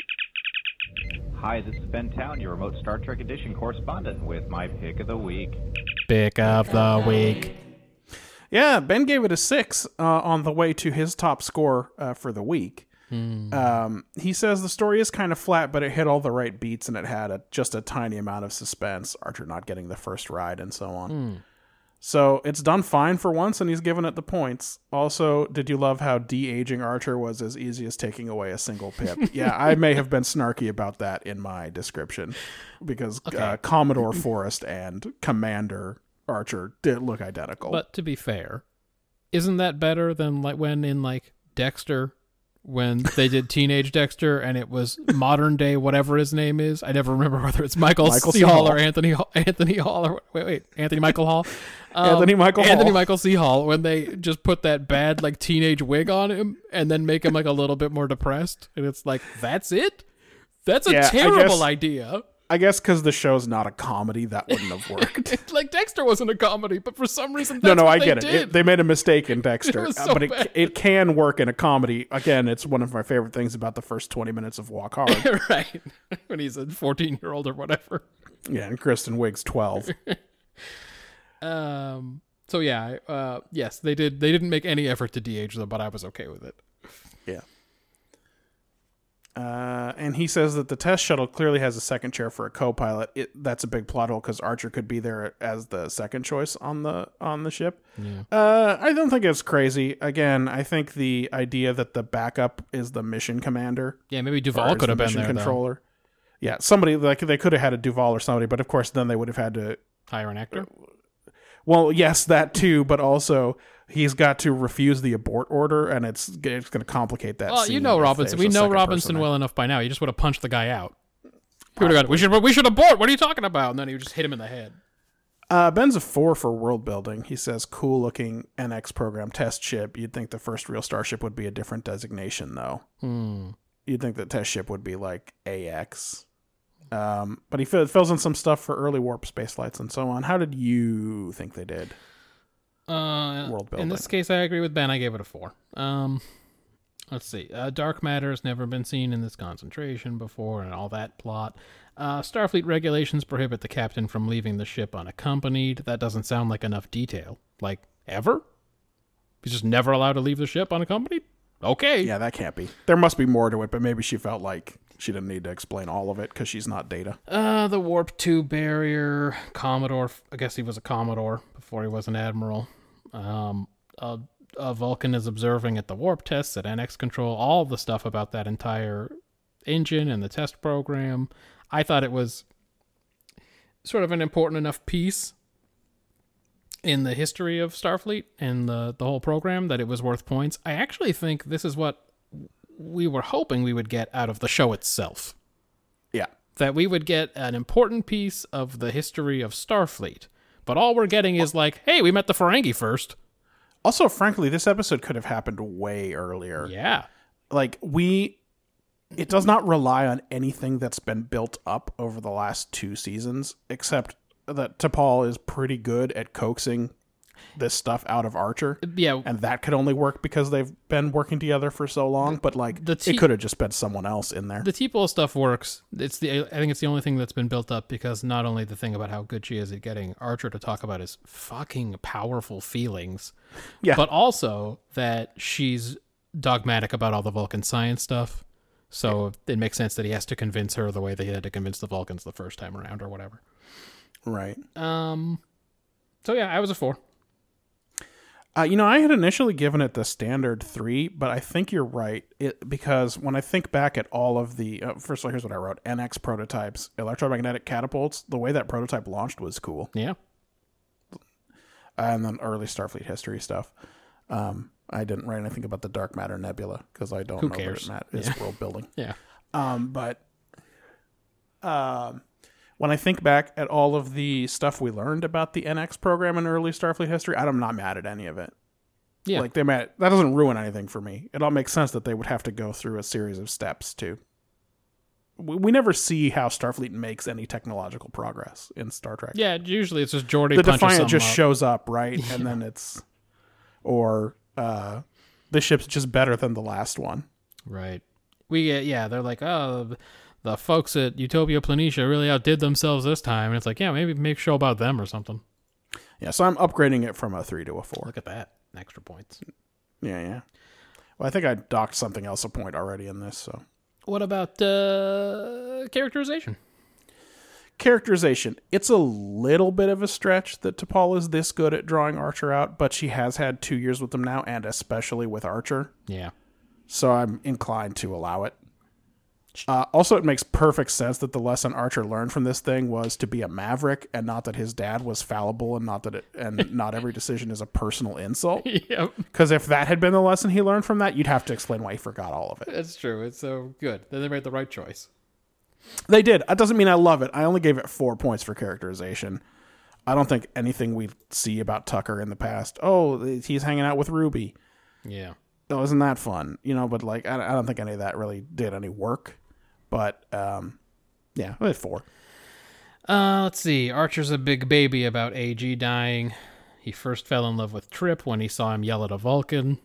D: Hi, this is Ben Town, your remote Star Trek Edition correspondent, with my pick of the week.
A: Pick of the week.
B: yeah. Ben gave it a six uh, on the way to his top score uh, for the week. Um, he says the story is kind of flat, but it hit all the right beats and it had a, just a tiny amount of suspense. Archer not getting the first ride and so on. So it's done fine for once, and he's given it the points. Also, did you love how de aging Archer was as easy as taking away a single pip? yeah, I may have been snarky about that in my description because uh, Commodore Forrest and Commander Archer did look identical.
A: But to be fair, isn't that better than like when in like Dexter when they did teenage Dexter and it was modern day whatever his name is. I never remember whether it's Michael,
B: Michael
A: C.
B: C.
A: Hall,
B: Hall.
A: or Anthony Hall, Anthony Hall or wait wait Anthony Michael Hall. Um,
B: Anthony Michael
A: Anthony
B: Hall.
A: Michael C. Hall when they just put that bad like teenage wig on him and then make him like a little bit more depressed and it's like that's it. That's a
B: Yeah, I
A: terrible
B: guess-
A: idea.
B: I guess because the show's not a comedy, that wouldn't have worked.
A: Like Dexter wasn't a comedy, but for some reason
B: no,
A: that's
B: no,
A: what
B: I
A: they
B: get it.
A: did.
B: it. They made a mistake in Dexter,
A: was
B: uh,
A: so
B: but it,
A: bad.
B: it can work in a comedy. Again, it's one of my favorite things about the first twenty minutes of Walk Hard.
A: right when he's a 14 year old or whatever
B: yeah, and Kristen Wiig's twelve.
A: um so yeah I- uh yes they did they didn't make any effort to de-age them but i was okay with it
B: Yeah. Uh, and he says that the test shuttle clearly has a second chair for a co-pilot. It, that's a big plot hole because Archer could be there as the second choice on the on the ship. Uh, I don't think it's crazy. Again, I think the idea that the backup is the mission commander
A: yeah maybe
B: or
A: duval
B: is
A: could
B: the
A: have been
B: mission
A: there though.
B: controller. Yeah, somebody like they could have had a Duval or somebody, but of course then they would have had to
A: hire an actor
B: well, yes, that too, but also he's got to refuse the abort order, and it's it's going to complicate that.
A: well you
B: scene
A: know
B: if
A: robinson we
B: there's a
A: know
B: second
A: robinson
B: person
A: well enough by now he just would have punched the guy out he would have gone we should we should abort what are you talking about and then he would just hit him in the head
B: Uh, Ben's a four for world building. He says, "Cool looking NX program test ship. You'd think the first real starship would be a different designation, though.
A: Hmm.
B: You'd think the test ship would be like AX." Um, but he fill- fills in some stuff for early warp space flights and so on. How did you think they did?
A: Uh,
B: World
A: In
B: building.
A: this case, I agree with Ben. I gave it a four. Um, let's see. Uh, dark matter has never been seen in this concentration before, and all that plot. Uh, Starfleet regulations prohibit the captain from leaving the ship unaccompanied. That doesn't sound like enough detail. Like ever? He's just never allowed to leave the ship unaccompanied. Okay.
B: Yeah, that can't be. There must be more to it, but maybe she felt like she didn't need to explain all of it because she's not Data.
A: Uh, the warp two barrier, Commodore. I guess he was a Commodore before he was an admiral. Um, a, a Vulcan is observing at the warp tests at NX Control. All the stuff about that entire engine and the test program. I thought it was sort of an important enough piece in the history of Starfleet and the the whole program that it was worth points. I actually think this is what we were hoping we would get out of the show itself
B: Yeah.
A: that we would get an important piece of the history of Starfleet. But all we're getting is like, hey, we met the Ferengi first.
B: Also, frankly, this episode could have happened way earlier.
A: Yeah.
B: like we it does not rely on anything that's been built up over the last two seasons except that T'Pol is pretty good at coaxing this stuff out of Archer
A: Uh, Yeah.
B: and that could only work because they've been working together for so long but like
A: the te-
B: it could have just been someone else in there
A: The T-Pole stuff works. It's the I think it's the only thing that's been built up because not only the thing about how good she is at getting Archer to talk about his fucking powerful feelings,
B: Yeah.
A: but also that she's dogmatic about all the Vulcan science stuff. So it makes sense that he has to convince her the way that he had to convince the Vulcans the first time around or whatever.
B: right
A: Um so yeah, I was a 4.
B: Uh, you know, I had initially given it the standard three, but I think you're right it, because when I think back at all of the uh, first of all, here's what I wrote: NX prototypes, electromagnetic catapults. The way that prototype launched was cool,
A: Yeah.
B: and then early Starfleet history stuff. Um, I didn't write anything about the dark matter nebula because I don't
A: Who
B: know
A: cares?
B: that it mat- is world building.
A: Yeah.
B: Um, but um, when I think back at all of the stuff we learned about the NX program in early Starfleet history, I'm not mad at any of it.
A: Yeah.
B: Like they might that doesn't ruin anything for me. It all makes sense that they would have to go through a series of steps to. We, we never see how Starfleet makes any technological progress in Star Trek.
A: Yeah, usually it's just Geordi
B: the
A: punches
B: Defiant
A: something
B: just
A: up.
B: shows up, right? And then it's or uh this ship's just better than the last one.
A: Right. We get yeah, they're like, oh, the folks at Utopia Planitia really outdid themselves this time, and it's like, yeah, maybe make a show about them or something.
B: Yeah, so I'm upgrading it from a three to a four.
A: Look at that, extra points.
B: Yeah, yeah. Well, I think I docked something else a point already in this. So
A: What about uh, characterization?
B: characterization, it's a little bit of a stretch that T'Pol is this good at drawing Archer out, but she has had two years with him now, and especially with Archer,
A: Yeah,
B: so I'm inclined to allow it. Uh, also, it makes perfect sense that the lesson Archer learned from this thing was to be a maverick, and not that his dad was fallible, and not that it, and not every decision is a personal insult.
A: yep,
B: Because if that had been the lesson he learned from that, you'd have to explain why he forgot all of it.
A: that's true. It's so good. Then they made the right choice.
B: They did. That doesn't mean I love it. I only gave it four points for characterization. I don't think anything we see about Tucker in the past. Oh, he's hanging out with Ruby.
A: Yeah,
B: Oh, isn't that fun? You know, but like, I I don't think any of that really did any work. But um, yeah, I had four.
A: Uh, let's see. Archer's a big baby about AG dying. He first fell in love with Trip when he saw him yell at a Vulcan.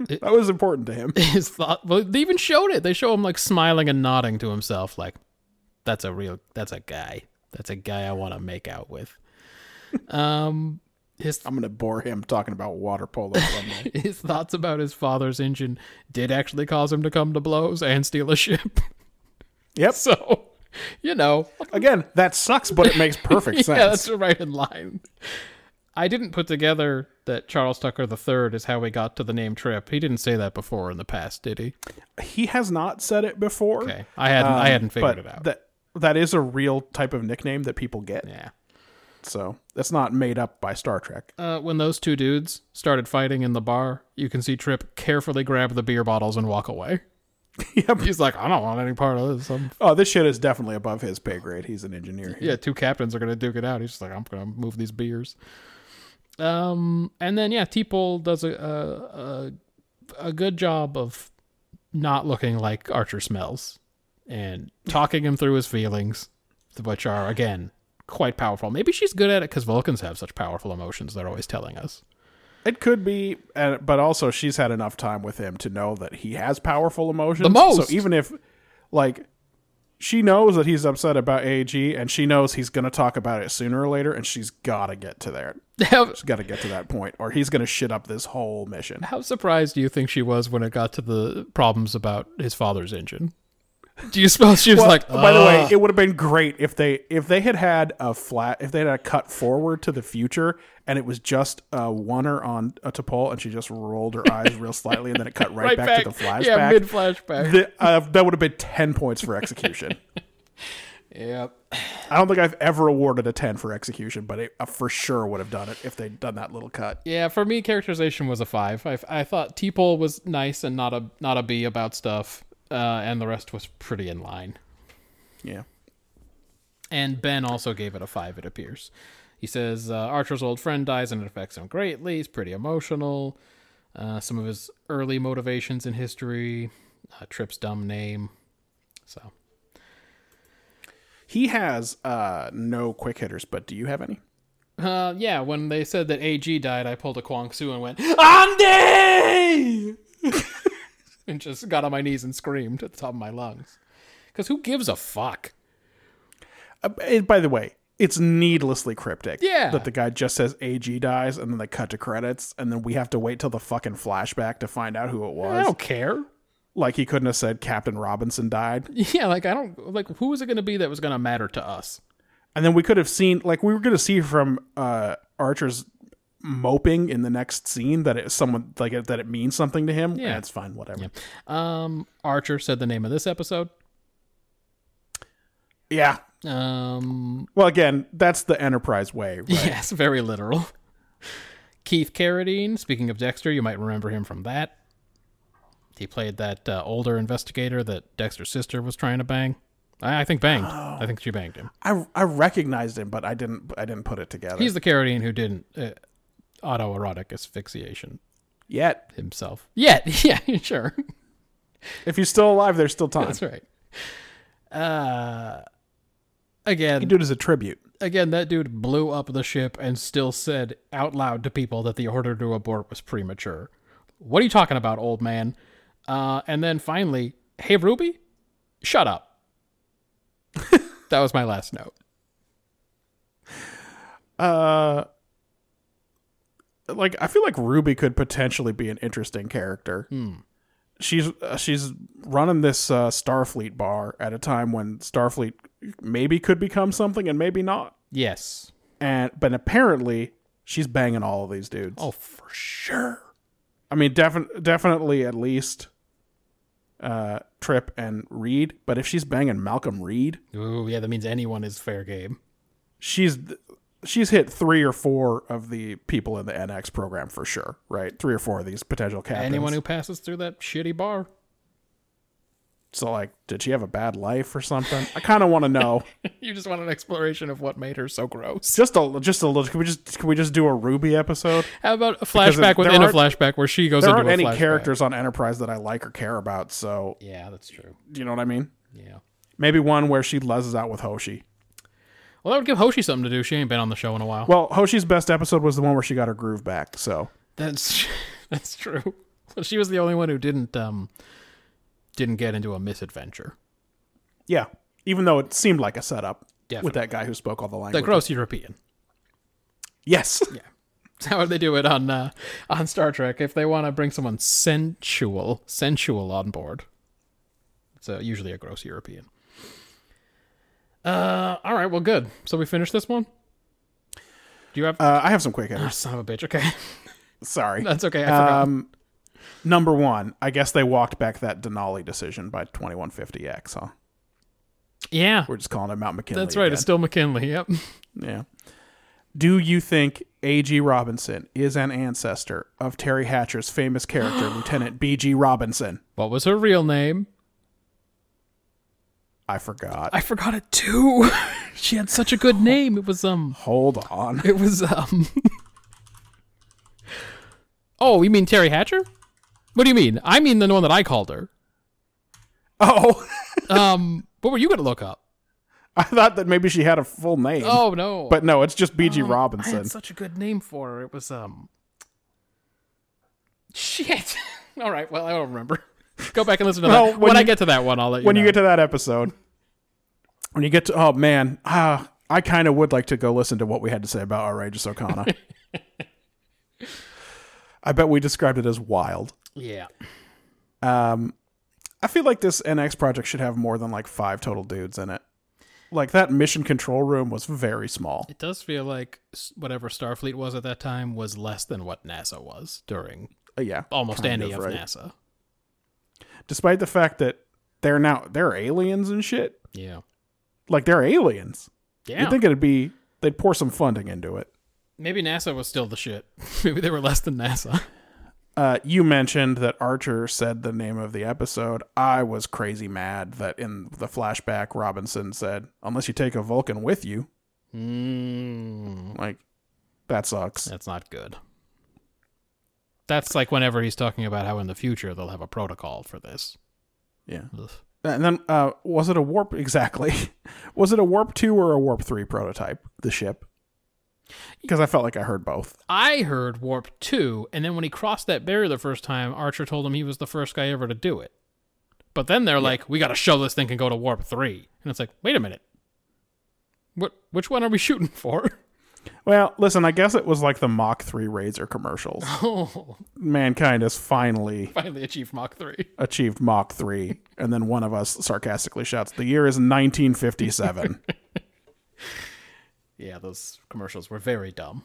B: That was important to him.
A: His thought. Well, they even showed it. They show him like smiling and nodding to himself, like, "That's a real. That's a guy. That's a guy I want to make out with." Um, his
B: I'm gonna bore him talking about water polo. someday.
A: his thoughts about his father's engine did actually cause him to come to blows and steal a ship.
B: yep.
A: So, you know,
B: Again, that sucks, but it makes perfect sense.
A: Yeah, that's right in line. I didn't put together that Charles Tucker III is how we got to the name Trip. He didn't say that before in the past, did he?
B: he has not said it before.
A: Okay, I hadn't. I
B: Um,
A: hadn't figured
B: but
A: it out.
B: That that is a real type of nickname that people get.
A: yeah.
B: So that's not made up by Star Trek.
A: Uh, when those two dudes started fighting in the bar, you can see Trip carefully grab the beer bottles and walk away.
B: Yep.
A: He's like, I don't want any part of this. I'm,
B: Oh, this shit is definitely above his pay grade. He's an engineer. Here.
A: yeah, two captains are gonna duke it out. He's just like, I'm gonna move these beers. Um, and then yeah, Teeple does a a, a a good job of not looking like Archer smells and talking him through his feelings, which are again quite powerful. Maybe she's good at it because Vulcans have such powerful emotions. They're always telling us.
B: It could be, uh, but also she's had enough time with him to know that he has powerful emotions.
A: The most!
B: So even if, like, she knows that he's upset about AG, and she knows he's going to talk about it sooner or later, and she's got to get to there.
A: How,
B: She's got to get to that point, or he's going to shit up this whole mission.
A: how surprised do you think she was when it got to the problems about his father's engine? Do you smell? She was
B: Well, oh,
A: like, "Ah."
B: by the way,
A: "Ugh."
B: it would have been great if they if they had had a flat if they had a cut forward to the future and it was just a oneer on a T'Pol and she just rolled her eyes real slightly and then it cut right, back, to the flashback.
A: Yeah, mid flashback.
B: The- uh, that would have been ten points for execution.
A: Yep.
B: I don't think I've ever awarded a ten for execution, but it, I for sure would have done it if they'd done that little cut.
A: Yeah, for me, characterization was a five. I, I thought Teeple was nice and not a not a B about stuff, uh, and the rest was pretty in line.
B: Yeah.
A: And Ben also gave it a five. It appears. He says uh, Archer's old friend dies and it affects him greatly. He's pretty emotional. Uh, some of his early motivations in history, uh, Trip's dumb name. So
B: He has uh, no quick hitters, but do you have any?
A: Uh, yeah, when they said that AG died, I pulled a Kwang Su and went, Andy! and just got on my knees and screamed at the top of my lungs. Because who gives a fuck?
B: Uh, and by the way, it's needlessly cryptic.
A: Yeah.
B: That the guy just says AG dies and then they cut to credits and then we have to wait till the fucking flashback to find out who
A: I
B: it was.
A: don't care.
B: Like he couldn't have said Captain Robinson died.
A: Yeah, like, I don't, like, who was it going to be that was going to matter to us?
B: And then we could have seen like we were gonna see from uh Archer's moping in the next scene that it's someone like it, that it means something to him.
A: Yeah.
B: Yeah, it's fine, whatever. Yeah.
A: Um, Archer said the name of this episode. Um,
B: Well again, that's the Enterprise way, right?
A: yes, very literal. Keith Carradine, speaking of Dexter, you might remember him from that. He played that uh, older investigator that Dexter's sister was trying to bang. I, I think banged. I think she banged him.
B: I I recognized him, but I didn't I didn't put it together
A: He's the Carradine who didn't uh, autoerotic asphyxiation
B: yet.
A: himself. Yet, yeah, sure.
B: If he's still alive, there's still time.
A: That's right. Uh, again,
B: You can do it as a tribute.
A: again, that dude blew up the ship and still said out loud to people that the order to abort was premature. What are you talking about, old man? Uh, and then finally, hey, Ruby, shut up. that was my last note.
B: Uh, like I feel like Ruby could potentially be an interesting character.
A: Hmm.
B: She's uh, she's running this uh, Starfleet bar at a time when Starfleet maybe could become something and maybe not.
A: Yes.
B: And but apparently she's banging all of these dudes.
A: Oh, for sure.
B: I mean, defi- definitely at least uh, Trip and Reed. But if she's banging Malcolm Reed,
A: Ooh, yeah, that means anyone is fair game.
B: she's she's hit three or four of the people in the NX program for sure, right? Three or four of these potential captains.
A: Anyone who passes through that shitty bar.
B: so like, did she have a bad life or something? I kind of want to know.
A: You just want an exploration of what made her so gross.
B: just a just a little. Can we just can we just do a Ruby episode?
A: How about a
B: Because
A: flashback
B: there
A: within a
B: aren't-
A: flashback where she goes
B: There
A: into
B: aren't
A: a
B: any
A: flashback?
B: characters on Enterprise that I like or care about, so
A: Yeah, that's true.
B: you know what I mean.
A: Yeah.
B: Maybe one where she lezzes out with Hoshi.
A: Well, that would give Hoshi something to do. She ain't been on the show in a while.
B: Well, Hoshi's best episode was the one where she got her groove back. So
A: That's that's true. Well, she was the only one who didn't um didn't get into a misadventure.
B: yeah, even though it seemed like a setup with
A: Definitely.
B: that guy who spoke all the
A: The
B: language.
A: gross European.
B: Yes.
A: That's how they do it on uh, on Star Trek. If they want to bring someone sensual, sensual on board, it's uh, usually a gross European. Uh, all right. Well, good. So we finished this one. Do you have?
B: Uh, I have some quick hitters.
A: Son of a bitch. Okay,
B: Sorry.
A: that's okay. I forgot.
B: Um, number one, I guess they walked back that Denali decision by 2150X, huh?
A: yeah,
B: We're just calling it Mount McKinley.
A: that's right.
B: again.
A: It's still McKinley. Yep.
B: yeah. Do you think A.G. Robinson is an ancestor of Terry Hatcher's famous character, Lieutenant B.G. Robinson?
A: What was her real name?
B: I forgot.
A: I forgot it too. she had such a good name. It was um.
B: Hold on.
A: It was um. oh, you mean Terry Hatcher? What do you mean? I mean the one that I called her.
B: Oh,
A: Um, what were you gonna look up?
B: I thought that maybe she had a full name.
A: Oh no! Um,
B: But no, it's just B.G.
A: I
B: Robinson.
A: had such a good name for her. It was um. Shit. All right. Well, I don't remember. Go back and listen to
B: No,
A: that.
B: when
A: When, I
B: you-
A: get to that one, I'll let you.
B: when you
A: know.
B: get to that episode, when you get to, oh man, ah, I kind of would like to go listen to what we had to say about Outrageous O'Connor. I bet we described it as wild.
A: yeah.
B: Um, I feel like this NX project should have more than like five total dudes in it. Like that mission control room was very small.
A: It does feel like s- whatever Starfleet was at that time was less than what NASA was during
B: Uh, yeah,
A: almost
B: kind
A: any of,
B: right?
A: NASA.
B: Despite the fact that they're now they're aliens and shit.
A: Yeah.
B: Like they're aliens.
A: Yeah.
B: You'd think it'd be they'd pour some funding into it.
A: Maybe NASA was still the shit. Maybe they were less than NASA.
B: Uh, you mentioned that Archer said the name of the episode. I was crazy mad that in the flashback, Robinson said, "Unless you take a Vulcan with you,"
A: Mm,
B: like that sucks.
A: that's not good. That's like whenever he's talking about how in the future they'll have a protocol for this.
B: Yeah.
A: Ugh.
B: And then, uh, was it a warp exactly? was it a warp two or a warp three prototype? The ship, because I felt like I heard both.
A: I heard Warp 2, and then when he crossed that barrier the first time, Archer told him he was the first guy ever to do it. But then they're like, we got to show this thing can go to Warp 3. And it's like, wait a minute. What? Which one are we shooting for?
B: Well, listen, I guess it was like the Mach three Razor commercials.
A: Oh,
B: Mankind has finally
A: finally achieved Mach 3.
B: achieved Mach three, and then one of us sarcastically shouts, "The year is 1957."
A: Yeah, those commercials were very dumb.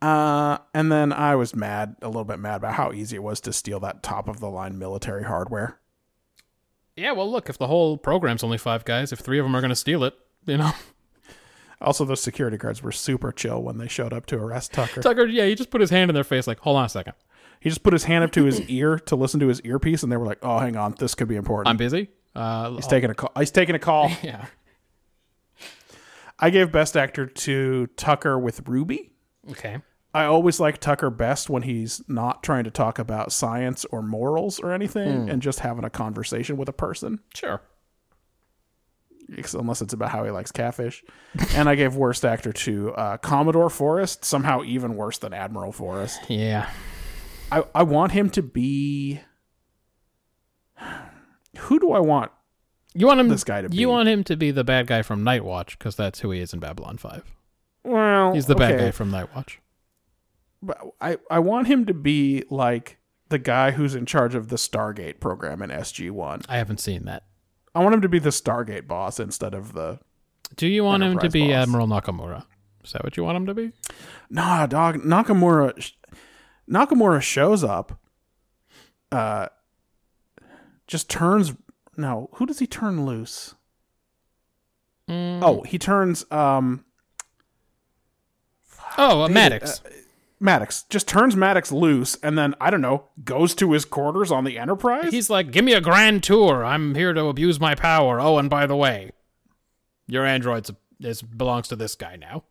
B: Uh, and then I was mad, a little bit mad about how easy it was to steal that top of the line military hardware.
A: Yeah, well, look, if the whole program's only five guys, if three of them are going to steal it, you know.
B: Also, those security guards were super chill when they showed up to arrest Tucker.
A: Tucker, yeah, he just put his hand in their face, like, hold on a second.
B: He just put his hand up to his ear to listen to his earpiece, and they were like, "Oh, hang on, this could be important."
A: I'm busy. Uh,
B: He's taking a call. He's taking a call.
A: yeah.
B: I gave Best Actor to Tucker with Ruby.
A: Okay.
B: I always like Tucker best when he's not trying to talk about science or morals or anything and just having a conversation with a person,
A: Sure.
B: ex- unless it's about how he likes catfish. and I gave worst actor to uh, Commodore Forrest, somehow even worse than Admiral Forrest.
A: Yeah.
B: I, I want him to be. Who do I want?
A: You want him
B: This guy to
A: You
B: be-
A: want him to be the bad guy from Night Watch because that's who he is in Babylon 5.
B: Well,
A: He's the bad
B: okay.
A: guy from Night Watch.
B: But I, I want him to be like the guy who's in charge of the Stargate program in SG1.
A: I haven't seen that.
B: I want him to be the Stargate boss instead of the
A: Do you want him to
B: Enterprise
A: be
B: boss.
A: Admiral Nakamura? Is that what you want him to be?
B: Nah, dog. Nakamura, sh- Nakamura shows up. Uh, just turns. No, who does he turn loose?
A: Mm.
B: Oh, he turns. Um,
A: Oh, uh, Maddox.
B: Maddox just turns Maddox loose, and then I don't know, goes to his quarters on the Enterprise.
A: He's like, give me a grand tour. I'm here to abuse my power. Oh, and by the way, your android's uh, this belongs to this guy now.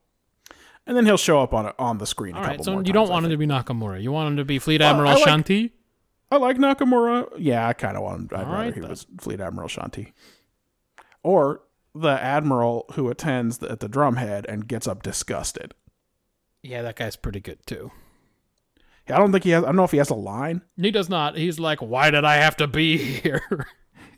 B: and then he'll show up on a, on the screen. A
A: All
B: couple
A: right, so
B: more
A: you don't
B: times, I
A: want him
B: think.
A: to be Nakamura. You want him to be Fleet
B: Well,
A: Admiral
B: I like-
A: Shanti.
B: I like Nakamura. Yeah, I kind of want him. I'd
A: All
B: rather
A: right,
B: he
A: then.
B: was Fleet Admiral Shanti, or the admiral who attends the, at the drumhead and gets up disgusted.
A: Yeah, that guy's pretty good too.
B: I don't think he has. I don't know if he has a line,
A: He does not. He's like, why did I have to be here?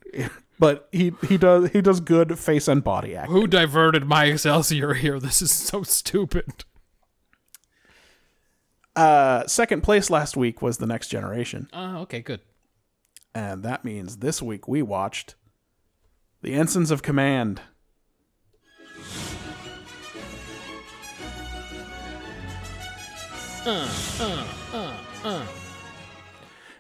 B: but he he does he does good face and body act.
A: Who diverted my Excelsior here? This is so stupid.
B: Uh, second place last week was the Next Generation,
A: Ah, okay, good.
B: and that means this week we watched the Ensigns of Command.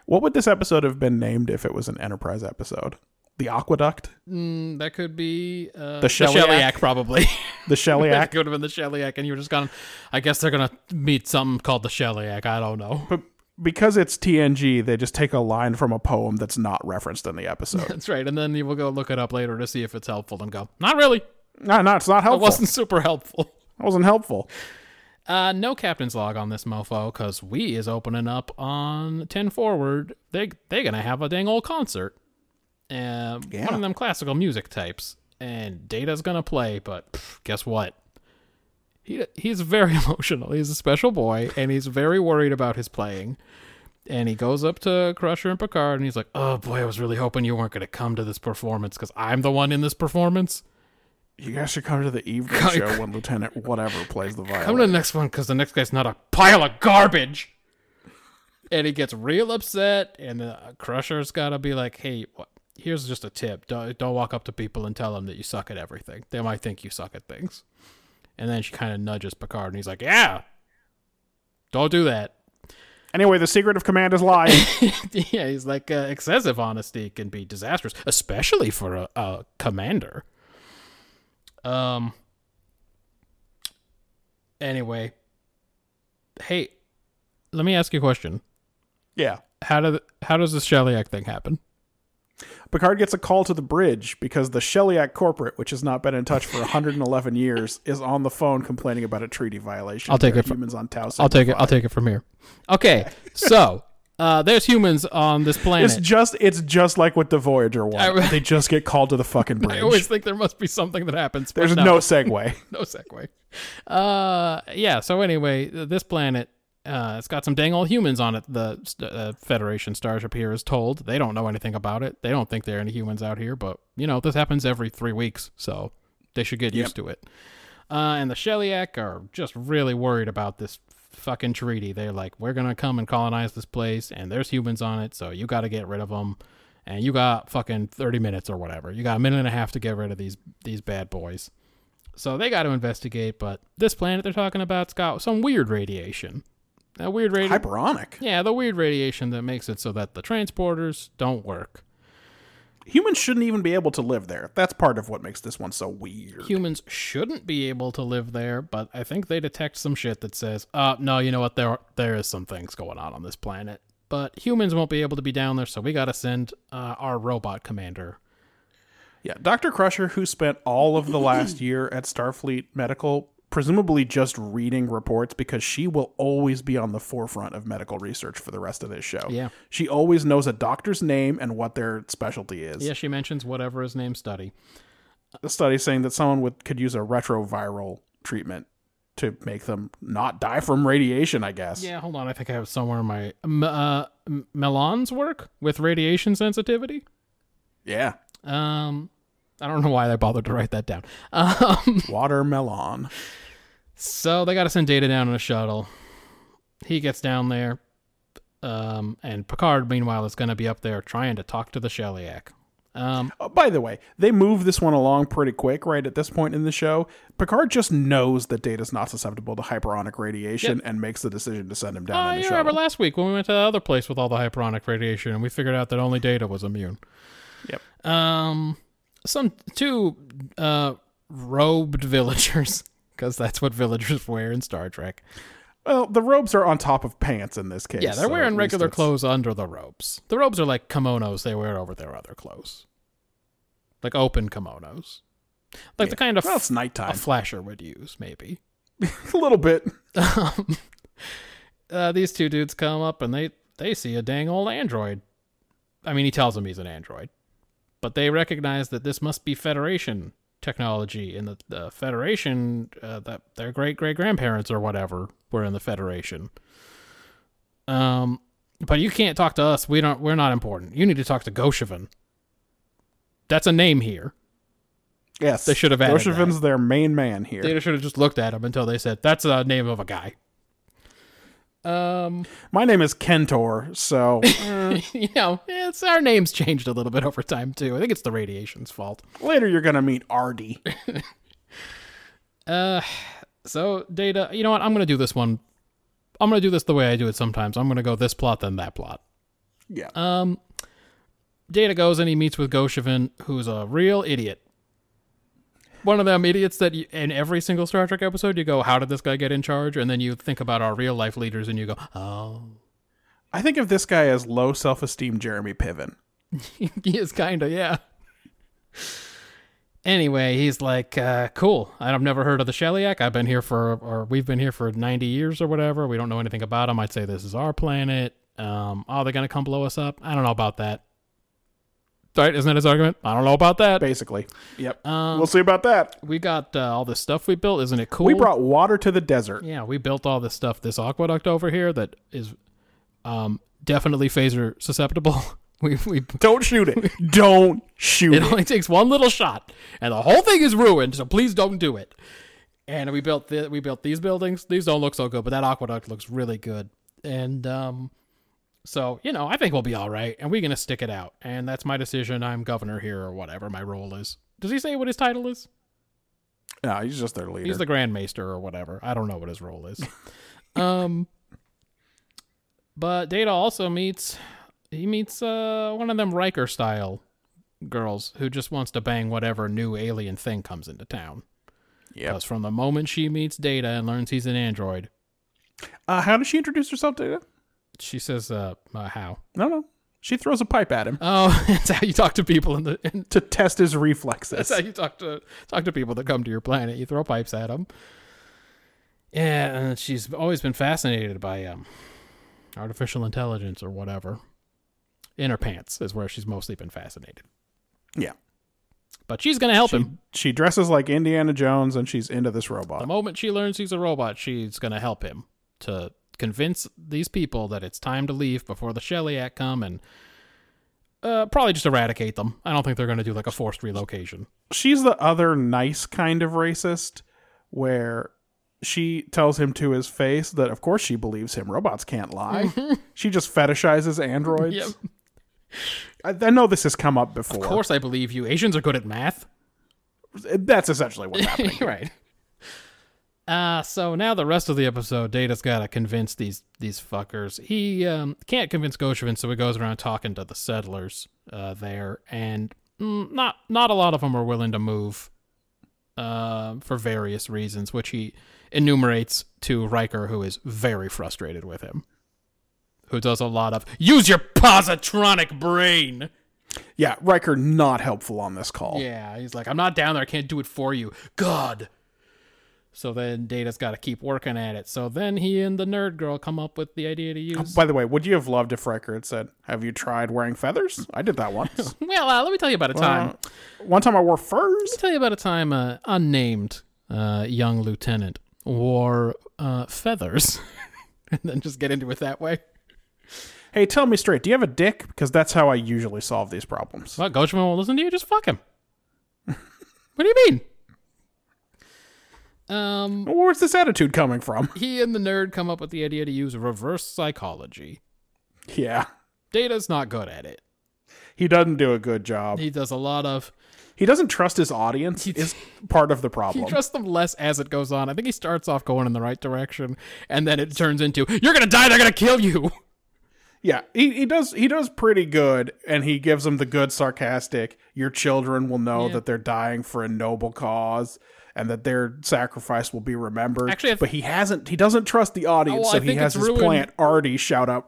B: What would this episode have been named if it was an Enterprise episode? The Aqueduct,
A: Mm, that could be uh,
B: The Shellyak.
A: probably.
B: the
A: that
B: Shellyak.
A: could have been the Shellyak, and you were just gonna. I guess they're gonna meet something called the Shellyak. I don't know.
B: but because it's TNG, they just take a line from a poem that's not referenced in the episode.
A: That's right, and then you will go look it up later to see if it's helpful, and go, not really.
B: no, no, it's not
A: It
B: helpful.
A: wasn't super helpful.
B: That wasn't helpful.
A: Uh, no captain's log on this mofo, cause we is opening up on ten forward. They they gonna have a dang old concert, um, one of them classical music types, and Data's gonna play. But pff, guess what? He he's very emotional. He's a special boy, and he's very worried about his playing. And he goes up to Crusher and Picard, and he's like, "Oh boy, I was really hoping you weren't gonna come to this performance, cause I'm the one in this performance."
B: You guys should come to the evening show when Lieutenant whatever plays the violin.
A: Come to the next one because the next guy's not a pile of garbage. And he gets real upset, and the crusher's got to be like, "Hey, wh- here's just a tip: don't don't walk up to people and tell them that you suck at everything. They might think you suck at things." And then she kind of nudges Picard, and he's like, "Yeah, don't do that."
B: anyway, the secret of command is lying.
A: yeah, he's like, uh, excessive honesty can be disastrous, especially for a, a commander. Um. Anyway, hey, let me ask you a question.
B: yeah.
A: How did how does the Shellyak thing happen?
B: Picard gets a call to the bridge because the Shellyak corporate, which has not been in touch for 111 years, is on the phone complaining about a treaty violation.
A: I'll take
B: There are
A: it for-
B: humans on Tau.
A: I'll take it. I'll take it from here. Okay, so uh, there's humans on this planet.
B: It's just it's just like what the Voyager one.
A: I-
B: they just get called to the fucking
A: I
B: bridge.
A: always think there must be something that happens. but
B: There's no, segue.
A: no segue. Uh, yeah. So anyway, th- this planet, uh, it's got some dang old humans on it. The st- uh, Federation starship here is told they don't know anything about it. They don't think there are any humans out here, but you know this happens every three weeks, so they should get used to it. Uh, and the Sheliak are just really worried about this fucking treaty. They're like, we're gonna come and colonize this place, and there's humans on it, so you got to get rid of them. And you got fucking thirty minutes or whatever. You got a minute and a half to get rid of these these bad boys. So they got to investigate, but this planet they're talking about's got some weird radiation. That weird radiation.
B: Hyperonic.
A: yeah, the weird radiation that makes it so that the transporters don't work.
B: Humans shouldn't even be able to live there. That's part of what makes this one so weird.
A: Humans shouldn't be able to live there, but I think they detect some shit that says, "Uh, no, you know what? There are, there is some things going on on this planet, but humans won't be able to be down there, so we got to send uh, our robot commander
B: Yeah, Dr. Crusher, who spent all of the last year at Starfleet Medical, presumably just reading reports because she will always be on the forefront of medical research for the rest of this show.
A: Yeah.
B: She always knows a doctor's name and what their specialty is.
A: Yeah, she mentions whatever his name study.
B: A study saying that someone would could use a retroviral treatment to make them not die from radiation, I guess.
A: Yeah, hold on. I think I have it somewhere in my M- uh, M- Milan's work with radiation sensitivity.
B: Yeah.
A: Um, I don't know why I bothered to write that down. Um,
B: Watermelon.
A: so they got to send Data down in a shuttle. He gets down there, um, and Picard, meanwhile, is going to be up there trying to talk to the Shellyak. Um,
B: Oh, by the way, they move this one along pretty quick, right at this point in the show. Picard just knows that Data's not susceptible to hyperonic radiation and makes the decision to send him down
A: oh,
B: in
A: you
B: the
A: remember
B: shuttle.
A: last week when we went to the other place with all the hyperonic radiation, and we figured out that only Data was immune.
B: Yep.
A: Um, some two uh robed villagers, because that's what villagers wear in Star Trek.
B: Well, the robes are on top of pants in this case.
A: Yeah, they're
B: so
A: wearing
B: at least
A: regular
B: it's-
A: clothes under the robes. The robes are like kimonos they wear over their other clothes, like open kimonos, like the kind of
B: Well, it's
A: a
B: nighttime.
A: flasher would use, maybe.
B: a little bit.
A: Um, uh, these two dudes come up and they they see a dang old android. I mean, he tells them he's an android, but they recognize that this must be Federation technology, and that the Federation uh, that their great great grandparents or whatever were in the Federation. Um, but you can't talk to us. We don't. We're not important. You need to talk to Goshevan. That's a name here.
B: Yes,
A: They should have added that.
B: Gorshavin's their main man here.
A: Data should have just looked at him until they said, "That's the name of a guy." Um.
B: My name is Kentor, so
A: you know, it's our names changed a little bit over time too. I think it's the radiation's fault.
B: later you're gonna meet Ardy.
A: Uh, so data, you know what? I'm gonna do this one. I'm gonna do this the way I do it sometimes. I'm gonna go this plot then that plot.
B: Yeah,
A: Um, data goes and he meets with Goshevin, who's a real idiot. One of them idiots that you, in every single Star Trek episode you go, "How did this guy get in charge?" And then you think about our real life leaders and you go, "Oh,
B: I think of this guy as low self-esteem Jeremy Piven.
A: he is kind of yeah anyway he's like uh, cool i've never heard of the sheliak i've been here for or we've been here for 90 years or whatever we don't know anything about them i'd say this is our planet um, oh they're gonna come blow us up i don't know about that right isn't that his argument i don't know about that
B: Basically, yep.
A: Um,
B: we'll see about that.
A: we got uh, all this stuff we built isn't it cool
B: We brought water to the desert.
A: yeah we built all this stuff this aqueduct over here that is um, definitely phaser susceptible we, we
B: Don't shoot it. Don't shoot
A: It
B: it.
A: only takes one little shot, and the whole thing is ruined. So please don't do it. And we built the, we built these buildings. These don't look so good, but that aqueduct looks really good. And um, so you know, I think we'll be all right, and we're gonna stick it out. And that's my decision. I'm governor here, or whatever my role is. Does he say what his title is?
B: No, he's just their leader.
A: He's the Grand Maester or whatever. I don't know what his role is. um, but Data also meets he meets uh one of them Riker style girls who just wants to bang whatever new alien thing comes into town.
B: Yep.
A: Because from the moment she meets Data and learns he's an android,
B: uh, how does she introduce herself to you?
A: she says, "Uh, uh how?
B: No, no. She throws a pipe at him
A: Oh, that's how you talk to people in the in,
B: to test his reflexes.
A: That's how you talk to talk to people that come to your planet. You throw pipes at them. Yeah, and she's always been fascinated by um, artificial intelligence or whatever. In her pants is where she's mostly been fascinated.
B: yeah.
A: But she's gonna help
B: She,
A: him.
B: she dresses like Indiana Jones and she's into this
A: The
B: robot.
A: moment she learns he's a robot, she's gonna help him to convince these people that it's time to leave before the Shellyak come and uh, probably just eradicate them. I don't think they're gonna do like a forced relocation.
B: She's the other nice kind of racist where she tells him to his face that of course she believes him. Robots can't lie. she just fetishizes androids.
A: Yep.
B: I, I know this has come up before.
A: Of course, I believe you. Asians are good at math.
B: That's essentially what's happening.
A: right. Uh, so now the rest of the episode, Data's got to convince these these fuckers. He um, can't convince Goshevin, so he goes around talking to the settlers uh, there, and mm, not not a lot of them are willing to move uh, for various reasons, which he enumerates to Riker, who is very frustrated with him, who does a lot of use your positronic brain.
B: Yeah, Riker not helpful on this call.
A: Yeah, he's like, I'm not down there. I can't do it for you. God. So then Data's got to keep working at it. So then he and the nerd girl come up with the idea to use.
B: By the way, would you have loved if Riker had said, "Have you tried wearing feathers?" I did that once.
A: well, uh, let me tell you about a time.
B: Uh, one time I wore furs.
A: Let me tell you about a time uh, unnamed uh, young lieutenant wore uh, feathers, and then just get into it that way.
B: Hey, tell me straight, do you have a dick? Because that's how I usually solve these problems.
A: What Gochman won't listen to you? Just fuck him. what do you mean? Um,
B: Where's this attitude coming from?
A: he and the nerd come up with the idea to use reverse psychology.
B: Yeah,
A: Data's not good at it.
B: he doesn't do a good job.
A: He does a lot of
B: He doesn't trust his audience. is part of the
A: he
B: problem.
A: trusts them less as it goes on. I think he starts off going in the right direction, and then it turns into "You're gonna die. They're gonna kill you."
B: Yeah, he, he does he does pretty good, and he gives them the good sarcastic. Your children will know that they're dying for a noble cause, and that their sacrifice will be remembered.
A: Actually, I th-
B: but he hasn't. He doesn't trust the audience,
A: Well, I
B: so he
A: think
B: has
A: it's
B: his
A: ruined-
B: plant already shout out,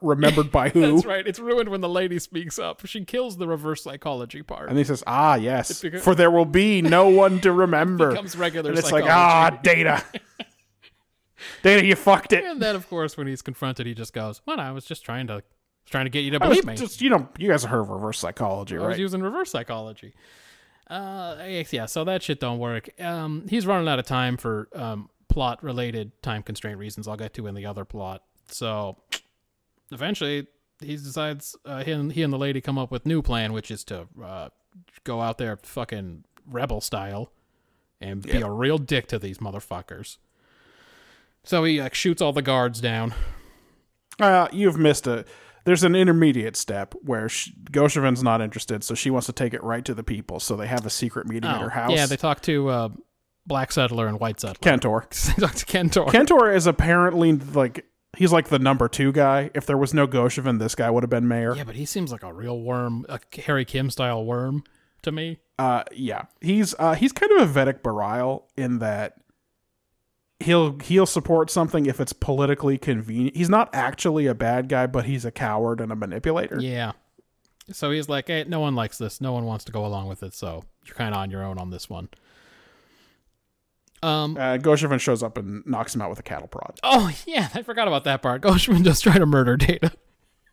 B: "Remembered by who?"
A: That's right. It's ruined when the lady speaks up. She kills the reverse psychology part.
B: And he says, "Ah, yes,
A: beca-
B: for there will be no one to remember."
A: becomes regular
B: and it's like,
A: psychology.
B: ah, data, data, you fucked it.
A: and then, of course, when he's confronted, he just goes, "What? I was just trying to trying to get you to
B: I was
A: believe me." Oh,
B: just you know, you guys heard of reverse psychology,
A: I was
B: right?
A: using reverse psychology. Uh, eh, yeah, so that shit don't work. Um, he's running out of time for um, plot related time constraint reasons. I'll get to in the other plot. So eventually, he decides uh, he and he and the lady come up with new plan, which is to uh, go out there fucking rebel style and be a real dick to these motherfuckers. So he like shoots all the guards down.
B: Uh, you've missed a. There's an intermediate step where she, Goshevin's not interested, so she wants to take it right to the people. So they have a secret meeting at her house.
A: Oh, Yeah, they talk to uh, black settler and white settler.
B: Kentor.
A: They talk to Kentor.
B: Kentor is apparently like he's like the number two guy. If there was no Goshevin, this guy would have been mayor.
A: Yeah, but he seems like a real worm, a Harry Kim style worm to me.
B: uh yeah he's uh he's kind of a vedic burial in that he'll he'll support something if it's politically convenient he's not actually a bad guy but he's a coward and a manipulator
A: Yeah. So he's like, hey, no one likes this. No one wants to go along with it. So you're kind of on your own on this one. Um.
B: uh Goshevin shows up and knocks him out with a cattle prod
A: Oh yeah, I forgot about that part. Goshman just tried to murder Data.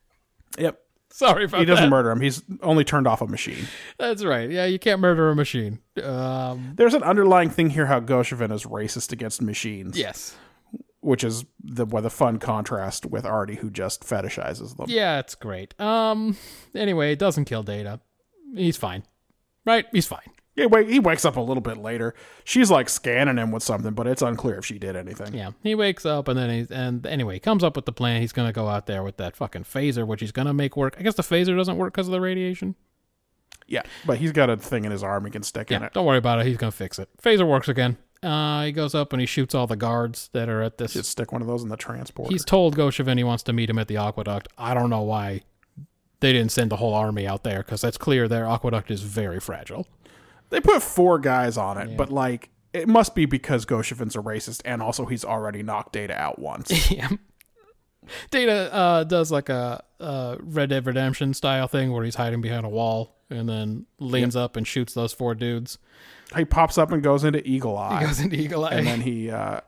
B: yep
A: Sorry about
B: he doesn't
A: that.
B: murder him he's only turned off a machine
A: That's right. Yeah, you can't murder a machine. Um.
B: there's an underlying thing here how Goshevin is racist against machines
A: Yes.
B: which is the where the fun contrast with Artie who just fetishizes them
A: Yeah, it's great. Um. Anyway, it doesn't kill Data. He's fine. Right? He's fine.
B: he, wa- he wakes up a little bit later she's like scanning him with something but it's unclear if she did anything
A: Yeah, he wakes up and then he's and anyway he comes up with the plan. He's gonna go out there with that fucking phaser, which he's gonna make work. I guess the phaser doesn't work because of the radiation.
B: Yeah, but he's got a thing in his arm he can stick in
A: Yeah,
B: it.
A: don't worry about it. He's gonna fix it. Phaser works again. Uh, he goes up and he shoots all the guards that are at this.
B: Just stick one of those in the transporter.
A: he's told Goshevin he wants to meet him at the aqueduct. I don't know why they didn't send the whole army out there because that's clear their aqueduct is very fragile.
B: they put four guys on it, but like it must be because Goshevin's a racist and also he's already knocked Data out once.
A: Yeah. Data uh, does like a uh, Red Dead Redemption style thing where he's hiding behind a wall and then leans up and shoots those four dudes.
B: he pops up and goes into Eagle Eye,
A: Goes into Eagle Eye.
B: and then he uh,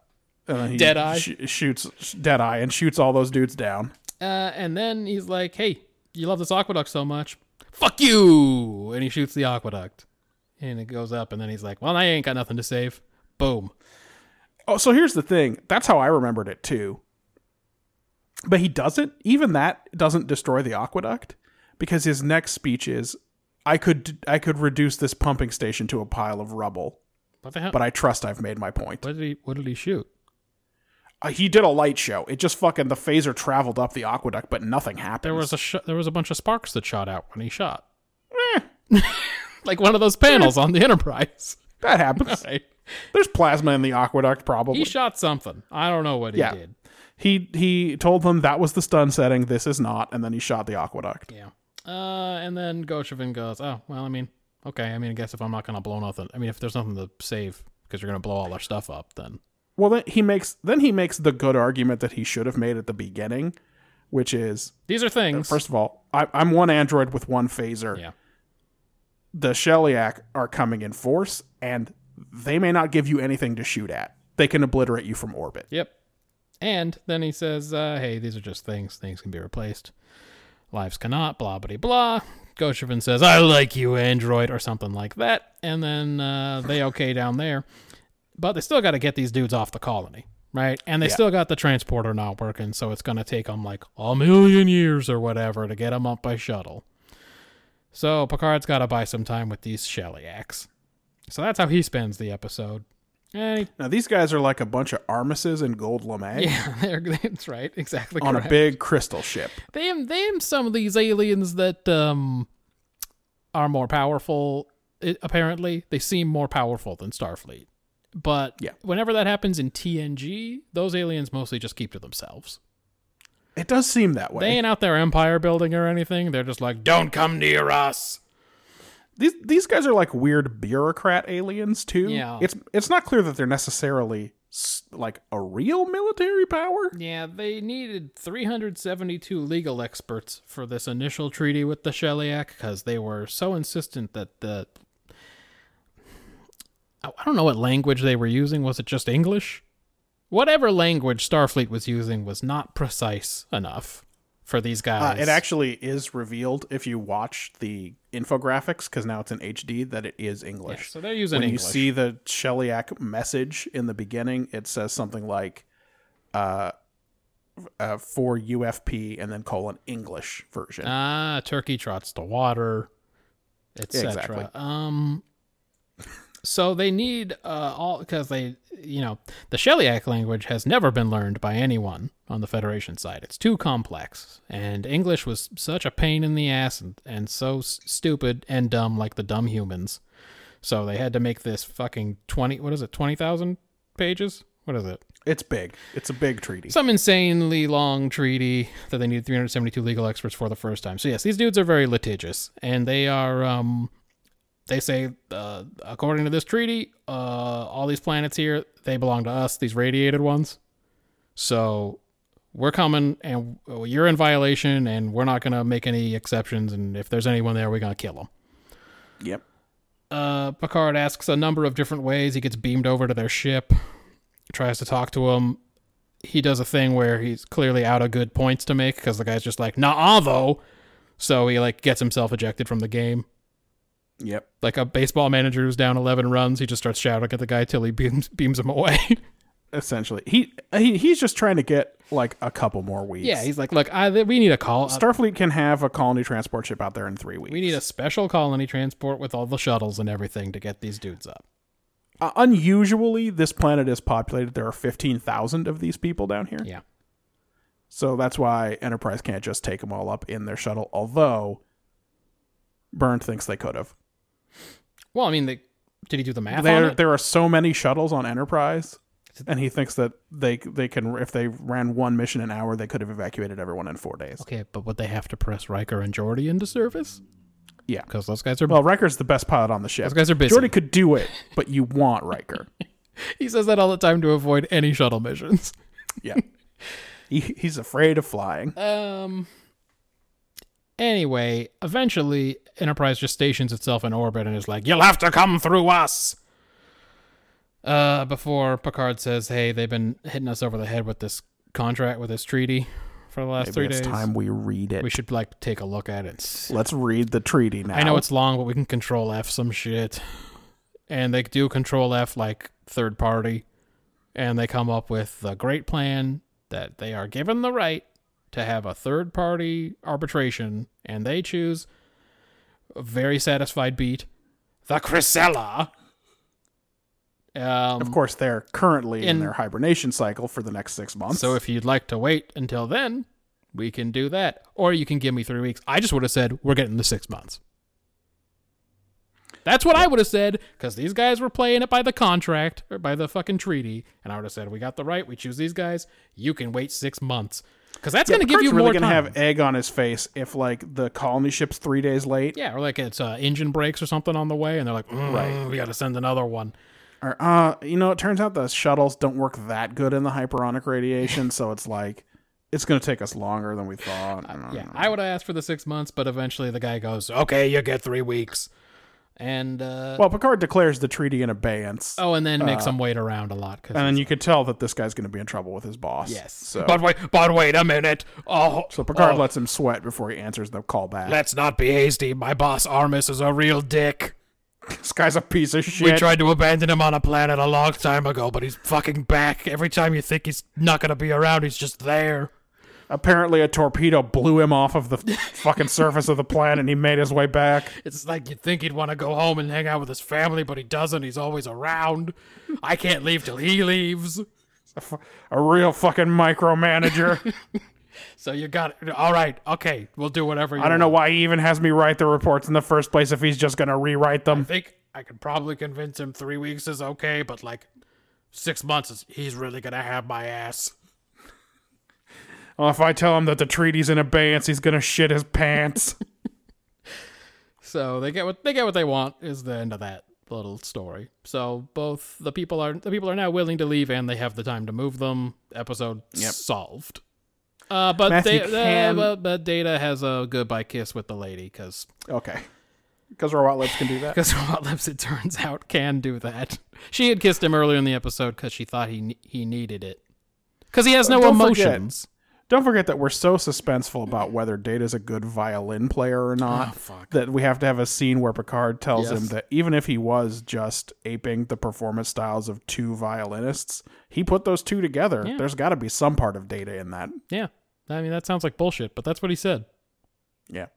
B: and then he
A: Deadeye?
B: sh- shoots sh- Deadeye and shoots all those dudes down.
A: uh, and then he's like, "Hey, you love this aqueduct so much, fuck you!" And he shoots the aqueduct, and it goes up. And then he's like, "Well, I ain't got nothing to save." Boom.
B: Oh, so here's the thing. That's how I remembered it too. But he doesn't. Even that doesn't destroy the aqueduct because his next speech is, "I could I could reduce this pumping station to a pile of rubble."
A: What the hell?
B: but I trust I've made my point.
A: what did he? What did he shoot?
B: Uh, he did a light show. It just fucking the phaser traveled up the aqueduct, but nothing happened.
A: There was a sh- there was a bunch of sparks that shot out when he shot. like one of those panels on the Enterprise.
B: that happens.
A: Right.
B: There's plasma in the aqueduct,
A: He
B: probably.
A: shot something. I don't know what he
B: Yeah.
A: did.
B: He he told them that was the stun setting. This is not, and then he shot the aqueduct.
A: Yeah. Uh, and then Goshevin goes, "Oh, well, I mean, okay. I mean, I guess if I'm not gonna blow nothing, I mean, if there's nothing to save because you're gonna blow all our stuff up, then
B: Well, then he makes then he makes the good argument that he should have made at the beginning, which is
A: these are things."
B: first of all, I, I'm one android with one phaser.
A: Yeah.
B: the Shellyak are coming in force, and they may not give you anything to shoot at. They can obliterate you from orbit.
A: Yep. And then he says, uh, hey, these are just things. Things can be replaced. Lives cannot, blah, blah, blah. Goshevin says, I like you, Android, or something like that. And then uh, they okay down there. But they still got to get these dudes off the colony, right? And they
B: Yeah.
A: still got the transporter not working, so it's going to take them like a million years or whatever to get them up by shuttle. So Picard's got to buy some time with these Shellyak. So that's how he spends the episode. And he
B: Now these guys are like a bunch of armises in gold lame
A: Yeah, they're, that's right. Exactly.
B: on a
A: correct.
B: big crystal ship.
A: They am, they am some of these aliens that um are more powerful. i apparently, they seem more powerful than Starfleet. But
B: Yeah.
A: whenever that happens in TNG, those aliens mostly just keep to themselves.
B: It does seem that
A: They
B: way.
A: ain't out there empire building or anything. They're just like, don't come near us.
B: These these guys are like weird bureaucrat aliens too.
A: Yeah.
B: It's it's not clear that they're necessarily s- like a real military power.
A: Yeah, they needed 372 legal experts for this initial treaty with the Sheliak because they were so insistent that the. I I don't know what language they were using. Was it just English? Whatever language Starfleet was using was not precise enough for these
B: Uh,
A: guys.
B: it actually is revealed if you watch the infographics because now it's in HD that it is English.
A: Yeah, so they're using
B: when
A: English.
B: you see the Shellyak message in the beginning, it says something like uh, uh, for UFP and then colon English version.
A: Ah, turkey trots the water, etc.
B: Exactly.
A: Um, so they need uh, all because they, you know, the Sheliak language has never been learned by anyone on the Federation side. It's too complex, and English was such a pain in the ass and and so s- stupid and dumb, like the dumb humans. So they had to make this fucking twenty. What is it? Twenty thousand pages? What is it?
B: it's big. It's a big treaty.
A: some insanely long treaty that they needed 372 legal experts for the first time. So yes, these dudes are very litigious, and they are. Um, they say, uh, according to this treaty, uh, all these planets here they belong to us. These radiated ones. So we're coming, and uh, you're in violation, and we're not gonna make any exceptions. And if there's anyone there, we're gonna kill them
B: yep.
A: uh, Picard asks a number of different ways. He gets beamed over to their ship, tries to talk to him. He does a thing where he's clearly out of good points to make because the guy's just like, nah, though. So he like gets himself ejected from the game.
B: Yep.
A: Like a baseball manager who's down 11 runs, he just starts shouting at the guy till he beams, beams him away.
B: Essentially, he, he he's just trying to get like a couple more weeks.
A: yeah, he's like, look, I, we need a call.
B: Starfleet can have a colony transport ship out there in three weeks.
A: we need a special colony transport with all the shuttles and everything to get these dudes up.
B: Uh, unusually, this planet is populated. There are fifteen thousand of these people down here.
A: Yeah.
B: So that's why Enterprise can't just take them all up in their shuttle, although Byrne thinks they could have.
A: Well, I mean, they, did he do the math on
B: There
A: it?
B: there are so many shuttles on Enterprise and he thinks that they they can if they ran one mission an hour, they could have evacuated everyone in 4 days.
A: Okay, but would they have to press Riker and Geordi into service?
B: Yeah.
A: because those guys are.
B: Well, Riker's the best pilot on the ship.
A: Those guys are busy.
B: Jordy could do it, but you want Riker.
A: he says that all the time to avoid any shuttle missions.
B: yeah. He, he's afraid of flying.
A: Um. Anyway, eventually, Enterprise just stations itself in orbit and is like, "You'll have to come through us." Uh, before Picard says, "Hey, they've been hitting us over the head with this contract, with this treaty, for the last
B: Maybe
A: three
B: it's
A: days.
B: time we read it.
A: We should like take a look at it." and see
B: Let's read the treaty now.
A: I know it's long, but we can control F some shit. And they do control F like third party. And they come up with the great plan that they are given the right to have a third party arbitration. And they choose a very satisfied beat the Chrysella. Um,
B: of course they're currently in
A: in-
B: their hibernation cycle for the next 6 months.
A: So if you'd like to wait until then, we can do that. Or you can give me three weeks. I just would have said, we're getting the six months. That's what I would have said because these guys were playing it by the contract or by the fucking treaty. And I would have said, we got the right. We choose these guys. You can wait six months because that's
B: Yeah,
A: going to give
B: Picard's
A: you more
B: really gonna
A: time.
B: have egg on his face if like the colony ship's three days late.
A: yeah, or like it's uh, engine brakes or something on the way. And they're like, right, we got to send another one.
B: Or uh, you know, it turns out the shuttles don't work that good in the hyperonic radiation, so it's like it's gonna take us longer than we thought.
A: Uh, Yeah, I would have asked for the six months, but eventually the guy goes, okay, you get three weeks. And uh,
B: Well, Picard declares the treaty in abeyance.
A: oh, and then makes him wait around a lot. Cause
B: Uh, And then you could tell that this guy's going to be in trouble with his boss.
A: Yes. uh,
B: So,
E: But wait, but wait a minute. Oh,
B: so Picard
E: oh,
B: lets him sweat before he answers the call back.
E: let's not be hasty. My boss Armis is a real dick.
B: this guy's a piece of shit.
E: We tried to abandon him on a planet a long time ago, but he's fucking back. Every time you think he's not gonna be around, he's just there.
B: Apparently, a torpedo blew him off of the fucking surface of the planet, and he made his way back.
E: It's like you'd think he'd want to go home and hang out with his family, but he doesn't. He's always around. I can't leave till he leaves.
B: A real fucking micromanager.
E: So you got all right. Okay, we'll do whatever. You
B: I don't know
E: want.
B: why he even has me write the reports in the first place if he's just going to rewrite
E: I
B: them.
E: think I could probably convince him three weeks is okay, but like six months is he's really gonna have my ass.
B: Well, if I tell him that the treaty's in abeyance, he's going to shit his pants.
A: So they get what they get what they want is the end of that little story. So both the people are the people are now willing to leave and they have the time to move them. Episode solved. Uh, but
B: Matthew,
A: Da- uh,
B: can-
A: but, but Data has a goodbye kiss with the lady because
B: okay. Because robot lips can do that.
A: because Robot Lips it turns out can do that. She had kissed him earlier in the episode because she thought he ne- he needed it because he has no
B: Uh, Don't forget-
A: emotions.
B: Don't forget that we're so suspenseful about whether Data's a good violin player or not that we have to have a scene where Picard tells
A: Yes.
B: him that even if he was just aping the performance styles of two violinists, he put those two together. There's got to be some part of Data in that.
A: Yeah, I mean that sounds like bullshit, but that's what he said.
B: Yeah.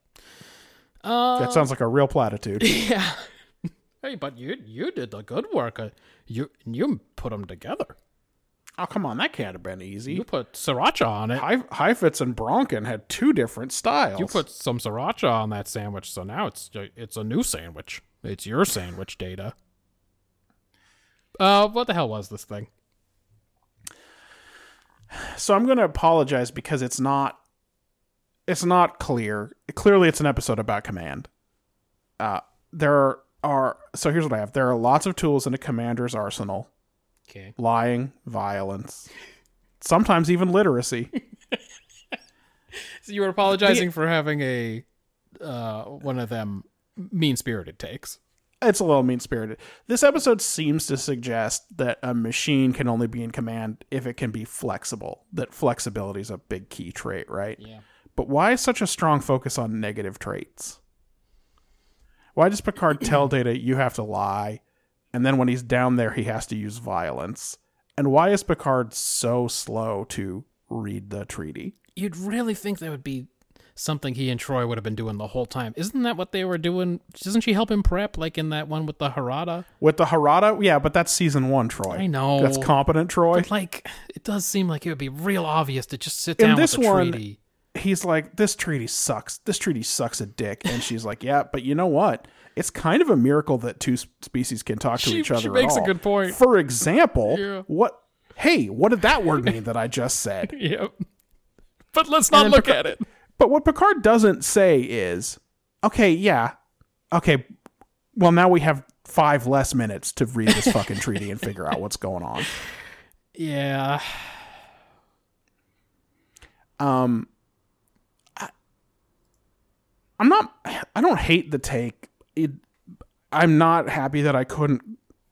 A: Uh,
B: That sounds like a real platitude.
A: Yeah. Hey, but you you did the good work. Uh, You you put them together.
B: oh, come on. That can't have been easy.
A: You put sriracha on it.
B: Hy- Heifetz and Bronken had two different styles.
A: You put some sriracha on that sandwich, so now it's uh, it's a new sandwich. It's your sandwich, Data. Uh, what the hell was this thing?
B: so I'm going to apologize because it's not it's not clear. Clearly, it's an episode about command. Uh, there are so here's what I have. There are lots of tools in a commander's arsenal:
A: Okay.
B: lying, violence, sometimes even literacy.
A: So you were apologizing for having a uh one of them mean spirited takes.
B: it's a little mean spirited. This episode seems to suggest that a machine can only be in command if it can be flexible. That flexibility is a big key trait, right? Yeah. But why such a strong focus on negative traits? Why does Picard tell Data you have to lie, and then when he's down there he has to use violence? And why is Picard so slow to read the treaty?
A: You'd really think that would be something he and Troy would have been doing the whole time. Isn't that what they were doing? Doesn't she help him prep, like in that one with the Harada?
B: With the Harada, yeah, but that's season one, Troy.
A: I know.
B: That's competent, Troy.
A: But like, it does seem like it would be real obvious to just sit
B: In
A: down
B: this
A: with the
B: one-
A: treaty.
B: he's like, "This treaty sucks. This treaty sucks a dick." And she's like, "Yeah, but you know what? It's kind of a miracle that two s- species can talk to
A: She-
B: each other."
A: she
B: at
A: makes a
B: all.
A: good point.
B: For example,
A: Yeah.
B: what? Hey, what did that word mean that I just said?
A: Yep. But let's not
B: then
A: look
B: Picard-
A: at it.
B: But what Picard doesn't say is, "Okay, yeah, okay. Well, now we have five less minutes to read this fucking treaty and figure out what's going on."
A: Yeah.
B: Um, I, I'm not. I don't hate the take. It, I'm not happy that I couldn't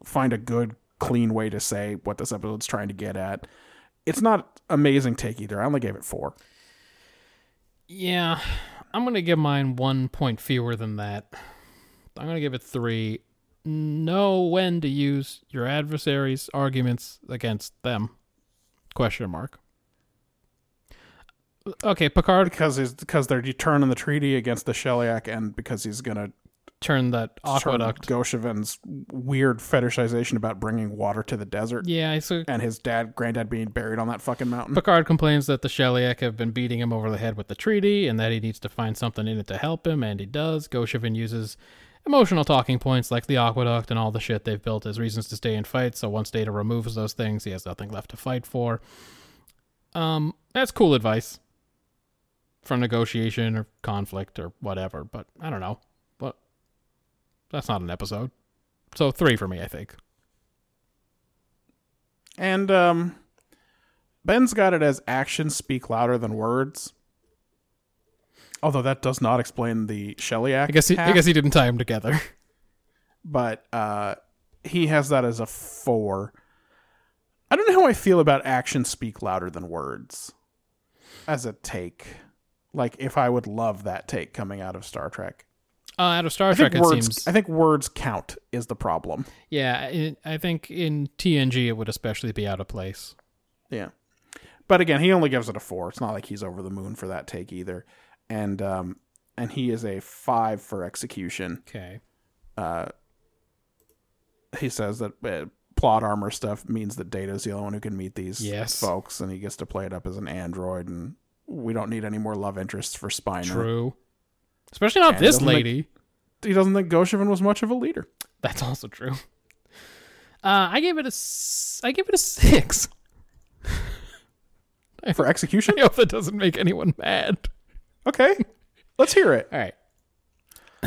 B: find a good, clean way to say what this episode's trying to get at. It's not amazing take either. I only gave it four.
A: Yeah. I'm going to give mine one point fewer than that. I'm going to give it three. Know when to use your adversary's arguments against them? Question mark. Okay, Picard
B: because he's, because they're determining the treaty against the Sheliak, and because he's gonna
A: turned that
B: turn
A: aqueduct.
B: Goshevin's weird fetishization about bringing water to the desert,
A: Yeah, I see.
B: and his dad, granddad, being buried on that fucking mountain.
A: Picard complains that the Shaliak have been beating him over the head with the treaty and that he needs to find something in it to help him, and he does. Goshevin uses emotional talking points like the aqueduct and all the shit they've built as reasons to stay and fight, so once Data removes those things, he has nothing left to fight for. Um, that's cool advice from negotiation or conflict or whatever, but I don't know. But that's not an episode. So three for me, I think.
B: And um, Ben's got it as actions speak louder than words. Although that does not explain the Shelley
A: I guess he, I
B: half.
A: guess he didn't tie them together.
B: but uh, he has that as a four. I don't know how I feel about actions speak louder than words as a take. Like if I would love that take coming out of Star Trek.
A: Uh, out of Star
B: I think
A: Trek, it
B: words.
A: seems.
B: I think words count is the problem.
A: yeah, it, I think in TNG it would especially be out of place.
B: Yeah. But again, he only gives it a four. It's not like he's over the moon for that take either. And um and he is a five for execution.
A: Okay.
B: He says that uh, plot armor stuff means that Data's the only one who can meet these
A: Yes.
B: folks, and he gets to play it up as an android, and we don't need any more love interests for Spiner.
A: True. Especially not this
B: doesn't make-
A: lady.
B: He doesn't think Goshevin was much of a leader.
A: That's also true. Uh, I gave it a s- I gave it a six.
B: For execution?
A: I hope that doesn't make anyone mad.
B: Okay. Let's hear it.
A: All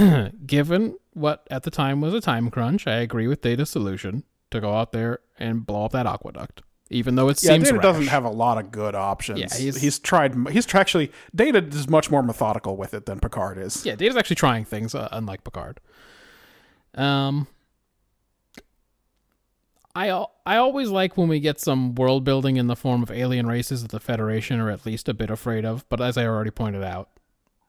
A: right. Given what at the time was a time crunch, I agree with Data's solution to go out there and blow up that aqueduct, even though it
B: Yeah,
A: seems
B: Data
A: rash.
B: doesn't have a lot of good options.
A: Yeah,
B: he's,
A: he's-
B: tried. He's tr- actually Data is much more methodical with it than Picard is.
A: Yeah, Data's actually trying things, uh, unlike Picard. Um, I al- I always like when we get some world building in the form of alien races that the Federation are at least a bit afraid of. But as I already pointed out,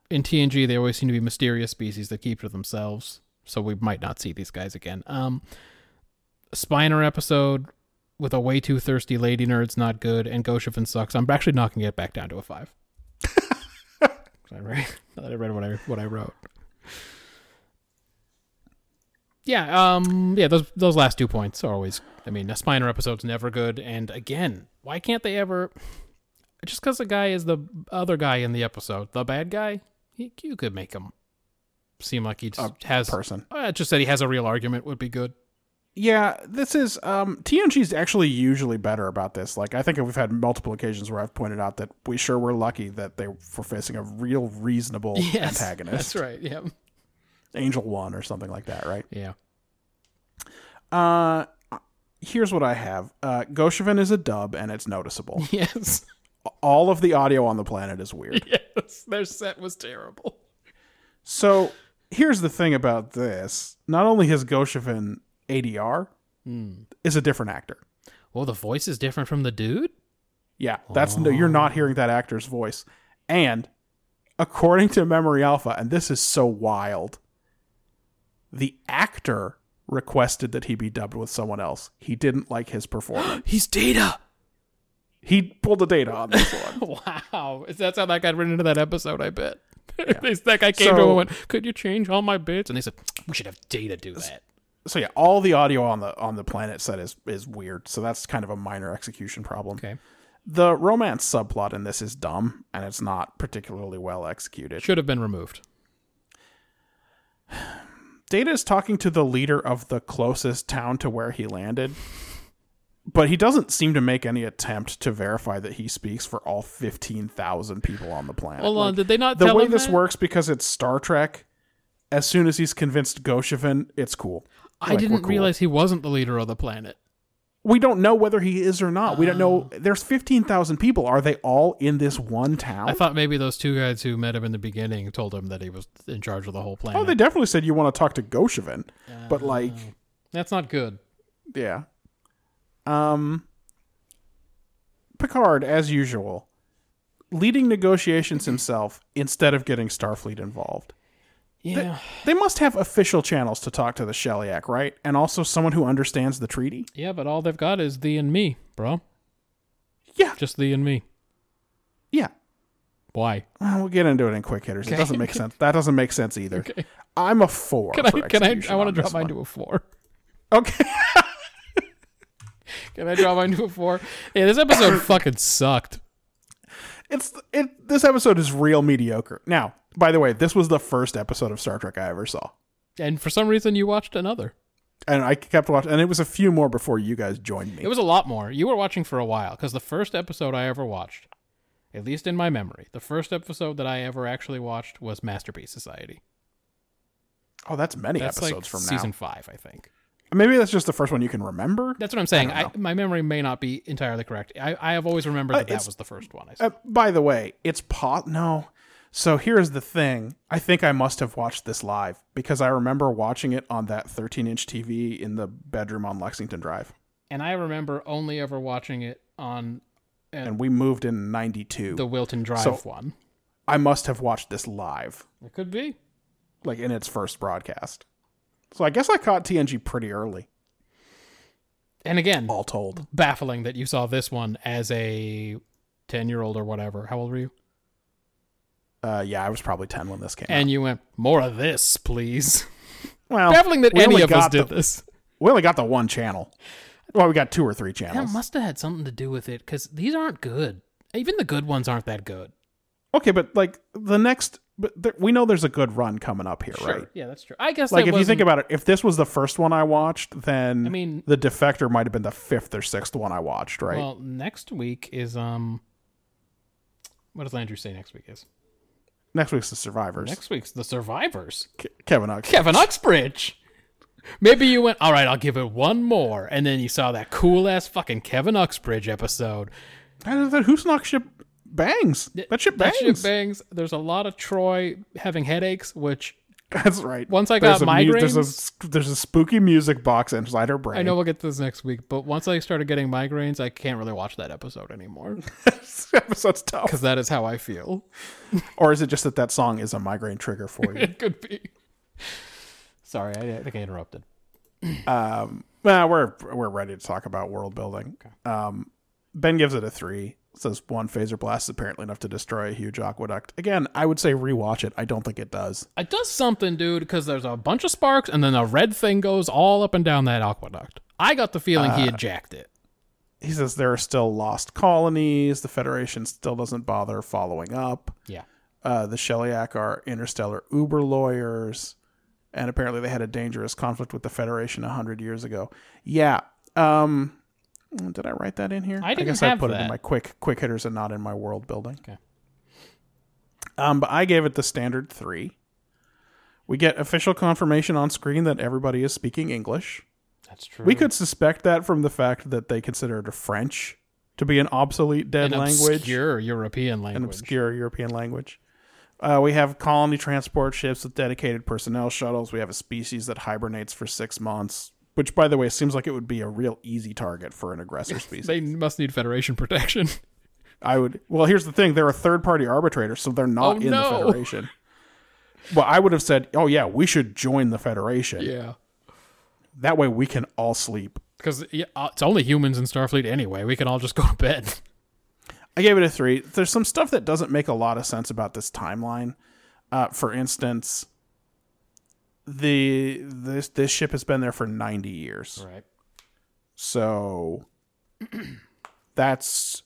A: in TNG they always seem to be mysterious species that keep to themselves. So we might not see these guys again. Um, Spiner episode with a way too thirsty lady nerd's not good, and Goshevin sucks. I'm actually not gonna get back down to a five. I read, now that I read what I what I wrote. Yeah, um, yeah, those those last two points are always. I mean, a Spiner episode's never good, and again, why can't they ever? Just because the guy is the other guy in the episode, the bad guy, he, you could make him seem like he just has
B: person.
A: Uh, just that he has a real argument would be good.
B: Yeah, this is um TNG's actually usually better about this. Like I think we've had multiple occasions where I've pointed out that we sure were lucky that they were facing a real reasonable antagonist.
A: That's right. Yeah.
B: Angel One or something like that, right?
A: Yeah.
B: Uh here's what I have. Uh Goshevin is a dub and it's noticeable.
A: Yes.
B: All of the audio on the planet is weird.
A: Yes. Their set was terrible.
B: So here's the thing about this. Not only has Goshevin ADR is a different actor.
A: Hmm. Well, the voice is different from the dude.
B: Yeah, that's no, you're not hearing that actor's voice. And according to Memory Alpha, and this is so wild, the actor requested that he be dubbed with someone else. He didn't like his performance.
A: He's Data.
B: he pulled the data on this one.
A: Wow. That's how that got written into that episode, I bet. They- that guy came to
B: So-
A: him and went, Could you change all my bits? And they said, We should have Data do that.
B: So yeah, all the audio on the on the planet set is is weird. So that's kind of a minor execution problem.
A: Okay.
B: The romance subplot in this is dumb and it's not particularly well executed.
A: Should have been removed.
B: Data is talking to the leader of the closest town to where he landed, but he doesn't seem to make any attempt to verify that he speaks for all 15,000 people on the planet.
A: Hold on.
B: Like,
A: Did they not
B: the
A: tell
B: way
A: him
B: this
A: that?
B: works, because it's Star Trek, as soon as he's convinced Goshevin, it's cool.
A: I
B: Like, we're
A: didn't
B: cool.
A: realize he wasn't the leader of the planet.
B: We don't know whether he is or not. We don't know.
A: Uh.
B: There's 15,000 people. Are they all in this one town?
A: I thought maybe those two guys who met him in the beginning told him that he was in charge of the whole planet.
B: oh, they definitely said you want to talk to Goshevin, but like.
A: That's not good.
B: Yeah. Um Picard, as usual, leading negotiations himself instead of getting Starfleet involved.
A: Yeah.
B: They must have official channels to talk to the Shellyak, right? And also someone who understands the treaty?
A: yeah, but all they've got is thee and me, bro.
B: Yeah.
A: Just thee and me.
B: Yeah. Uh,
A: Why?
B: Well, we'll get into it in quick hitters. It doesn't make sense. That doesn't make sense either. I'm a four.
A: Can
B: for
A: I? Can I?
B: execution
A: I want
B: on
A: to drop
B: this
A: mine
B: one.
A: to a four.
B: Okay.
A: Can I draw mine to a four? Yeah, this episode fucking sucked.
B: It's it this episode is real mediocre. Now, by the way, this was the first episode of Star Trek I ever saw.
A: And for some reason, you watched another.
B: and I kept watching, and it was a few more before you guys joined me.
A: It was a lot more. You were watching for a while because the first episode I ever watched, at least in my memory, the first episode that I ever actually watched was Masterpiece Society.
B: oh, that's many
A: That's like
B: episodes from
A: season
B: now.
A: five, I think.
B: Maybe that's just the first one you can remember.
A: That's what I'm saying. I
B: don't
A: my memory may not be entirely correct. I, I have always remembered
B: Uh,
A: that that
B: it's-
A: was the first one. I saw.
B: Uh, by the way, it's pot. No, So here's the thing. I think I must have watched this live because I remember watching it on that 13 inch TV in the bedroom on Lexington Drive.
A: And I remember only ever watching it on
B: And we moved in 92.
A: the Wilton Drive
B: So-
A: one.
B: I must have watched this live,
A: It could be.
B: like in its first broadcast. So I guess I caught TNG pretty early,
A: And again,
B: all told.
A: baffling that you saw this one as a 10 year old or whatever. How old were you?
B: Uh, yeah, I was probably 10 when this came out.
A: And you went, more of this, please.
B: Well,
A: baffling that
B: we
A: any
B: only
A: of us
B: got
A: did
B: the-
A: this.
B: We only got the one channel. Well, we got two or three
A: That
B: channels.
A: must have had something to do with it because these aren't good. Even the good ones aren't that good.
B: okay, but like the next, but there, we know there's a good run coming up here, right?
A: Yeah, that's true. I guess
B: Like
A: that
B: if you think
A: wasn't-
B: about it, if this was the first one I watched, then
A: I mean-
B: the Defector might have been the fifth or sixth one I watched, right?
A: Well, next week is um. What does Andrew say next week is?
B: next week's the Survivors.
A: Next week's the survivors.
B: Ke- Kevin Huck.
A: Kevin Uxbridge. Maybe you went, all right, I'll give it one more, and then you saw that cool ass fucking Kevin Uxbridge episode.
B: And that Hoosnock ship bangs. That ship bangs.
A: That shit bangs. There's a lot of Troy having headaches, which
B: That's right.
A: Once I
B: There's
A: got
B: a mu- there's, a,
A: migraines-
B: sp- there's a spooky music box inside her brain.
A: I know we'll get to this next week, but once I started getting migraines, I can't really watch that episode anymore
B: this episode's tough.
A: because that is how I feel.
B: Or is it just that that song is a migraine trigger for you?
A: It could be. Sorry, I, I think I interrupted.
B: Nah, we're we're ready to talk about world building. Um, ben gives it a three. Says one phaser blast is apparently enough to destroy a huge aqueduct. Again, I would say rewatch it. I don't think it does.
A: It does something, dude, because there's a bunch of sparks and then a red thing goes all up and down that aqueduct. I got the feeling he had jacked it.
B: He says there are still lost colonies. The Federation still doesn't bother following up.
A: Yeah.
B: Uh, the Sheliak are interstellar Uber lawyers, and apparently they had a dangerous conflict with the Federation hundred years ago. Yeah. Um, did I write that in here?
A: I didn't
B: guess I
A: have
B: put it in
A: that.
B: my quick quick hitters and not in my world building.
A: Okay.
B: Um, but I gave it the standard three. We get official confirmation on screen that everybody is speaking English.
A: That's true.
B: We could suspect that from the fact that they considered French to be an obsolete dead
A: an
B: language,
A: obscure European language.
B: an obscure European language. Uh, we have colony transport ships with dedicated personnel shuttles. We have a species that hibernates for six months, which, by the way, seems like it would be a real easy target for an aggressor species.
A: They must need Federation protection.
B: I would. Well, here's the thing: they're a third-party arbitrator, so they're not
A: Oh,
B: in
A: no.
B: the federation. Well, I would have said, "Oh yeah, we should join the federation.
A: yeah.
B: That way, we can all sleep."
A: Because uh, it's only humans in Starfleet anyway. We can all just go to bed.
B: I gave it a three. There's some stuff that doesn't make a lot of sense about this timeline. Uh, for instance, the this this ship has been there for 90 years,
A: Right.
B: so that's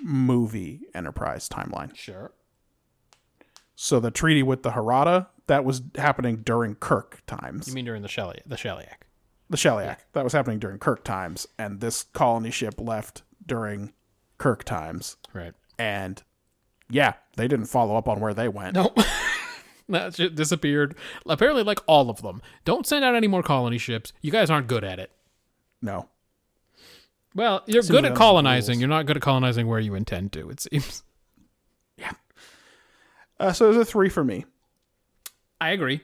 B: movie Enterprise timeline.
A: Sure.
B: So the treaty with the Harada that was happening during Kirk times.
A: You mean during the Shelley, the Shellyak?
B: the Shellyak. That was happening during Kirk times, and this colony ship left during Kirk times.
A: Right.
B: And yeah, they didn't follow up on where they went.
A: No. that shit disappeared. Apparently, like all of them. Don't send out any more colony ships. You guys aren't good at it.
B: No.
A: Well, you're
B: Seems
A: good
B: out
A: at
B: of
A: colonizing.
B: rules.
A: You're not good at colonizing where you intend to, it seems.
B: Uh, so there's a three for me.
A: I agree.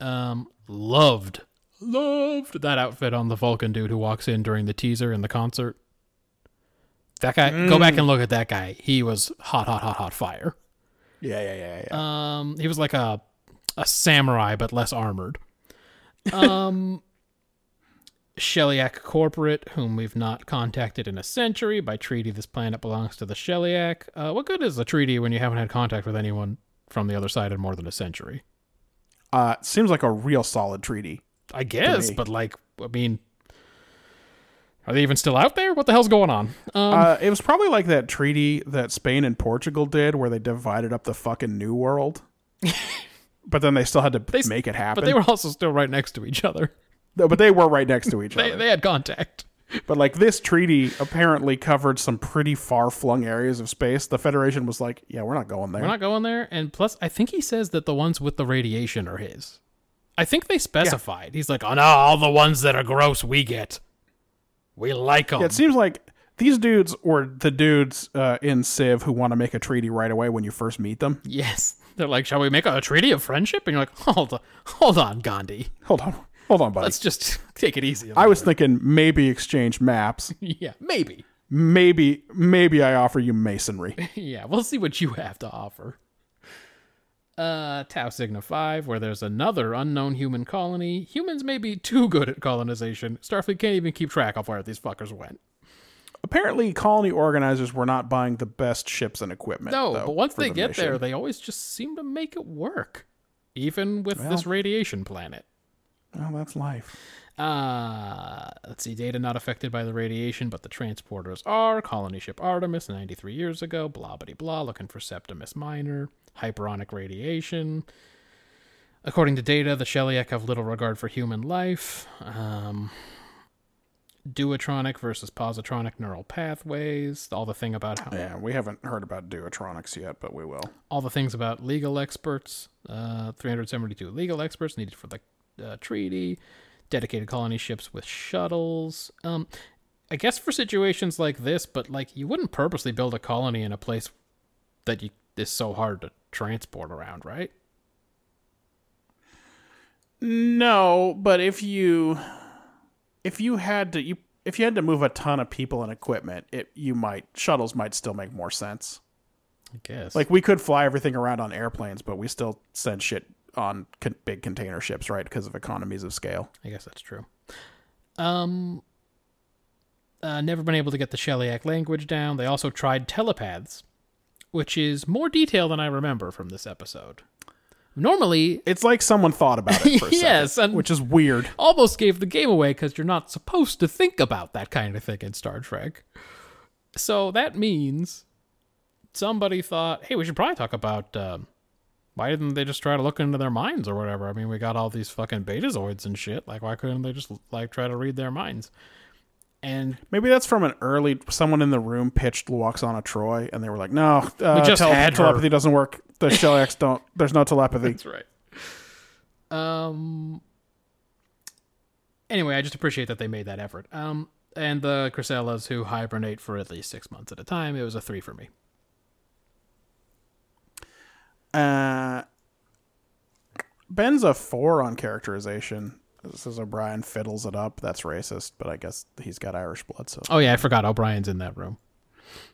A: Um, loved, loved that outfit on the Vulcan dude who walks in during the teaser and the concert. That guy, go back and look at that guy. He was hot, hot, hot, hot fire.
B: Yeah, yeah, yeah, yeah.
A: Um, he was like a a samurai but less armored. Um, Sheliak Corporate, whom we've not contacted in a century. By treaty, this planet belongs to the Sheliak. Uh, what good is a treaty when you haven't had contact with anyone from the other side in more than a century?
B: Uh, seems like a real solid treaty.
A: I guess,
B: me.
A: but like, I mean, are they even still out there? What the hell's going on? Um,
B: uh, it was probably like that treaty that Spain and Portugal did, where they divided up the fucking New World. but then they still had to
A: s-
B: make it happen.
A: but they were also still right next to each other.
B: No, but they were right next to each
A: They,
B: other.
A: they had contact.
B: But like this treaty apparently covered some pretty far flung areas of space. The Federation was like, yeah, we're not going there.
A: We're not going there. And plus, I think he says that the ones with the radiation are his. I think they specified. He's like, oh no, all the ones that are gross we get. We like them.
B: Yeah, it seems like These dudes were the dudes uh, in Civ who want to make a treaty right away when you first meet them.
A: Yes. They're like, shall we make a treaty of friendship? And you're like, hold on, hold on, Gandhi.
B: Hold on, hold on, buddy.
A: Let's just take it easy.
B: I was thinking maybe exchange maps.
A: yeah, maybe.
B: Maybe maybe I offer you masonry.
A: Yeah, we'll see what you have to offer. Uh, Tau Sigma 5, where there's another unknown human colony. Humans may be too good at colonization. Starfleet can't even keep track of where these fuckers went.
B: Apparently, colony organizers were not buying the best ships and equipment.
A: No,
B: though,
A: but once
B: for
A: they
B: the
A: get
B: mission.
A: there, they always just seem to make it work, even with this radiation planet.
B: well, that's life.
A: Uh, let's see, data not affected by the radiation, but the transporters are. Colony ship Artemis, 93 years ago, blah, blah, blah, looking for Septimus Minor, hyperonic radiation. According to data, the Sheliak have little regard for human life. Um, duotronic versus positronic neural pathways, all the thing about how
B: Yeah, we haven't heard about duotronics yet, but we will.
A: all the things about legal experts. Uh, 372 legal experts needed for the uh, treaty. Dedicated colony ships with shuttles. Um, I guess for situations like this, but like you wouldn't purposely build a colony in a place that you is so hard to transport around, right?
B: No, but if you if you had to you if you had to move a ton of people and equipment, it you might shuttles might still make more sense.
A: I guess.
B: Like we could fly everything around on airplanes, but we still send shit on con- big container ships, right? Because of economies of scale.
A: I guess that's true. Um, uh, never been able to get the Sheliak language down. They also tried telepaths, which is more detail than I remember from this episode. Normally,
B: It's like someone thought about it for a
A: Yes,
B: second,
A: and-
B: which is weird.
A: almost gave the game away because you're not supposed to think about that kind of thing in Star Trek. So that means somebody thought, hey, we should probably talk about um, why didn't they just try to look into their minds or whatever? I mean, we got all these fucking betazoids and shit. Like, why couldn't they just like try to read their minds? And
B: Maybe that's from an early someone in the room pitched Luoxana Troy, and they were like, "No, uh,
A: just
B: tele-
A: had her."
B: telepathy doesn't work. The Shellacks don't. There's no telepathy."
A: that's right. Um. Anyway, I just appreciate that they made that effort. Um, and the Chrysalis who hibernate for at least six months at a time. It was a three for me.
B: Uh, Ben's a four on characterization. This is O'Brien fiddles it up. That's racist, but I guess he's got Irish blood, so
A: Oh yeah, I forgot O'Brien's in that room.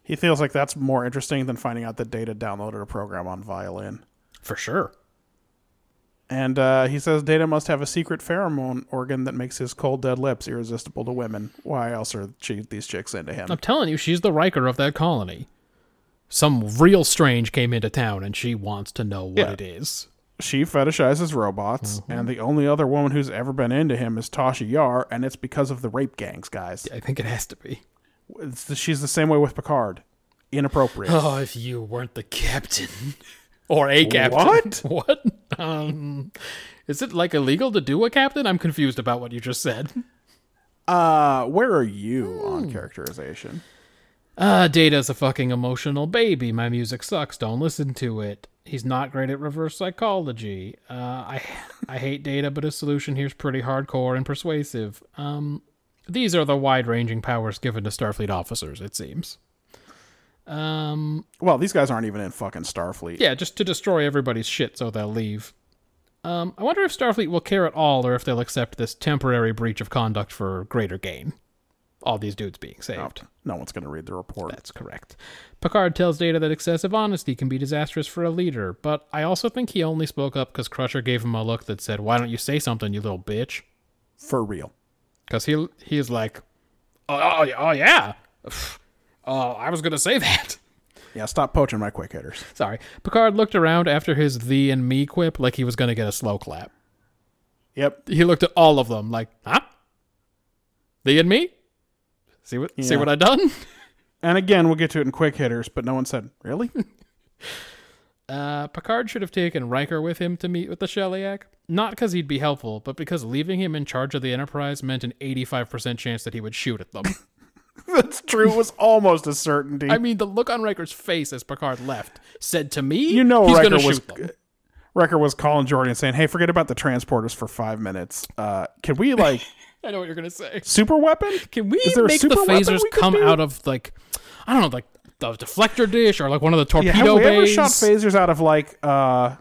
B: he feels like that's more interesting than finding out that Data downloaded a program on violin.
A: For sure.
B: And uh, he says Data must have a secret pheromone organ that makes his cold dead lips irresistible to women. Why else are she, these chicks into him?
A: I'm telling you, she's the Riker of that colony. Some real strange came into town and she wants to know what
B: Yeah.
A: it is.
B: She fetishizes robots,
A: Mm-hmm.
B: and the only other woman who's ever been into him is Tasha Yar, and it's because of the rape gangs, guys.
A: I think it has to be.
B: It's the- she's the same way with Picard. Inappropriate.
E: Oh, if you weren't the captain. Or a captain.
B: What?
A: What? Um is it like illegal to do a captain? I'm confused about what you just said.
B: Uh, where are you
A: Hmm.
B: on characterization?
A: Uh, Data's a fucking emotional baby. My music sucks. Don't listen to it. He's not great at reverse psychology. Uh, I I hate Data, but his solution here's pretty hardcore and persuasive. Um, these are the wide-ranging powers given to Starfleet officers, it seems. Um,
B: Well, these guys aren't even in fucking Starfleet.
A: yeah, just to destroy everybody's shit so they'll leave. Um, I wonder if Starfleet will care at all, or if they'll accept this temporary breach of conduct for greater gain. All these dudes being saved.
B: No, no one's going to read the report.
A: That's correct. Picard tells Data that excessive honesty can be disastrous for a leader, but I also think he only spoke up because Crusher gave him a look that said, "Why don't you say something, you little bitch?"
B: For real.
A: Because he he's like, "Oh, oh, yeah, oh yeah, Pff, oh I was gonna say that."
B: Yeah, stop poaching my quick hitters.
A: Sorry. Picard looked around after his "thee" and "me" quip like he was gonna get a slow clap.
B: Yep.
A: He looked at all of them like, "Huh? Thee and me? See what see
B: Yeah.
A: what I done?"
B: And again, we'll get to it in quick hitters, but no one said, really?
A: Uh, Picard should have taken Riker with him to meet with the Sheliak. Not because he'd be helpful, but because leaving him in charge of the Enterprise meant an 85% chance that he would shoot at them.
B: That's true. It was almost a certainty.
A: I mean, the look on Riker's face as Picard left said to me,
B: you know
A: he's
B: Riker
A: going to
B: was
A: shoot them.
B: Riker was calling Jordan and saying, "Hey, forget about the transporters for five minutes. Uh, can we like
A: I know what you're gonna say.
B: Super weapon?
A: Can we
B: Is there a
A: make the
B: super weapon
A: phasers
B: we could
A: come
B: do?
A: out of like I don't know, like the deflector dish or like one of the
B: Yeah,
A: torpedo
B: have we ever
A: bays?
B: shot phasers out of like uh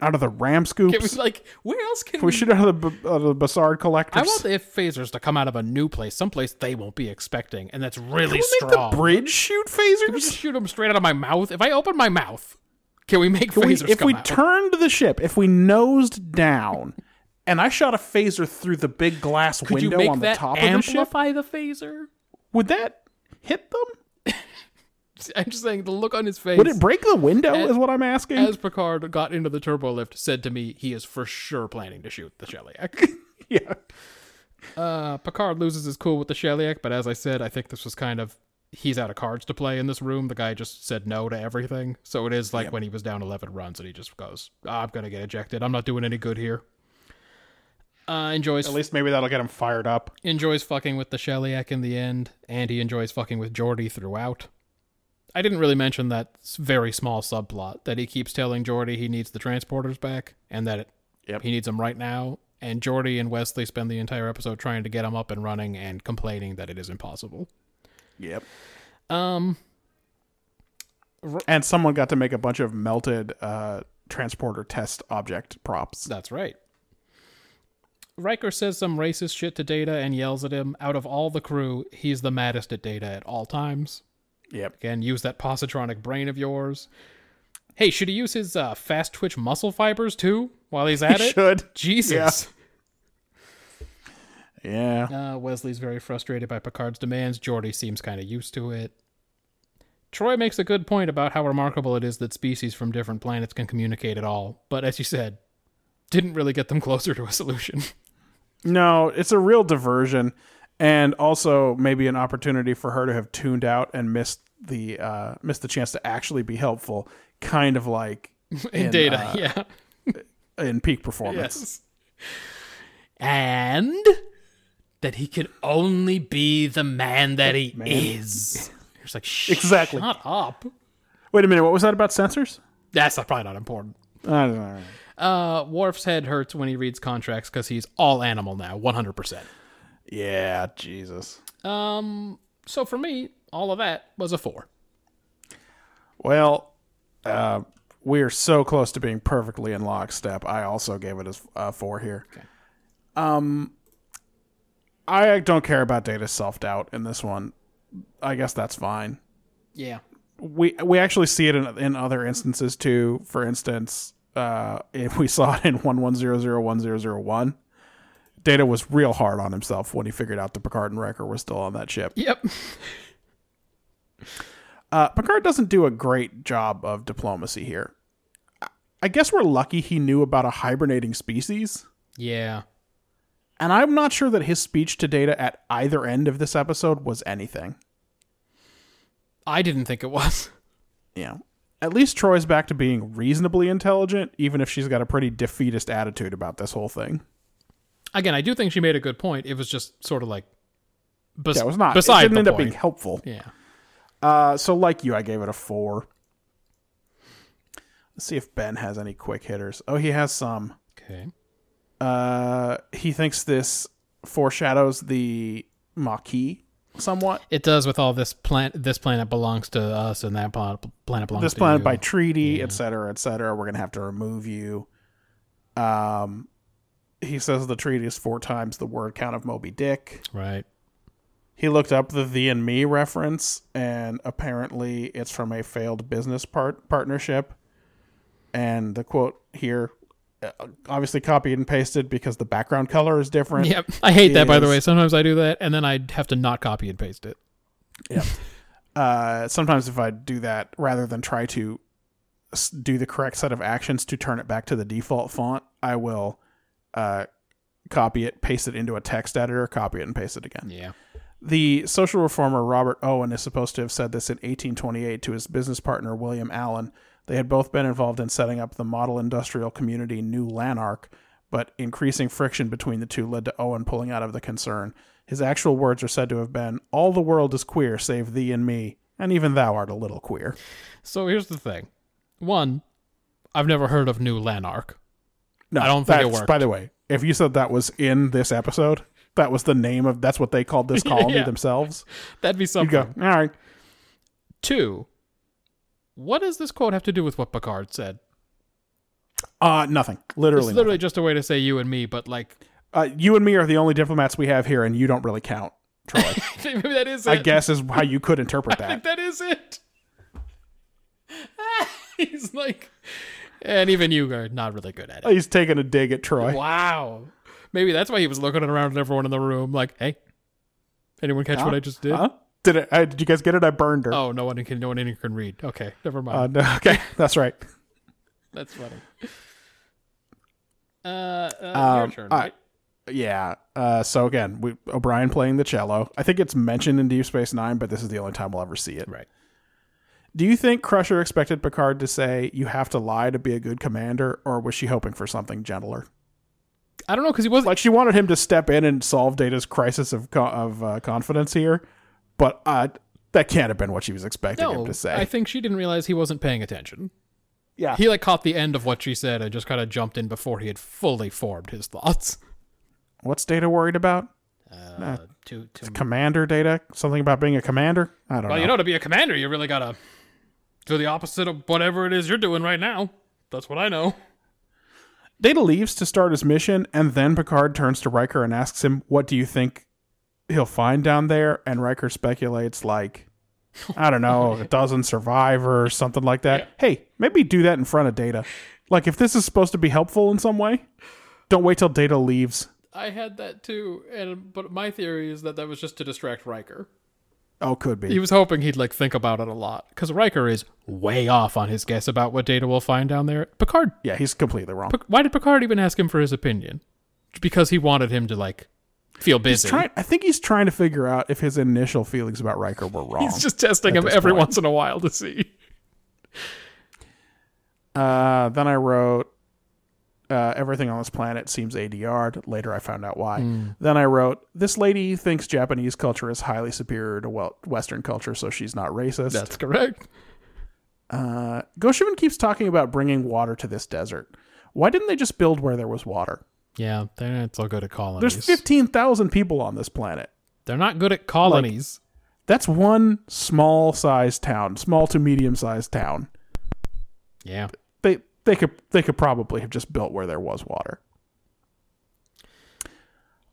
B: out of the ram scoops?
A: Can we, like where else can
B: we shoot out of the b- out of the Bassard collectors.
A: I want the phasers to come out of a new place, someplace they won't be expecting, and that's really
B: Can we make
A: strong.
B: the bridge shoot
A: Can we just
B: phasers.
A: shoot them straight out of my mouth? If I open my mouth, can we make
B: If we,
A: phasers
B: if
A: come
B: we
A: out?
B: turned the ship, if we nosed down, and I shot a phaser through the big glass
A: Could you
B: window
A: make
B: on the
A: that
B: top of the ship,
A: amplify the phaser?
B: would that hit them?
A: I'm just saying the look on his face.
B: Would it break the window?
A: As-
B: is what I'm asking.
A: as Picard got into the turbo lift, said to me, he is for sure planning to shoot the Sheliak.
B: yeah.
A: uh, Picard loses his cool with the Sheliak, but as I said, I think this was kind of he's out of cards to play in this room. The guy just said no to everything, so it is like when he was down eleven runs and he just goes, "I'm gonna get ejected. I'm not doing any good here." Uh, enjoys
B: At least maybe that'll get them fired up.
A: enjoys fucking with the Sheliak in the end, and he enjoys fucking with Geordi throughout. I didn't really mention that s- very small subplot that he keeps telling Geordi he needs the transporters back and that it,
B: Yep.
A: he needs them right now. And Geordi and Wesley spend the entire episode trying to get him up and running and complaining that it is impossible.
B: Yep.
A: Um,
B: And someone got to make a bunch of melted uh, transporter test object props.
A: That's right. Riker says some racist shit to Data and yells at him. Out of all the crew, he's the maddest at Data at all times.
B: Yep.
A: Again, use that positronic brain of yours. Hey, should he use his uh, fast twitch muscle fibers too while he's at
B: He
A: it?
B: should.
A: Jesus.
B: Yeah.
A: Uh, Wesley's very frustrated by Picard's demands. Geordi seems kind of used to it. Troy makes a good point about how remarkable it is that species from different planets can communicate at all, but as you said, didn't really get them closer to a solution.
B: No, it's a real diversion, and also maybe an opportunity for her to have tuned out and missed the uh, missed the chance to actually be helpful. Kind of like
A: in,
B: in,
A: data,
B: uh,
A: yeah.
B: in peak performance.
E: And that he can only be the man that he is. It's like, shh,
B: Exactly.
A: Not up.
B: Wait a minute, what was that about sensors?
A: That's not- probably not important.
B: I don't know.
A: Uh, Worf's head hurts when he reads contracts because he's all animal now, 100%.
B: Yeah, Jesus.
A: Um, so for me, all of that was a four.
B: Well, uh, we are so close to being perfectly in lockstep. I also gave it a uh, four here. Um, I don't care about Data's self doubt in this one. I guess that's fine.
A: Yeah.
B: we we actually see it in, in other instances too. For instance, uh, if we saw it in one one zero zero one zero zero one, Data was real hard on himself when he figured out that Picard and Riker were still on that ship.
A: Yep.
B: Uh, Picard doesn't do a great job of diplomacy here. I- I guess we're lucky he knew about a hibernating species,
A: Yeah.
B: and I'm not sure that his speech to Data at either end of this episode was anything.
A: I didn't think it was.
B: Yeah. At least Troy's back to being reasonably intelligent, even if she's got a pretty defeatist attitude about this whole thing.
A: Again, I do think she made a good point. It was just sort of like. Bes-
B: Yeah, it was not.
A: Beside
B: it didn't
A: the
B: end up
A: point.
B: being helpful.
A: Yeah.
B: Uh, so, like you, I gave it a four. Let's see if Ben has any quick hitters. Oh, he has some.
A: Okay.
B: Uh, he thinks this foreshadows the Maquis somewhat.
A: It does with all this planet. This planet belongs to us, and that pla- planet belongs
B: This
A: to
B: planet
A: you.
B: by treaty, et cetera, et cetera. We're gonna have to remove you. Um, he says the treaty is four times the word count of Moby Dick.
A: right.
B: He looked up the "thee and me" reference, and apparently it's from a failed business part- partnership. And the quote here, uh, obviously copied and pasted because the background color is different.
A: Yep. I hate that, by the
B: is-
A: way. Sometimes I do that, and then I have to not copy and paste it.
B: Uh, sometimes if I do that, rather than try to s- do the correct set of actions to turn it back to the default font, I will uh, copy it, paste it into a text editor, copy it, and paste it again.
A: Yeah.
B: The social reformer Robert Owen is supposed to have said this in 1828 to his business partner William Allen. They had both been involved in setting up the model industrial community New Lanark, but increasing friction between the two led to Owen pulling out of the concern. His actual words are said to have been, All the world is queer save thee and me, and even thou art a little queer.
A: So here's the thing. One, I've never heard of New Lanark.
B: No,
A: I don't think it
B: that's-
A: worked.
B: By the way, If you said that was in this episode, that was the name of that's what they called this colony
A: Yeah.
B: themselves.
A: That'd be
B: You
A: something.
B: go, all right.
A: Two. What does this quote have to do with what Picard said?
B: Uh nothing.
A: it's
B: Literally. nothing.
A: literally just a way to say you and me, but like
B: Uh, you and me are the only diplomats we have here and you don't really count, Troy.
A: maybe that is it.
B: I guess is how you could interpret
A: I think
B: that.
A: that is it. He's like, and even you are not really good at it.
B: He's taking a dig at Troy.
A: Wow. Maybe that's why he was looking around at everyone in the room, like, "Hey, anyone catch what I just did?"
B: Huh? Did it? I, did you guys get it? I burned her.
A: Oh, no one can, no one in here can read. Okay, never mind.
B: Uh, no, okay, that's right.
A: that's funny. Uh, uh your
B: Um,
A: turn,
B: all
A: right?
B: Yeah. Uh, so again, we, O'Brien playing the cello. I think it's mentioned in Deep Space Nine, but this is the only time we'll ever see it.
A: Right.
B: Do you think Crusher expected Picard to say "you have to lie to be a good commander," or was she hoping for something gentler?
A: I don't know because he wasn't.
B: Like she wanted him to step in and solve Data's crisis of co- of uh, confidence here, but uh, that can't have been what she was expecting him
A: no,
B: to say.
A: I think she didn't realize he wasn't paying attention.
B: yeah.
A: He like caught the end of what she said and just kind of jumped in before he had fully formed his thoughts.
B: What's Data worried about?
A: Uh, to to
B: Commander Data? Something about being a commander? I don't
E: Well,
B: know.
E: you know, to be a commander, you really gotta do the opposite of whatever it is you're doing right now. That's what I know.
B: Data leaves to start his mission, and then Picard turns to Riker and asks him, "What do you think he'll find down there?" And Riker speculates, like, "I don't know, a dozen survivors, something like that." Hey, maybe do that in front of Data. Like, if this is supposed to be helpful in some way, don't wait till Data leaves.
A: I had that too, and but my theory is that that was just to distract Riker.
B: Oh, could
A: He
B: be.
A: was hoping he'd like think about it a lot because Riker is way off on his guess about what Data will find down there. Picard,
B: Yeah, he's completely wrong.
A: Pic- why did Picard even ask him for his opinion? Because he wanted him to like feel busy.
B: He's trying, I think he's trying to figure out if his initial feelings about Riker were wrong.
A: He's just testing
B: at
A: him
B: this
A: every
B: point.
A: once in a while to see.
B: Uh, then I wrote uh, everything on this planet seems ADR'd. Later, I found out why. Then I wrote this lady thinks Japanese culture is highly superior to wel- Western culture, so she's not racist.
A: That's correct.
B: Uh, Goshevin keeps talking about bringing water to this desert. Why didn't they just build where there was water?
A: Yeah, they're not so good at colonies.
B: There's fifteen thousand people on this planet.
A: they're not good at colonies.
B: That's one small sized town, small to medium sized town.
A: yeah.
B: they they could they could probably have just built where there was water.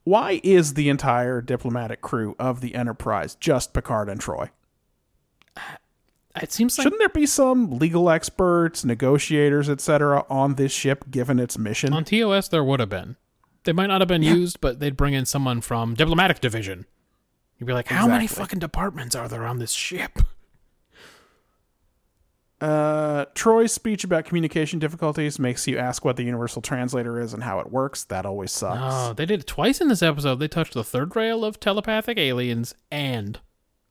B: Why is the entire diplomatic crew of the Enterprise just Picard and Troy?
A: It seems like
B: Shouldn't there be some legal experts, negotiators, etc. on this ship given its mission?
A: on TOS there would have been. They might not have been used, but they'd bring in someone from diplomatic division. You'd be like, how many
B: Exactly.
A: fucking departments are there on this ship?
B: Uh, Troy's speech about communication difficulties makes you ask what the universal translator is and how it works. That always sucks.
A: Oh, they did it twice in this episode. They touched the third rail of telepathic aliens and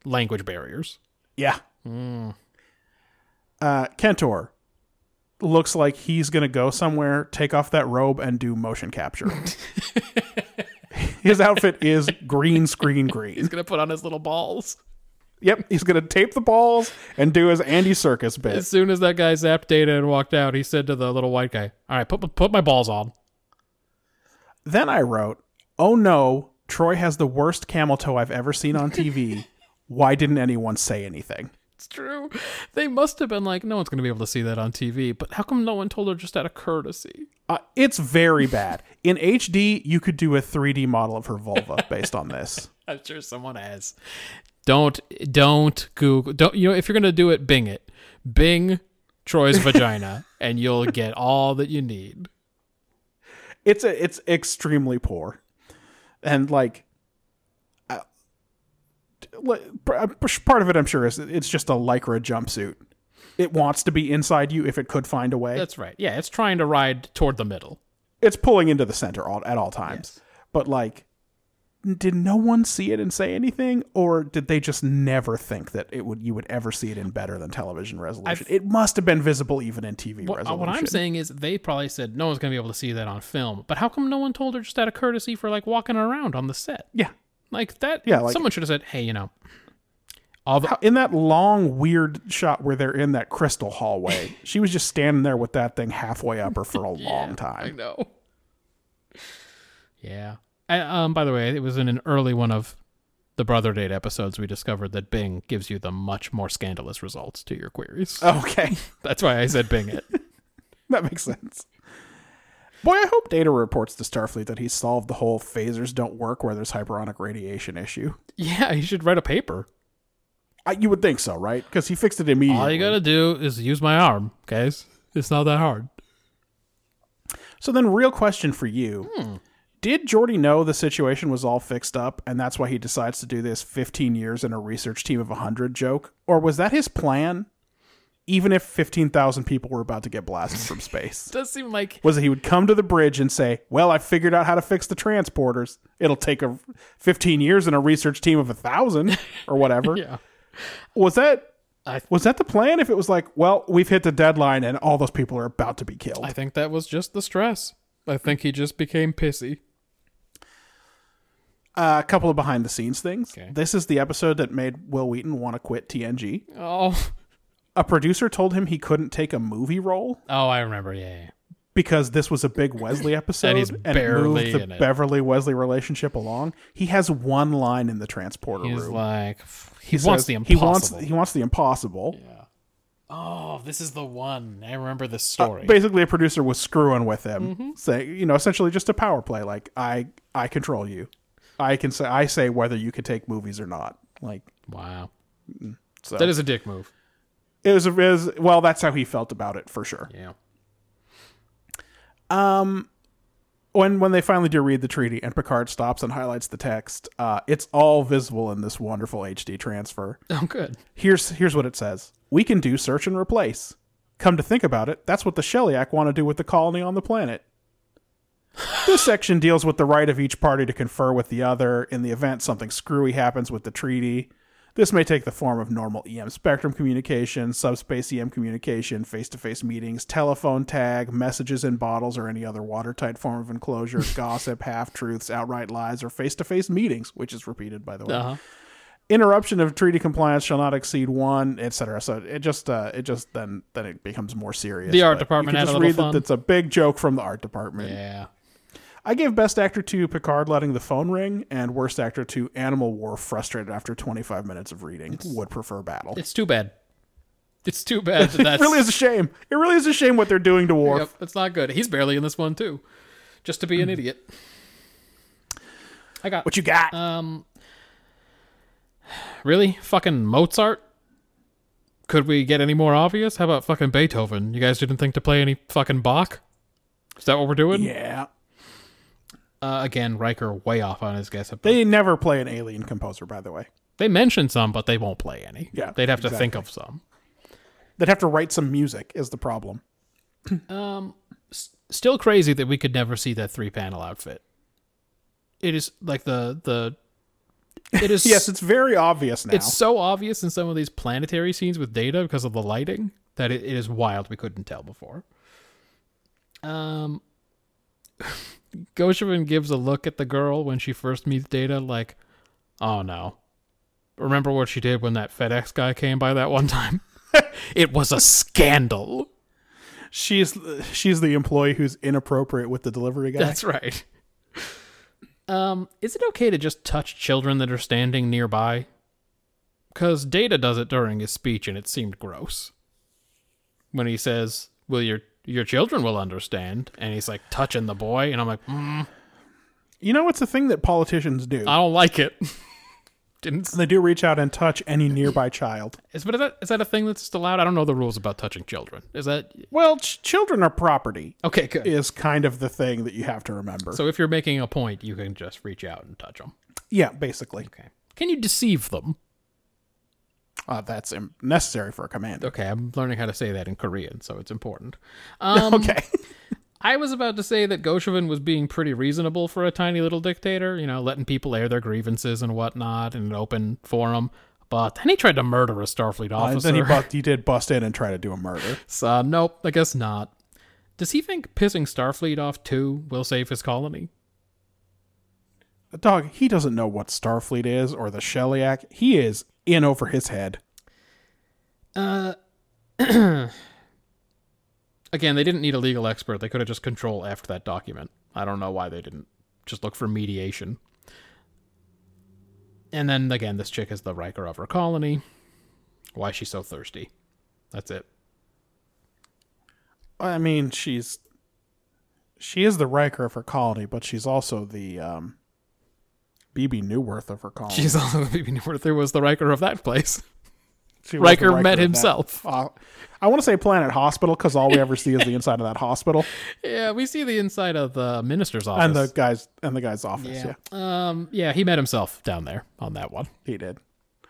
A: language barriers.
B: Yeah. Uh, Kentor looks like he's gonna go somewhere, take off that robe, and do motion capture. His outfit is green screen green.
A: He's gonna put on his little balls.
B: Yep, he's gonna tape the balls and do his Andy Circus
A: As
B: bit.
A: soon as that guy zapped data and walked out, he said to the little white guy, "All right, put put my balls on."
B: Then I wrote, "Oh no, Troy has the worst camel toe I've ever seen on TV. Why didn't anyone say anything?"
A: It's true. They must have been like, "No one's gonna be able to see that on TV." But how come no one told her just out of courtesy?
B: Uh, it's very bad. In HD, you could do a 3D model of her vulva based on this.
A: I'm sure someone has. Don't don't Google. Don't you know if you're gonna do it, Bing it. Bing Troy's vagina, and you'll get all that you need.
B: it's a, it's extremely poor and like I- li- pr- uh, pr- part of it i'm sure is it's just a lycra jumpsuit it wants to be inside you if it could find a way
A: That's right. Yeah, it's trying to ride toward the middle.
B: it's pulling into the center all, at all times but like n- did no one see it and say anything or did they just never think that it would you would ever see it in better than television resolution it must have been visible even in tv
A: What, uh,
B: resolution
A: what I'm saying is they probably said no one's going to be able to see that on film. But how come no one told her just out of courtesy for like walking around on the set?
B: yeah
A: Like that
B: Yeah, like-
A: someone should have said, "Hey, you know, all the
B: How- in that long weird shot where they're in that crystal hallway she was just standing there with that thing halfway up her for a long time
A: no." Yeah. I, um. By the way, it was in an early one of the brother date episodes we discovered that Bing gives you the much more scandalous results to your queries.
B: Okay,
A: That's why I said Bing it.
B: that makes sense. Boy, I hope Data reports to Starfleet that he solved the whole phasers don't work where there's hyperonic radiation issue.
A: yeah, you should write a paper.
B: I, you would think so, right? Because he fixed it immediately.
A: All you gotta do is use my arm, guys. It's not that hard.
B: So then, real question for you:
A: Hmm.
B: Did Jordy know the situation was all fixed up, and that's why he decides to do this 15 years in a research team of 100 joke, or was that his plan? Even if 15,000 people were about to get blasted from space,
A: Does seem like
B: was that he would come to the bridge and say, "Well, I figured out how to fix the transporters. It'll take a 15 years and a research team of a thousand or whatever."
A: yeah.
B: Was that?
A: I-
B: was that the plan? If it was like, well, we've hit the deadline and all those people are about to be killed.
A: I think that was just the stress. I think he just became pissy.
B: Uh, a couple of behind the scenes things. This is the episode that made Will Wheaton want to quit TNG.
A: Oh,
B: A producer told him he couldn't take a movie role
A: oh, I remember. Yeah, yeah.
B: because this was a big Wesley episode
A: And he's barely
B: it moved
A: in
B: the
A: it.
B: Beverly Wesley relationship along. He has one line in the transporter
A: he's
B: room.
A: like he,
B: He
A: wants
B: says-
A: the
B: he wants-
A: impossible.
B: He wants the impossible.
A: oh, this is the one. I remember this story.
B: Uh, Basically, a producer was screwing with him,
A: Mm-hmm.
B: saying, you know, essentially just a power play. Like I, I control you. I can say, I say whether you can take movies or not. Like
A: wow,
B: so.
A: that is a dick move.
B: it was, it was well, that's how he felt about it for sure.
A: Yeah.
B: when when they finally do read the treaty and Picard stops and highlights the text, uh, it's all visible in this wonderful HD transfer.
A: Oh, good.
B: Here's here's what it says: We can do search and replace. Come to think about it, that's what the Shellyak want to do with the colony on the planet. This section deals with the right of each party to confer with the other in the event something screwy happens with the treaty. This may take the form of normal EM spectrum communication, subspace EM communication, face to face meetings, telephone tag, messages in bottles, or any other watertight form of enclosure, gossip, half truths, outright lies, or face to face meetings, which is repeated, by the way.
A: Uh-huh.
B: Interruption of treaty compliance shall not exceed one, etc. So it just, uh, it just then, then it becomes more serious.
A: The art
B: But
A: department
B: You
A: had
B: can
A: a
B: just
A: little
B: read
A: fun.
B: that it's a big joke from the art department.
A: Yeah.
B: I gave Best Actor to Picard letting the phone ring, and Worst Actor to Animal War frustrated after 25 minutes of reading. Would prefer battle. It
A: It's too bad. It's too bad that that's
B: really is a shame. It really is a Hmm. shame what they're doing to Worf.
A: Yep, it's not good. He's barely in this one too, just to be an idiot. I got
B: What you got?
A: um. Really, fucking Mozart. Could we get any more obvious? How about fucking Beethoven? You guys didn't think to play any fucking Bach? Is that what we're doing?
B: yeah.
A: Uh, again, Riker way off on his guess. They
B: They never play an alien composer, by the way.
A: they mention some, but they won't play any.
B: Yeah,
A: they'd have to think of some.
B: They'd have to write some music, is the problem.
A: still crazy that we could never see that three panel outfit. It is like the the it is
B: Yes, it's very obvious now.
A: it's so obvious in some of these planetary scenes with data because of the lighting that it, it is wild we couldn't tell before. Um Goshevin gives a look at the girl when she first meets Data like, "Oh no. Remember what she did when that FedEx guy came by that one time? it was a scandal."
B: she's she's the employee who's inappropriate with the delivery guy.
A: That's right. Um, is it okay to just touch children that are standing nearby? Because Data does it during his speech, and it seemed gross. When he says, "Will your your children will understand," and he's like touching the boy, and I'm like, mm,
B: you know, it's a thing that politicians do.
A: I don't like it. Didn't.
B: they do reach out and touch any nearby child.
A: Is, but is that is that a thing that's just allowed? I don't know the rules about touching children. Is that
B: Well, ch- children are property.
A: okay? Good.
B: is kind of the thing that you have to remember.
A: So if you're making a point, you can just reach out and touch them.
B: yeah, basically,
A: Okay. Can you deceive them?
B: uh, that's im- necessary for a command.
A: Okay, I'm learning how to say that in Korean, so it's important. Um,
B: Okay.
A: I was about to say that Goshevin was being pretty reasonable for a tiny little dictator, you know, letting people air their grievances and whatnot in an open forum. But then he tried to murder a Starfleet
B: And
A: Um, officer.
B: Uh, then he, bust, he did bust in and try to do a murder.
A: so, nope, I guess not. Does he think pissing Starfleet off too will save his colony?
B: Dog, he doesn't know what Starfleet is or the Shellyak. He is in over his head.
A: Uh, again, they didn't need a legal expert. They could have just control F that document. I don't know why they didn't Just look for mediation. And then again, this chick is the Riker of her colony. Why is she so thirsty? That's it.
B: I mean, she's she is the Riker of her colony, but she's also the um, BB Newworth of her colony.
A: She's also the BB Newworth was the Riker of that place.
B: She was the
A: Riker,
B: of
A: met
B: that-
A: himself.
B: Uh, I want to say Planet Hospital because all we ever see is the inside of that hospital
A: Yeah, we see the inside of the minister's office.
B: and the guys and the guy's office. Yeah,
A: yeah. Um, yeah, he met himself down there on that one.
B: he did.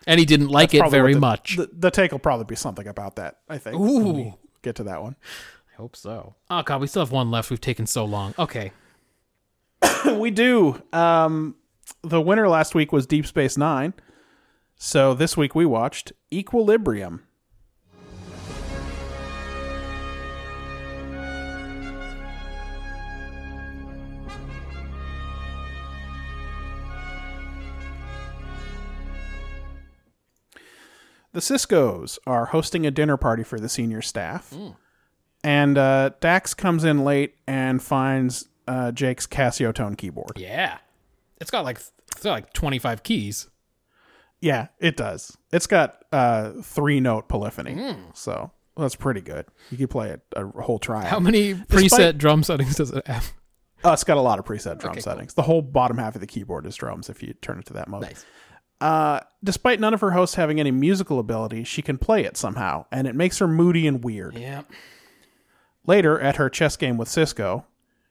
A: And he didn't like it
B: Probably
A: very
B: what the-
A: much.
B: The, the take will probably be something about that. I think. when
A: Ooh.
B: we get to that one.
A: I hope so. Oh, God, we still have one left. We've taken so long. Okay.
B: We do. Um, the winner last week was Deep Space Nine, so this week we watched Equilibrium. The Ciscos are hosting a dinner party for the senior staff. And uh, Dax comes in late and finds uh, Jake's Casio tone keyboard.
A: Yeah. It's got like it's got like 25 keys.
B: Yeah, it does. It's got uh, three note polyphony, so that's pretty good. You can play it a whole triad.
A: How many preset drum settings does it have?
B: Oh, it's got a lot of preset drum settings. The whole bottom half of the keyboard is drums if you turn it to that mode.
A: Nice.
B: Uh, despite none of her hosts having any musical ability, she can play it somehow, and it makes her moody and weird.
A: Yeah.
B: Later, at her chess game with Cisco,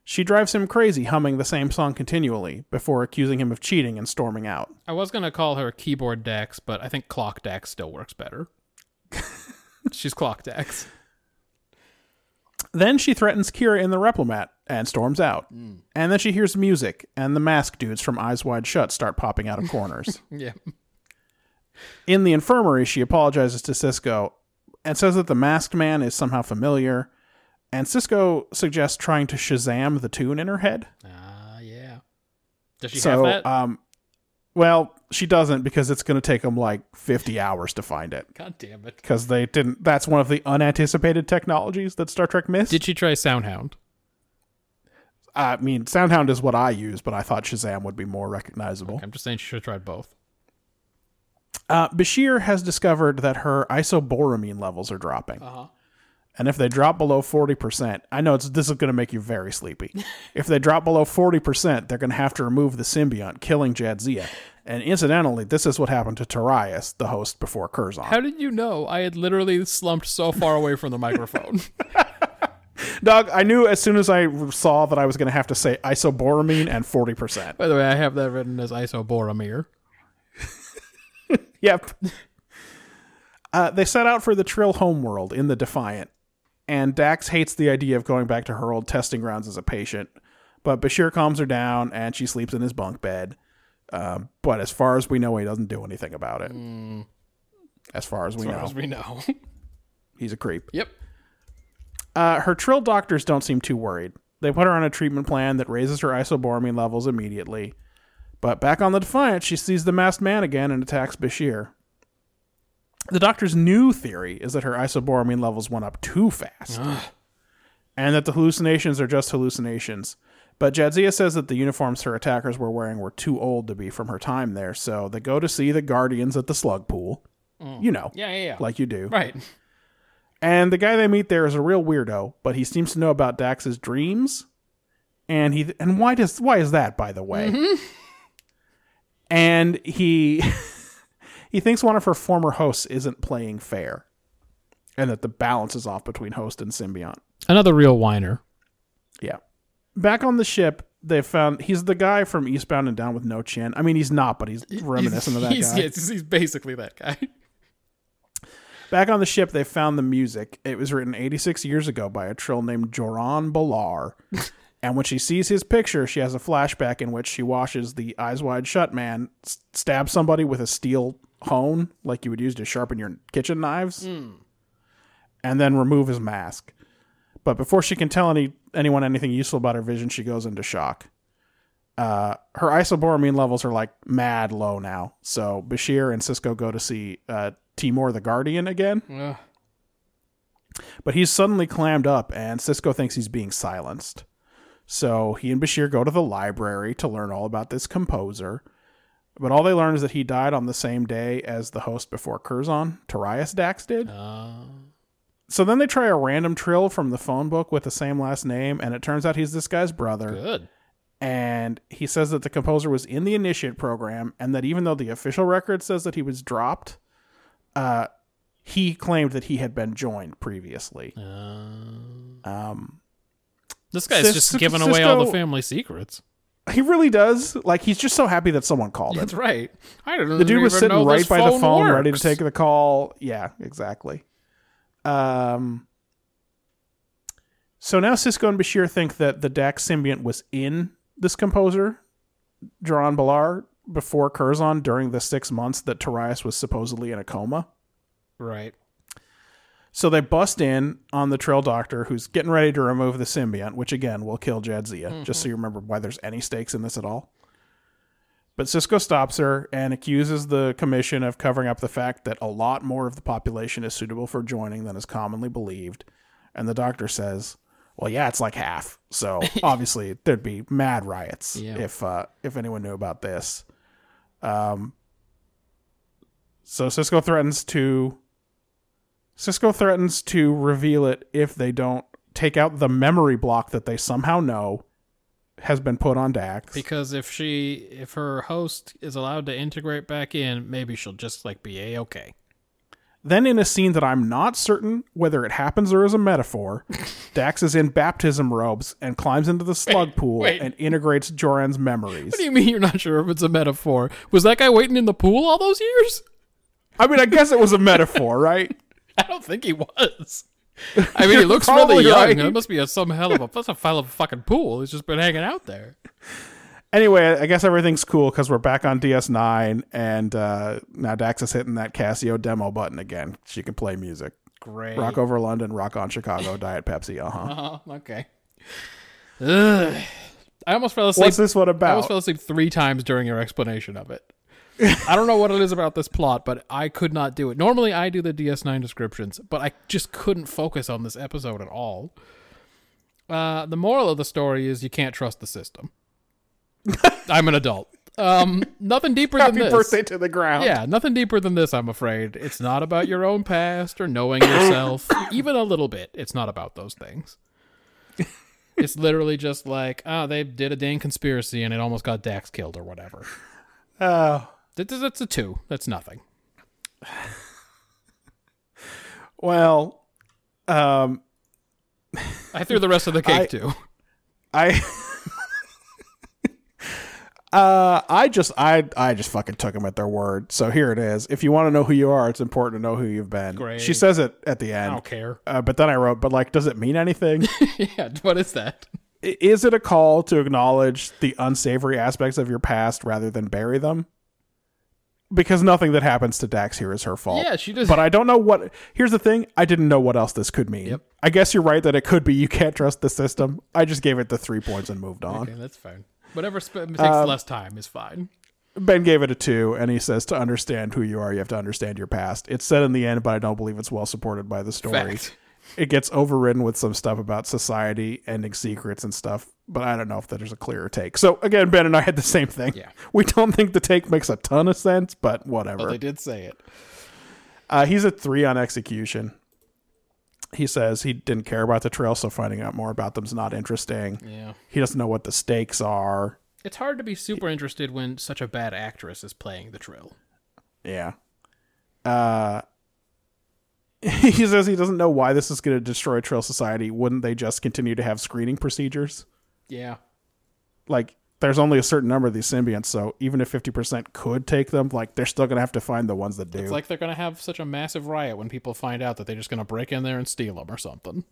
B: she drives him crazy humming the same song continually before accusing him of cheating and storming out.
A: I was going to call her keyboard Dex, but I think clock Dex still works better. She's clock Dex.
B: Then she threatens Kira in the Replomat and storms out.
A: Hmm.
B: And then she hears music, and the mask dudes from Eyes Wide Shut start popping out of corners.
A: Yeah.
B: in the infirmary, she apologizes to Cisco and says that the masked man is somehow familiar. And Cisco suggests trying to Shazam the tune in her head.
A: Ah, yeah. Does she
B: so,
A: have that?
B: um, well, she doesn't because it's going to take them like 50 hours to find it.
A: God damn it.
B: Because they didn't. That's one of the unanticipated technologies that Star Trek missed.
A: Did she try Soundhound?
B: I mean, Soundhound is what I use, but I thought Shazam would be more recognizable.
A: I'm just saying she should have tried both.
B: Uh, Bashir has discovered that her isoboramine levels are dropping. And if they drop below 40%, I know it's, this is going to make you very sleepy. if they drop below 40%, they're going to have to remove the symbiont, killing Jadzia. And incidentally, this is what happened to Tarius, the host before Curzon.
A: How did you know? I had literally slumped so far away from the microphone.
B: Doug, I knew as soon as I saw that I was going to have to say isoboramine and 40%.
A: By the way, I have that written as isoboromir.
B: Yep. Uh, they set out for the Trill homeworld in the Defiant, and Dax hates the idea of going back to her old testing grounds as a patient. But Bashir calms her down, and she sleeps in his bunk bed. Um, but as far as we know, he doesn't do anything about it. As far as we know,
A: As we know.
B: he's a creep.
A: yep.
B: Uh, her Trill doctors don't seem too worried. They put her on a treatment plan that raises her isoboramine levels immediately. But back on the Defiant, she sees the masked man again and attacks Bashir. The doctor's new theory is that her isoboramine levels went up too fast, and that the hallucinations are just hallucinations. But Jadzia says that the uniforms her attackers were wearing were too old to be from her time there, so they go to see the Guardians at the slug pool. You know,
A: Mm. Yeah, yeah, yeah.
B: like you do.
A: right.
B: And the guy they meet there is a real weirdo, but he seems to know about Dax's dreams. And he and why does why is that by the way? And he he thinks one of her former hosts isn't playing fair and that the balance is off between host and symbiont.
A: Another real whiner.
B: Yeah. Back on the ship, they found he's the guy from Eastbound and Down with No Chin. I mean, he's not, but he's reminiscent of that
A: he's,
B: guy.
A: He's, he's basically that guy.
B: Back on the ship, they found the music. It was written 86 years ago by a trill named Joran Balar. and when she sees his picture, she has a flashback in which she watches the Eyes Wide Shut man s- stab somebody with a steel hone, like you would use to sharpen your kitchen knives, and then remove his mask. But before she can tell any anyone anything useful about her vision, she goes into shock. Uh, her isoboramine levels are like mad low now. So Bashir and Cisco go to see uh, Timor the Guardian again. But he's suddenly clammed up, and Cisco thinks he's being silenced. So he and Bashir go to the library to learn all about this composer. But all they learn is that he died on the same day as the host before Curzon, Tarius Dax, did.
A: Uh,
B: So then they try a random trill from the phone book with the same last name, and it turns out he's this guy's brother
A: Good.
B: and he says that the composer was in the initiate program and that even though the official record says that he was dropped uh he claimed that he had been joined previously Um,
A: This guy's
B: Sis-
A: just giving away all the
B: Sisto-
A: family secrets.
B: he really does like he's just so happy that someone called him
A: That's right. I don't
B: the dude was sitting right by the phone ready to take the call yeah exactly um so now cisco and bashir think that the dax symbiont was in this composer Jaron Bilar before Curzon during the six months that Tarius was supposedly in a coma.
A: Right.
B: So they bust in on the trail doctor who's getting ready to remove the symbiont, which again will kill Jadzia, just so you remember why there's any stakes in this at all. But Cisco stops her and accuses the commission of covering up the fact that a lot more of the population is suitable for joining than is commonly believed. And the doctor says, Well, yeah, it's like half. So obviously there'd be mad riots
A: Yeah.
B: if uh, if anyone knew about this. Um, so Cisco threatens to Cisco threatens to reveal it if they don't take out the memory block that they somehow know has been put on Dax.
A: Because if she, if her host is allowed to integrate back in, maybe she'll just like be a okay.
B: Then, in a scene that I'm not certain whether it happens or is a metaphor, Dax is in baptism robes and climbs into the slug pool
A: wait.
B: and integrates Joran's memories.
A: What do you mean you're not sure if it's a metaphor? Was that guy waiting in the pool all those years?
B: I mean, I guess it was a metaphor, right?
A: I don't think he was. I mean, he looks
B: probably
A: really young.
B: right.
A: That must be a some hell of a that's a hell of a fucking pool. He's just been hanging out there.
B: Anyway, I guess everything's cool because we're back on DS9, and uh, now Dax is hitting that Casio demo button again. She can play music.
A: Great.
B: Rock over London, rock on Chicago, Diet Pepsi, uh huh.
A: Oh, okay. Ugh. I almost fell asleep.
B: What's this one
A: I
B: about?
A: almost fell asleep three times during your explanation of it. I don't know what it is about this plot, but I could not do it. Normally, I do the DS9 descriptions, but I just couldn't focus on this episode at all. Uh, the moral of the story is you can't trust the system. I'm an adult. Um, nothing deeper
B: Happy
A: than this.
B: birthday to the ground.
A: Yeah, nothing deeper than this, I'm afraid. It's not about your own past or knowing yourself, even a little bit. It's not about those things. It's literally just like, oh, they did a dang conspiracy and it almost got Dax killed or whatever.
B: Oh.
A: That- That's, a two. That's nothing.
B: well, um,
A: I threw the rest of the cake
B: I-
A: too.
B: I uh I just I I just fucking took them at their word. So here it is. If you want to know who you are, it's important to know who you've been.
A: Great.
B: She says it at the
A: I
B: end.
A: don't care.
B: Uh, but then I wrote, but like, does it mean anything?
A: yeah, what is that?
B: I- is it a call to acknowledge the unsavory aspects of your past rather than bury them? Because nothing that happens to Dax here is her fault.
A: Yeah, she does.
B: But I don't know what. Here's the thing: I didn't know what else this could mean.
A: Yep.
B: I guess you're right that it could be you can't trust the system. I just gave it the three points and moved on.
A: okay, that's fine. Whatever sp- takes less time is fine.
B: Ben gave it a two, and he says to understand who you are, you have to understand your past. It's said in the end, but I don't believe it's well supported by the story.
A: Fact.
B: It gets overridden with some stuff about society, ending secrets and stuff, but I don't know if there's a clearer take. So again, Ben and I had the same thing.
A: Yeah.
B: We don't think the take makes a ton of sense, but
A: But
B: whatever.
A: they did say it.
B: Uh, he's at three on execution. He says he didn't care about the trail, so finding out more about them's not interesting.
A: Yeah.
B: He doesn't know what the stakes are.
A: It's hard to be super interested when such a bad actress is playing the trill.
B: Yeah. Uh, he says he doesn't know why this is going to destroy Trail Society. Wouldn't they just continue to have screening procedures?
A: Yeah.
B: Like, there's only a certain number of these symbionts, so even if 50% could take them, like, they're still going to have to find the ones that do.
A: It's like they're going to have such a massive riot when people find out that they're just going to break in there and steal them or something.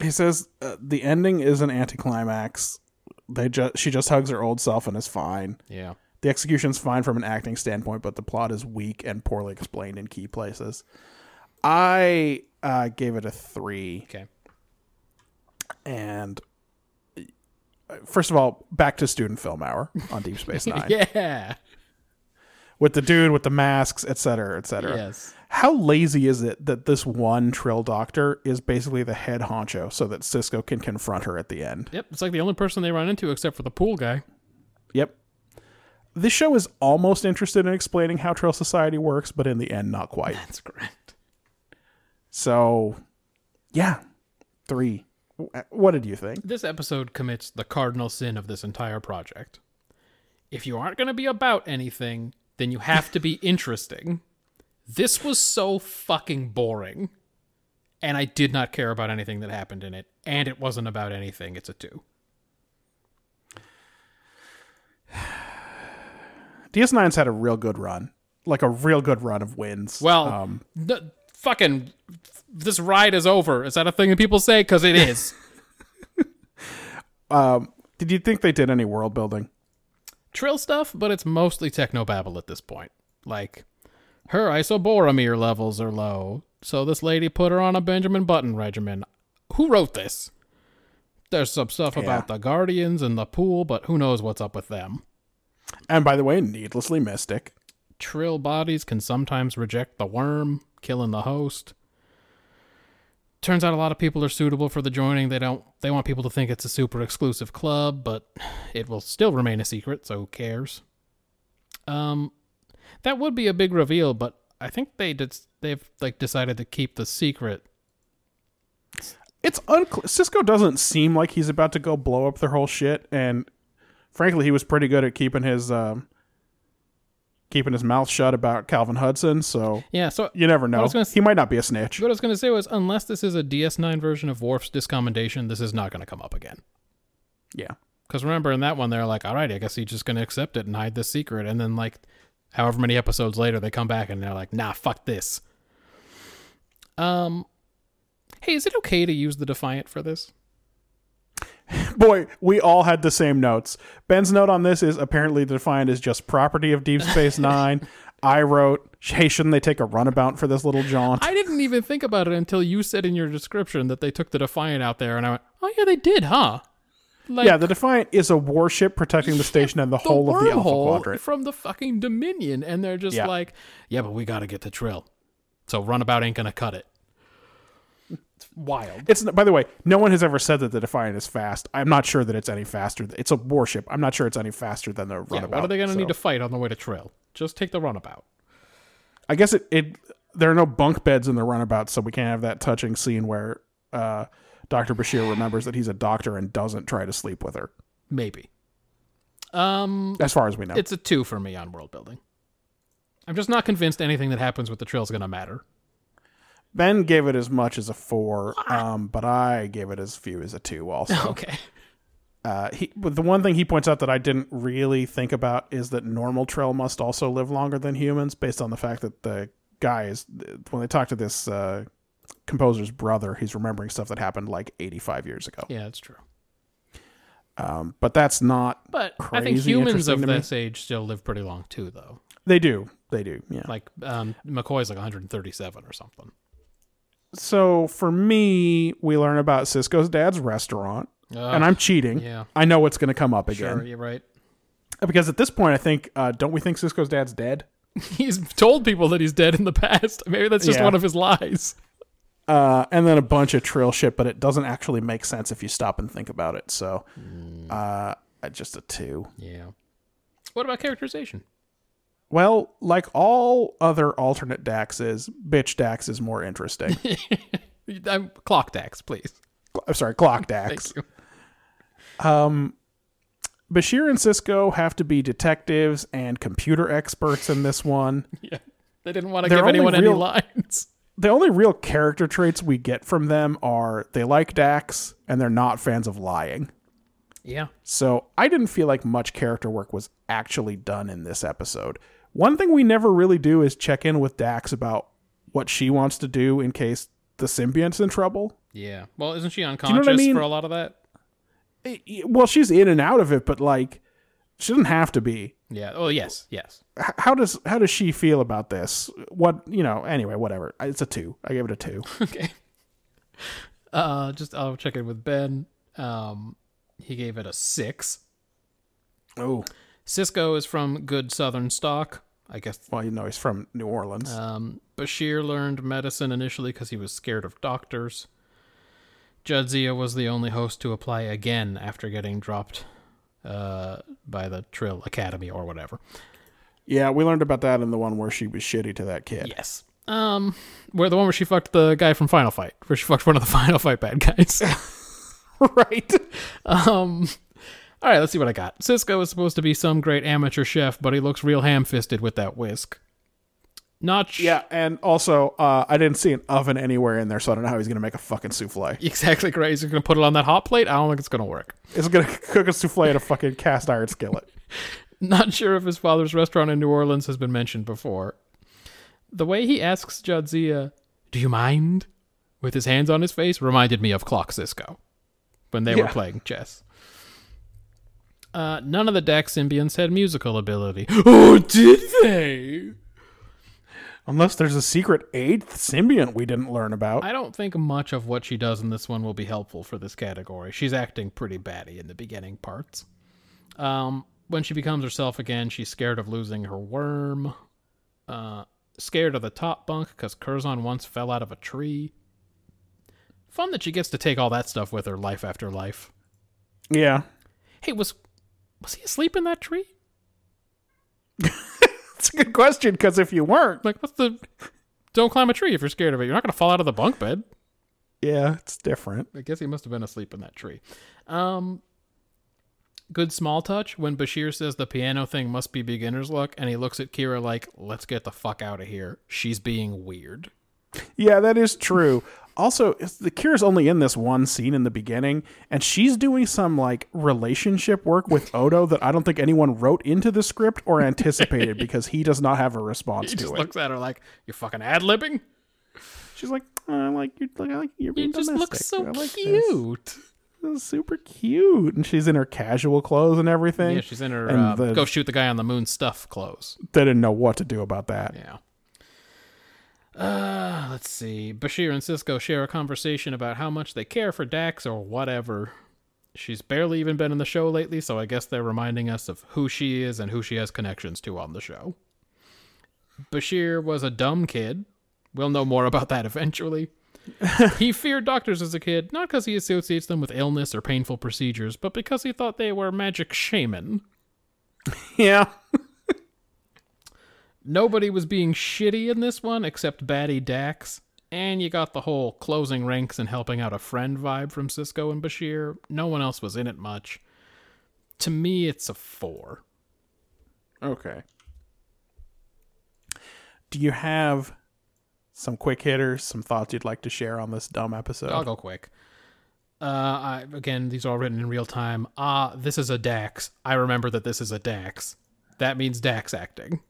B: he says uh, the ending is an anticlimax. They just she just hugs her old self and is fine.
A: Yeah.
B: The execution's fine from an acting standpoint, but the plot is weak and poorly explained in key places. I uh, gave it a three.
A: Okay.
B: and uh, first of all, back to student film hour on Deep Space Nine,
A: Yeah.
B: with the dude with the masks, et cetera, et cetera.
A: Yes.
B: How lazy is it that this one Trill Doctor is basically the head honcho so that Cisco can confront her at the end?
A: Yep, it's like the only person they run into except for the pool guy.
B: Yep. This show is almost interested in explaining how Trill Society works, but in the end, not quite.
A: That's correct.
B: So, yeah, three. Wh- What did you think?
A: This episode commits the cardinal sin of this entire project. If you aren't going to be about anything, then you have to be interesting. This was so fucking boring. And I did not care about anything that happened in it. And it wasn't about anything. It's a two.
B: DS9's had a real good run, like a real good run of wins.
A: Well,
B: um,
A: th- fucking, this ride is over. Is that a thing that people say? Because it is.
B: um, did you think they did any world building?
A: Trill stuff, but it's mostly technobabble at this point. Like, her isoboromir levels are low, so this lady put her on a Benjamin Button regimen. Who wrote this? There's some stuff about the Guardians and the pool, but who knows what's up with them.
B: And by the way, needlessly mystic.
A: Trill bodies can sometimes reject the worm, killing the host. Turns out a lot of people are suitable for the joining. They don't they want people to think it's a super exclusive club, but it will still remain a secret, so who cares? Um that would be a big reveal, but I think they did, they've like decided to keep the secret.
B: It's unclear. Cisco doesn't seem like he's about to go blow up their whole shit, and frankly, he was pretty good at keeping his um, keeping his mouth shut about Calvin Hudson. So
A: Yeah, so
B: you never
A: I
B: know.
A: was gonna s-
B: He might not be a snitch.
A: what I was going to say was unless this is a DS9 version of Worf's discommendation, this is not going to come up again.
B: Yeah.
A: Because remember in that one, they're like, all right, I guess he's just going to accept it and hide this secret. And then, like, however many episodes later, they come back and they're like, nah, fuck this. Um, hey, is it okay to use the Defiant for this?
B: Boy, we all had the same notes. Ben's note on this is apparently defined as just property of Deep Space Nine. I wrote, hey, shouldn't they take a runabout for this little jaunt?
A: I didn't even think about it until you said in your description that they took the Defiant out there. And I went, oh, yeah, they did, huh? Like,
B: yeah, the Defiant is a warship protecting the station and the,
A: the
B: whole of the Alpha
A: wormhole
B: Quadrant.
A: from the fucking Dominion. And they're just
B: Yeah.
A: like, yeah, but we got to get the drill. So Runabout ain't going to cut it. It's wild.
B: It's by the way, no one has ever said that the Defiant is fast. I'm not sure that it's any faster. th- It's a warship. I'm not sure it's any faster than the
A: Yeah,
B: runabout.
A: what are they going to
B: so-
A: need to fight on the way to trail? Just take the runabout.
B: I guess it, it. There are no bunk beds in the runabout, so we can't have that touching scene where uh, Doctor Bashir remembers that he's a doctor and doesn't try to sleep with her.
A: Maybe. Um,
B: As far as we know,
A: it's a two for me on world building. I'm just not convinced anything that happens with the trail is going to matter.
B: Ben gave it as much as a four, um, but I gave it as few as a two. Also,
A: Ah. Okay.
B: Uh, he, but the one thing he points out that I didn't really think about is that normal trail must also live longer than humans, based on the fact that the guy is when they talk to this uh, composer's brother, he's remembering stuff that happened like 85 years ago.
A: Yeah, that's true.
B: Um, but that's not.
A: But I think
B: Crazy
A: humans
B: interesting
A: of
B: to me.
A: this age still live pretty long too, though.
B: They do. They do. Yeah.
A: Like um, McCoy's like 137 or something.
B: so for me, we learn about Cisco's dad's restaurant, and I'm cheating.
A: yeah.
B: I know what's going to come up again
A: sure you're right.
B: because at this point, I think uh, don't we think Cisco's dad's dead?
A: He's told people that he's dead in the past. Maybe that's just
B: Yeah.
A: one of his lies.
B: uh, and then a bunch of trail shit, but it doesn't actually make sense if you stop and think about it. So, uh, just a two.
A: Yeah. What about characterization?
B: Well, like all other alternate Daxes, bitch Dax is more interesting.
A: I'm, clock tax, please.
B: I'm sorry, Clock
A: Thank
B: Dax.
A: you.
B: Um, Bashir and Cisco have to be detectives and computer experts in this one.
A: Yeah. They didn't want to
B: Their
A: give
B: only
A: anyone any
B: real-
A: lines.
B: The only real character traits we get from them are they like Dax and they're not fans of lying.
A: Yeah.
B: So I didn't feel like much character work was actually done in this episode. One thing we never really do is check in with Dax about what she wants to do in case the symbiont's in trouble.
A: Yeah. Well, isn't she
B: I
A: unconscious
B: mean?
A: for a lot of that?
B: I- I- Well, she's in and out of it, but like she doesn't have to be.
A: Yeah. Oh, yes. Yes.
B: H- How does how does she feel about this? What you know? Anyway, whatever. It's a two. I gave it a two.
A: okay. Uh, just I'll check in with Ben. Um, he gave it a six.
B: oh,
A: Cisco is from good Southern stock. I guess
B: Well, you know, he's from New Orleans.
A: Um, Bashir learned medicine initially because he was scared of doctors. Judzia was the only host to apply again after getting dropped uh, by the Trill Academy or whatever.
B: yeah, we learned about that in the one where she was shitty to that kid.
A: Yes. Um, where the one where she fucked the guy from Final Fight, where she fucked one of the Final Fight bad guys.
B: right.
A: um, all right, let's see what I got. Cisco is supposed to be some great amateur chef, but he looks real ham-fisted with that whisk. Notch.
B: Yeah, and also, uh, I didn't see an oven anywhere in there, so I don't know how he's gonna make a fucking souffle.
A: Exactly, Grace. You're gonna put it on that hot plate. I don't think it's gonna work.
B: It's gonna cook a souffle in a fucking cast iron skillet.
A: Not sure if his father's restaurant in New Orleans has been mentioned before. The way he asks Jadzia, Do you mind? with his hands on his face reminded me of Clock Cisco when they were
B: Yeah.
A: playing chess. Uh, none of the Dax symbionts had musical ability.
E: Oh, did they?
B: Unless there's a secret eighth symbiont we didn't learn about.
A: I don't think much of what she does in this one will be helpful for this category. She's acting pretty batty in the beginning parts. Um, when she becomes herself again, she's scared of losing her worm. Uh, scared of the top bunk because Curzon once fell out of a tree. Fun that she gets to take all that stuff with her life after life.
B: yeah.
A: Hey, was was he asleep in that tree?
B: It's a good question, because if you weren't.
A: Like, what's the? Don't climb a tree if you're scared of it. You're not gonna fall out of the bunk bed.
B: Yeah, it's different.
A: I guess he must have been asleep in that tree. Um, good small touch when Bashir says the piano thing must be beginner's luck, and he looks at Kira like, "Let's get the fuck out of here. She's being weird."
B: Yeah, that is true. Also, it's- the Cure's only in this one scene in the beginning, and she's doing some like relationship work with Odo that I don't think anyone wrote into the script or anticipated because he does not have a response
A: He
B: to
A: just
B: it.
A: looks at her like, "You're fucking ad libbing."
B: She's like, "Mm, I like you, like, I like you're being
A: You just look so
B: domestic. I like this.
A: cute.
B: This is super cute, and she's in her casual clothes and everything.
A: Yeah, she's in her
B: And
A: uh,
B: the-
A: go shoot the guy on the moon stuff clothes.
B: They didn't know what to do about that.
A: Yeah. Uh, let's see. Bashir and Cisco share a conversation about how much they care for Dax or whatever. She's barely even been in the show lately, so I guess they're reminding us of who she is and who she has connections to on the show. Bashir was a dumb kid. We'll know more about that eventually. he feared doctors as a kid, not because he associates them with illness or painful procedures, but because he thought they were magic shaman.
B: Yeah.
A: Nobody was being shitty in this one except Batty Dax. And you got the whole closing ranks and helping out a friend vibe from Cisco and Bashir. No one else was in it much. To me, it's a four.
B: Okay. Do you have some quick hitters, some thoughts you'd like to share on this dumb episode?
A: I'll go quick. Uh, I, again, these are all written in real time. Ah, this is a Dax. I remember that this is a Dax. That means Dax acting.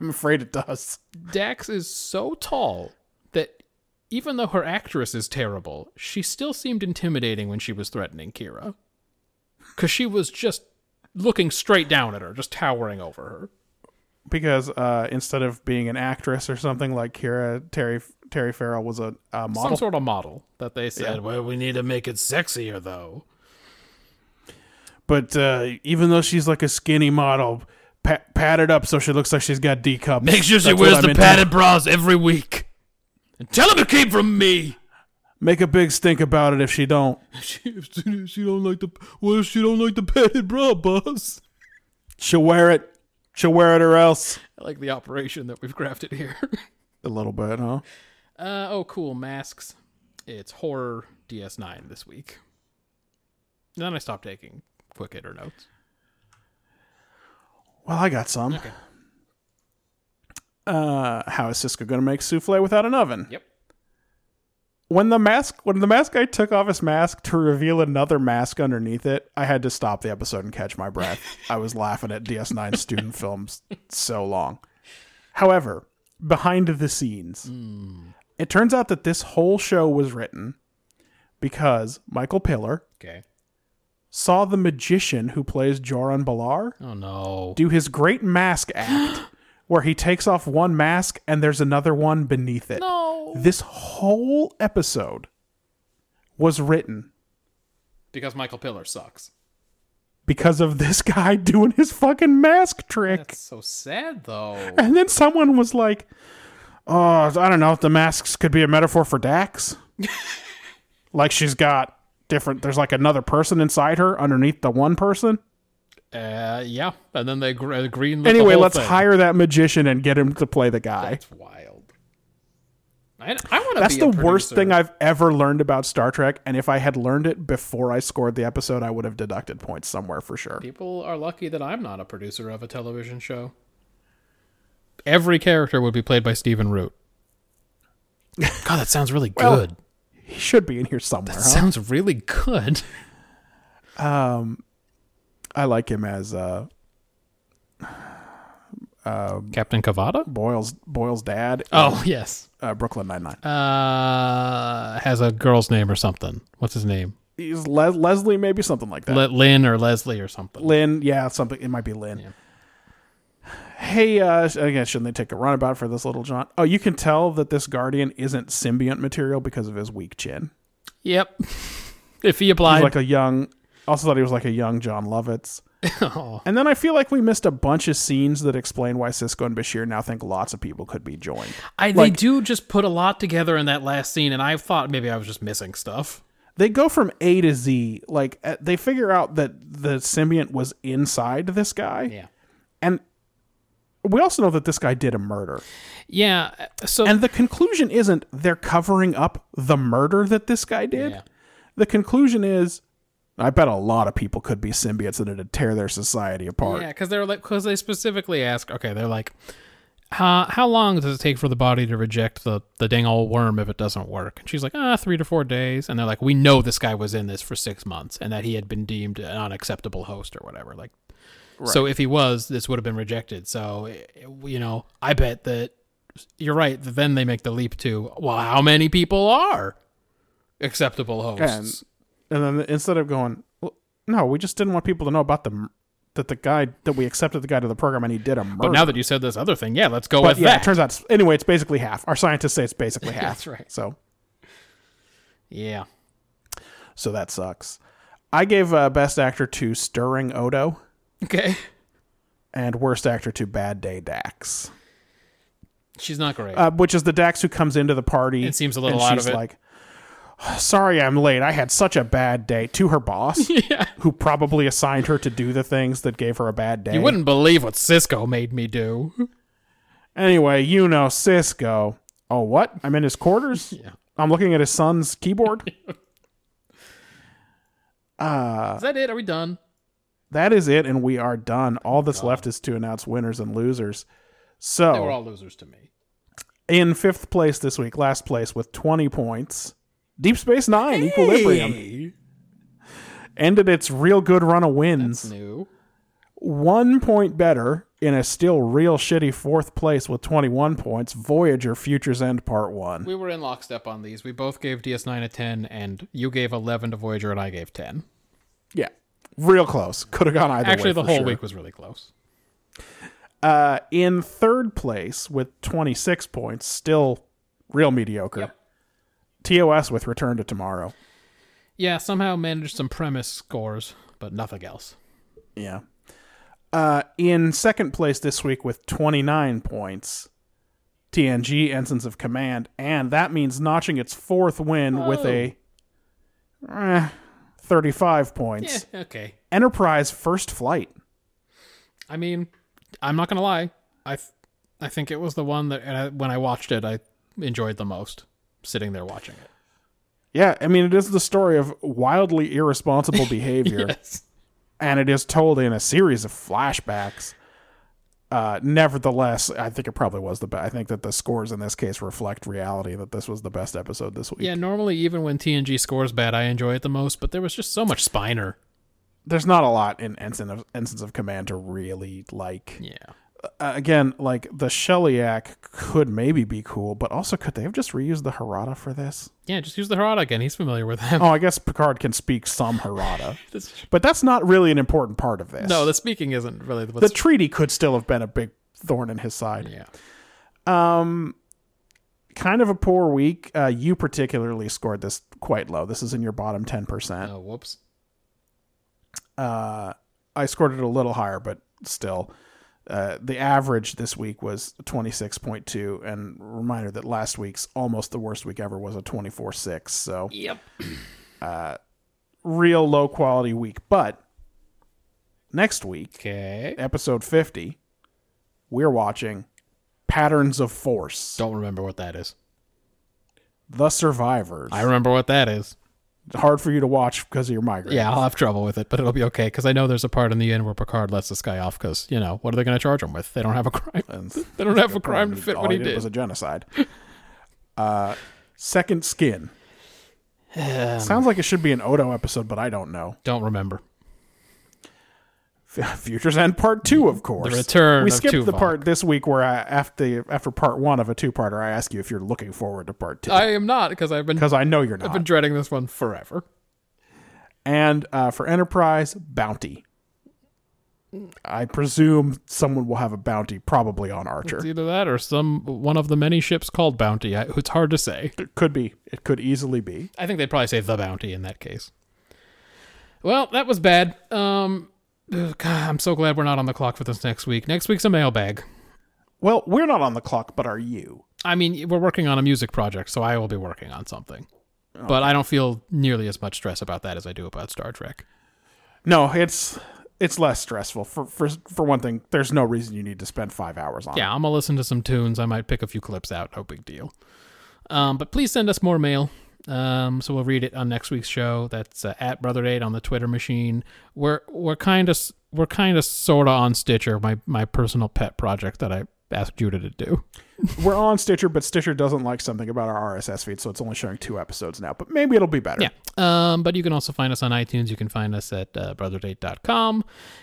B: I'm afraid it does.
A: Dax is so tall that even though her actress is terrible, she still seemed intimidating when she was threatening Kira. Because she was just looking straight down at her, just towering over her.
B: Because uh, instead of being an actress or something like Kira, Terry Terry Farrell was a, a model.
A: Some sort of model that they said,
B: Yeah.
A: well, we need to make it sexier, though.
B: but uh, even though she's like a skinny model, pa- padded up so she looks like she's got D cups.
E: Make sure she
B: That's what
E: wears
B: I'm
E: the
B: into.
E: padded bras every week. And tell them it came from me.
B: Make a big stink about it if she don't.
E: she, she don't like the. What if she don't like the padded bra, boss?
B: She'll wear it. She'll wear it or else.
A: I like the operation that we've crafted here.
B: A little bit, huh?
A: uh, oh, cool. Masks. It's horror DS9 this week. And then I stopped taking quick hitter notes.
B: Well, I got some. Uh, how is Cisco going to make souffle without an oven?
A: Yep.
B: When the mask, when the mask guy took off his mask to reveal another mask underneath it, I had to stop the episode and catch my breath. I was laughing at DS9 student films so long. However, behind the scenes, it turns out that this whole show was written because Michael Piller
A: Okay.
B: saw the magician who plays Joran Balar
A: Oh, no.
B: do his great mask act where he takes off one mask and there's another one beneath it.
A: No.
B: This whole episode was written
A: Because Michael Piller sucks.
B: because of this guy doing his fucking mask trick.
A: That's so sad, though.
B: And then someone was like, "Oh, I don't know if the masks could be a metaphor for Dax." like she's got different. There's like another person inside her underneath the one person.
A: Uh, yeah. And then they gr- uh, green.
B: Anyway, let's hire that magician and get him to play the guy.
A: That's wild. I, I want to.
B: That's
A: be
B: the
A: a
B: worst
A: producer.
B: thing I've ever learned about Star Trek. And if I had learned it before I scored the episode, I would have deducted points somewhere for sure.
A: People are lucky that I'm not a producer of a television show. Every character would be played by Stephen Root. God, that sounds really
B: Well,
A: good.
B: He should be in here somewhere.
A: That
B: huh?
A: sounds really good.
B: I like him as uh,
A: Captain Cavada?
B: Boyle's Boyle's dad. in,
A: Oh, yes.
B: uh, Brooklyn Nine Nine.
A: Uh, has a girl's name or something. What's his name?
B: He's Les- Leslie, maybe something like that.
A: Le- Lynn or Leslie or something.
B: Lynn, yeah, something. It might be Lynn. Hey, uh, sh- again, shouldn't they take a runabout for this little John? Oh, you can tell that this Guardian isn't symbiont material because of his weak chin.
A: Yep. if he
B: He's
A: applied.
B: like a young. Also thought he was like a young John Lovitz. And then I feel like we missed a bunch of scenes that explain why Cisco and Bashir now think lots of people could be joined.
A: I, they
B: like-
A: do just put a lot together in that last scene, and I thought maybe I was just missing stuff.
B: They go from A to Z. Like uh, they figure out that the symbiont was inside this guy.
A: Yeah.
B: And we also know that this guy did a murder.
A: Yeah. So
B: And the conclusion isn't they're covering up the murder that this guy did.
A: Yeah.
B: The conclusion is I bet a lot of people could be symbiotes and it'd tear their society apart.
A: Yeah, because they're like, because they specifically ask. Okay, they're like, how how long does it take for the body to reject the the dang old worm if it doesn't work? And she's like, ah, three to four days. And they're like, we know this guy was in this for six months and that he had been deemed an unacceptable host or whatever. Like, so if he was, this would have been rejected. So it- it- you know, I bet that you're right. That then they make the leap to, well, how many people are acceptable hosts?
B: And then instead of going, "Well, no, we just didn't want people to know about the m- that the guy that we accepted the guy to the program and he did a murder.
A: but now that you said this other thing, yeah, let's go
B: But
A: with
B: yeah,
A: that.
B: it turns out it's- anyway, it's basically half. Our scientists say it's basically half.
A: That's right.
B: So
A: yeah.
B: so that sucks. I gave uh, best actor to Stirring Odo
A: Okay.
B: and worst actor to Bad Day Dax.
A: She's not great.
B: uh, which is the Dax who comes into the party.
A: It seems a little
B: and
A: out
B: she's
A: of it.
B: Like, sorry, I'm late. I had such a bad day. To her boss, who probably assigned her to do the things that gave her a bad day.
A: You wouldn't believe what Cisco made me do.
B: Anyway, you know Cisco. Oh, what? I'm in his quarters. yeah. I'm looking at his son's keyboard. Uh,
A: Is that it? Are we done?
B: that is it, and we are done. All that's left is to announce winners and losers. So
A: They were all losers to me.
B: in fifth place this week, last place with 20 points. Deep Space Nine, Equilibrium. Ended its real good run of wins.
A: New.
B: One point better in a still real shitty fourth place with 21 points. Voyager Futures End Part 1.
A: We were in lockstep on these. We both gave DS9 a 10, and you gave 11 to Voyager, and I gave 10.
B: Yeah. Real close. Could have gone either
A: Actually,
B: way.
A: the
B: for
A: whole
B: sure.
A: week was really close.
B: Uh, in third place with 26 points. Still real mediocre. TOS with Return to Tomorrow.
A: Yeah, somehow managed some premise scores, but nothing else.
B: Yeah. Uh, in second place this week with 29 points, TNG Ensigns of Command, and that means notching its fourth win with a eh, 35
A: Eh,
B: points.
A: okay.
B: Enterprise First Flight.
A: I mean, I'm not going to lie. I, th- I think it was the one that, and I, when I watched it, I enjoyed the most sitting there watching it.
B: Yeah, I mean, it is the story of wildly irresponsible behavior, and it is told in a series of flashbacks. Uh, nevertheless, I think it probably was the best. I think that the scores in this case reflect reality that this was the best episode this week.
A: Yeah, normally, even when TNG scores bad, I enjoy it the most, but there was just so much Spiner.
B: there's not a lot in Ensign of, Ensigns of Command to really like.
A: Yeah.
B: Uh, again, like the Shellyak could maybe be cool, but also could they have just reused the Harada for this?
A: Yeah, just use the Harada again. He's familiar with them.
B: Oh, I guess Picard can speak some Harada,
A: This-
B: but that's not really an important part of this.
A: no, the speaking isn't really what's.
B: the treaty could still have been a big thorn in his side.
A: yeah.
B: Um, Kind of a poor week. Uh, you particularly scored
A: Uh,
B: this quite low. This is in your bottom ten percent.
A: Oh, whoops.
B: I scored it a little higher, but still. Uh, the average this week was 26.2, and reminder that last week's almost the worst week ever was a 24.6. So, yep. uh, real low quality week. But next week,
A: Okay.
B: episode 50, we're watching Patterns of Force,
A: Don't remember what that is.
B: The Survivors.
A: I remember what that is.
B: Hard for you to watch because of your migraine.
A: Yeah, I'll have trouble with it, but it'll be okay because I know there's a part in the end where Picard lets this guy off because you know what are they going to charge him with? They don't have a crime. They don't have a crime to fit
B: All
A: what he did.
B: was a genocide. uh, second skin.
A: Um,
B: Sounds like it should be an Odo episode, but I don't know.
A: Don't remember.
B: F- Futures End Part Two, of course.
A: The return
B: We
A: of
B: skipped the
A: Tuvok.
B: part this week where I, after after part one of a two-parter, I ask you if you're looking forward to part two
A: I am not because I've been
B: because I know you're
A: I've
B: not.
A: been dreading this one forever.
B: and uh, for Enterprise, bounty. I presume someone will have a bounty, probably on Archer.
A: It's either that or some one of the many ships called Bounty. I, it's hard to say.
B: It could be. It could easily be.
A: I think they'd probably say the bounty in that case. Well, that was bad. Um, ugh, God, I'm so glad we're not on the clock for this next week. Next week's a mailbag.
B: Well, we're not on the clock, but are you?
A: I mean, we're working on a music project, so I will be working on something. But I don't feel nearly as much stress about that as I do about Star Trek.
B: No, it's it's less stressful. For for for one thing, there's no reason you need to spend five hours on.
A: Yeah, I'm gonna listen to some tunes. I might pick a few clips out. No big deal. Um, but please send us more mail. Um, so we'll read it on next week's show. That's uh, at Brother Date on the Twitter machine. We're we're kind of we're kind of sorta on Stitcher, my my personal pet project that I asked Judah to do.
B: it. We're on Stitcher, but Stitcher doesn't like something about our RSS feed, so it's only showing two episodes now. But maybe it'll be better.
A: Yeah. Um, but you can also find us on iTunes. You can find us at uh, brotherdate.com.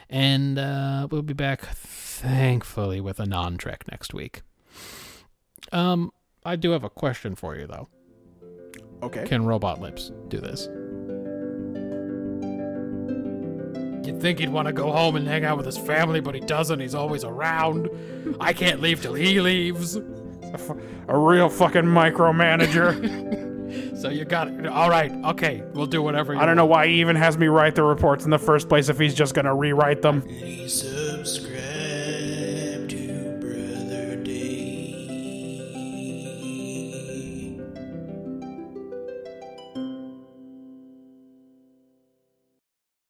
A: And uh, we'll be back, thankfully, with a non trek next week. Um, I do have a question for you, though.
B: Okay.
A: Can robot lips do this?
E: You'd think he'd want to go home and hang out with his family, but he doesn't. He's always around. I can't leave till he leaves.
B: A real fucking micromanager.
E: So you got it. All right. Okay. We'll do whatever you
B: I don't know why he even has me write the reports in the first place if he's just gonna rewrite them.
F: Please subscribe.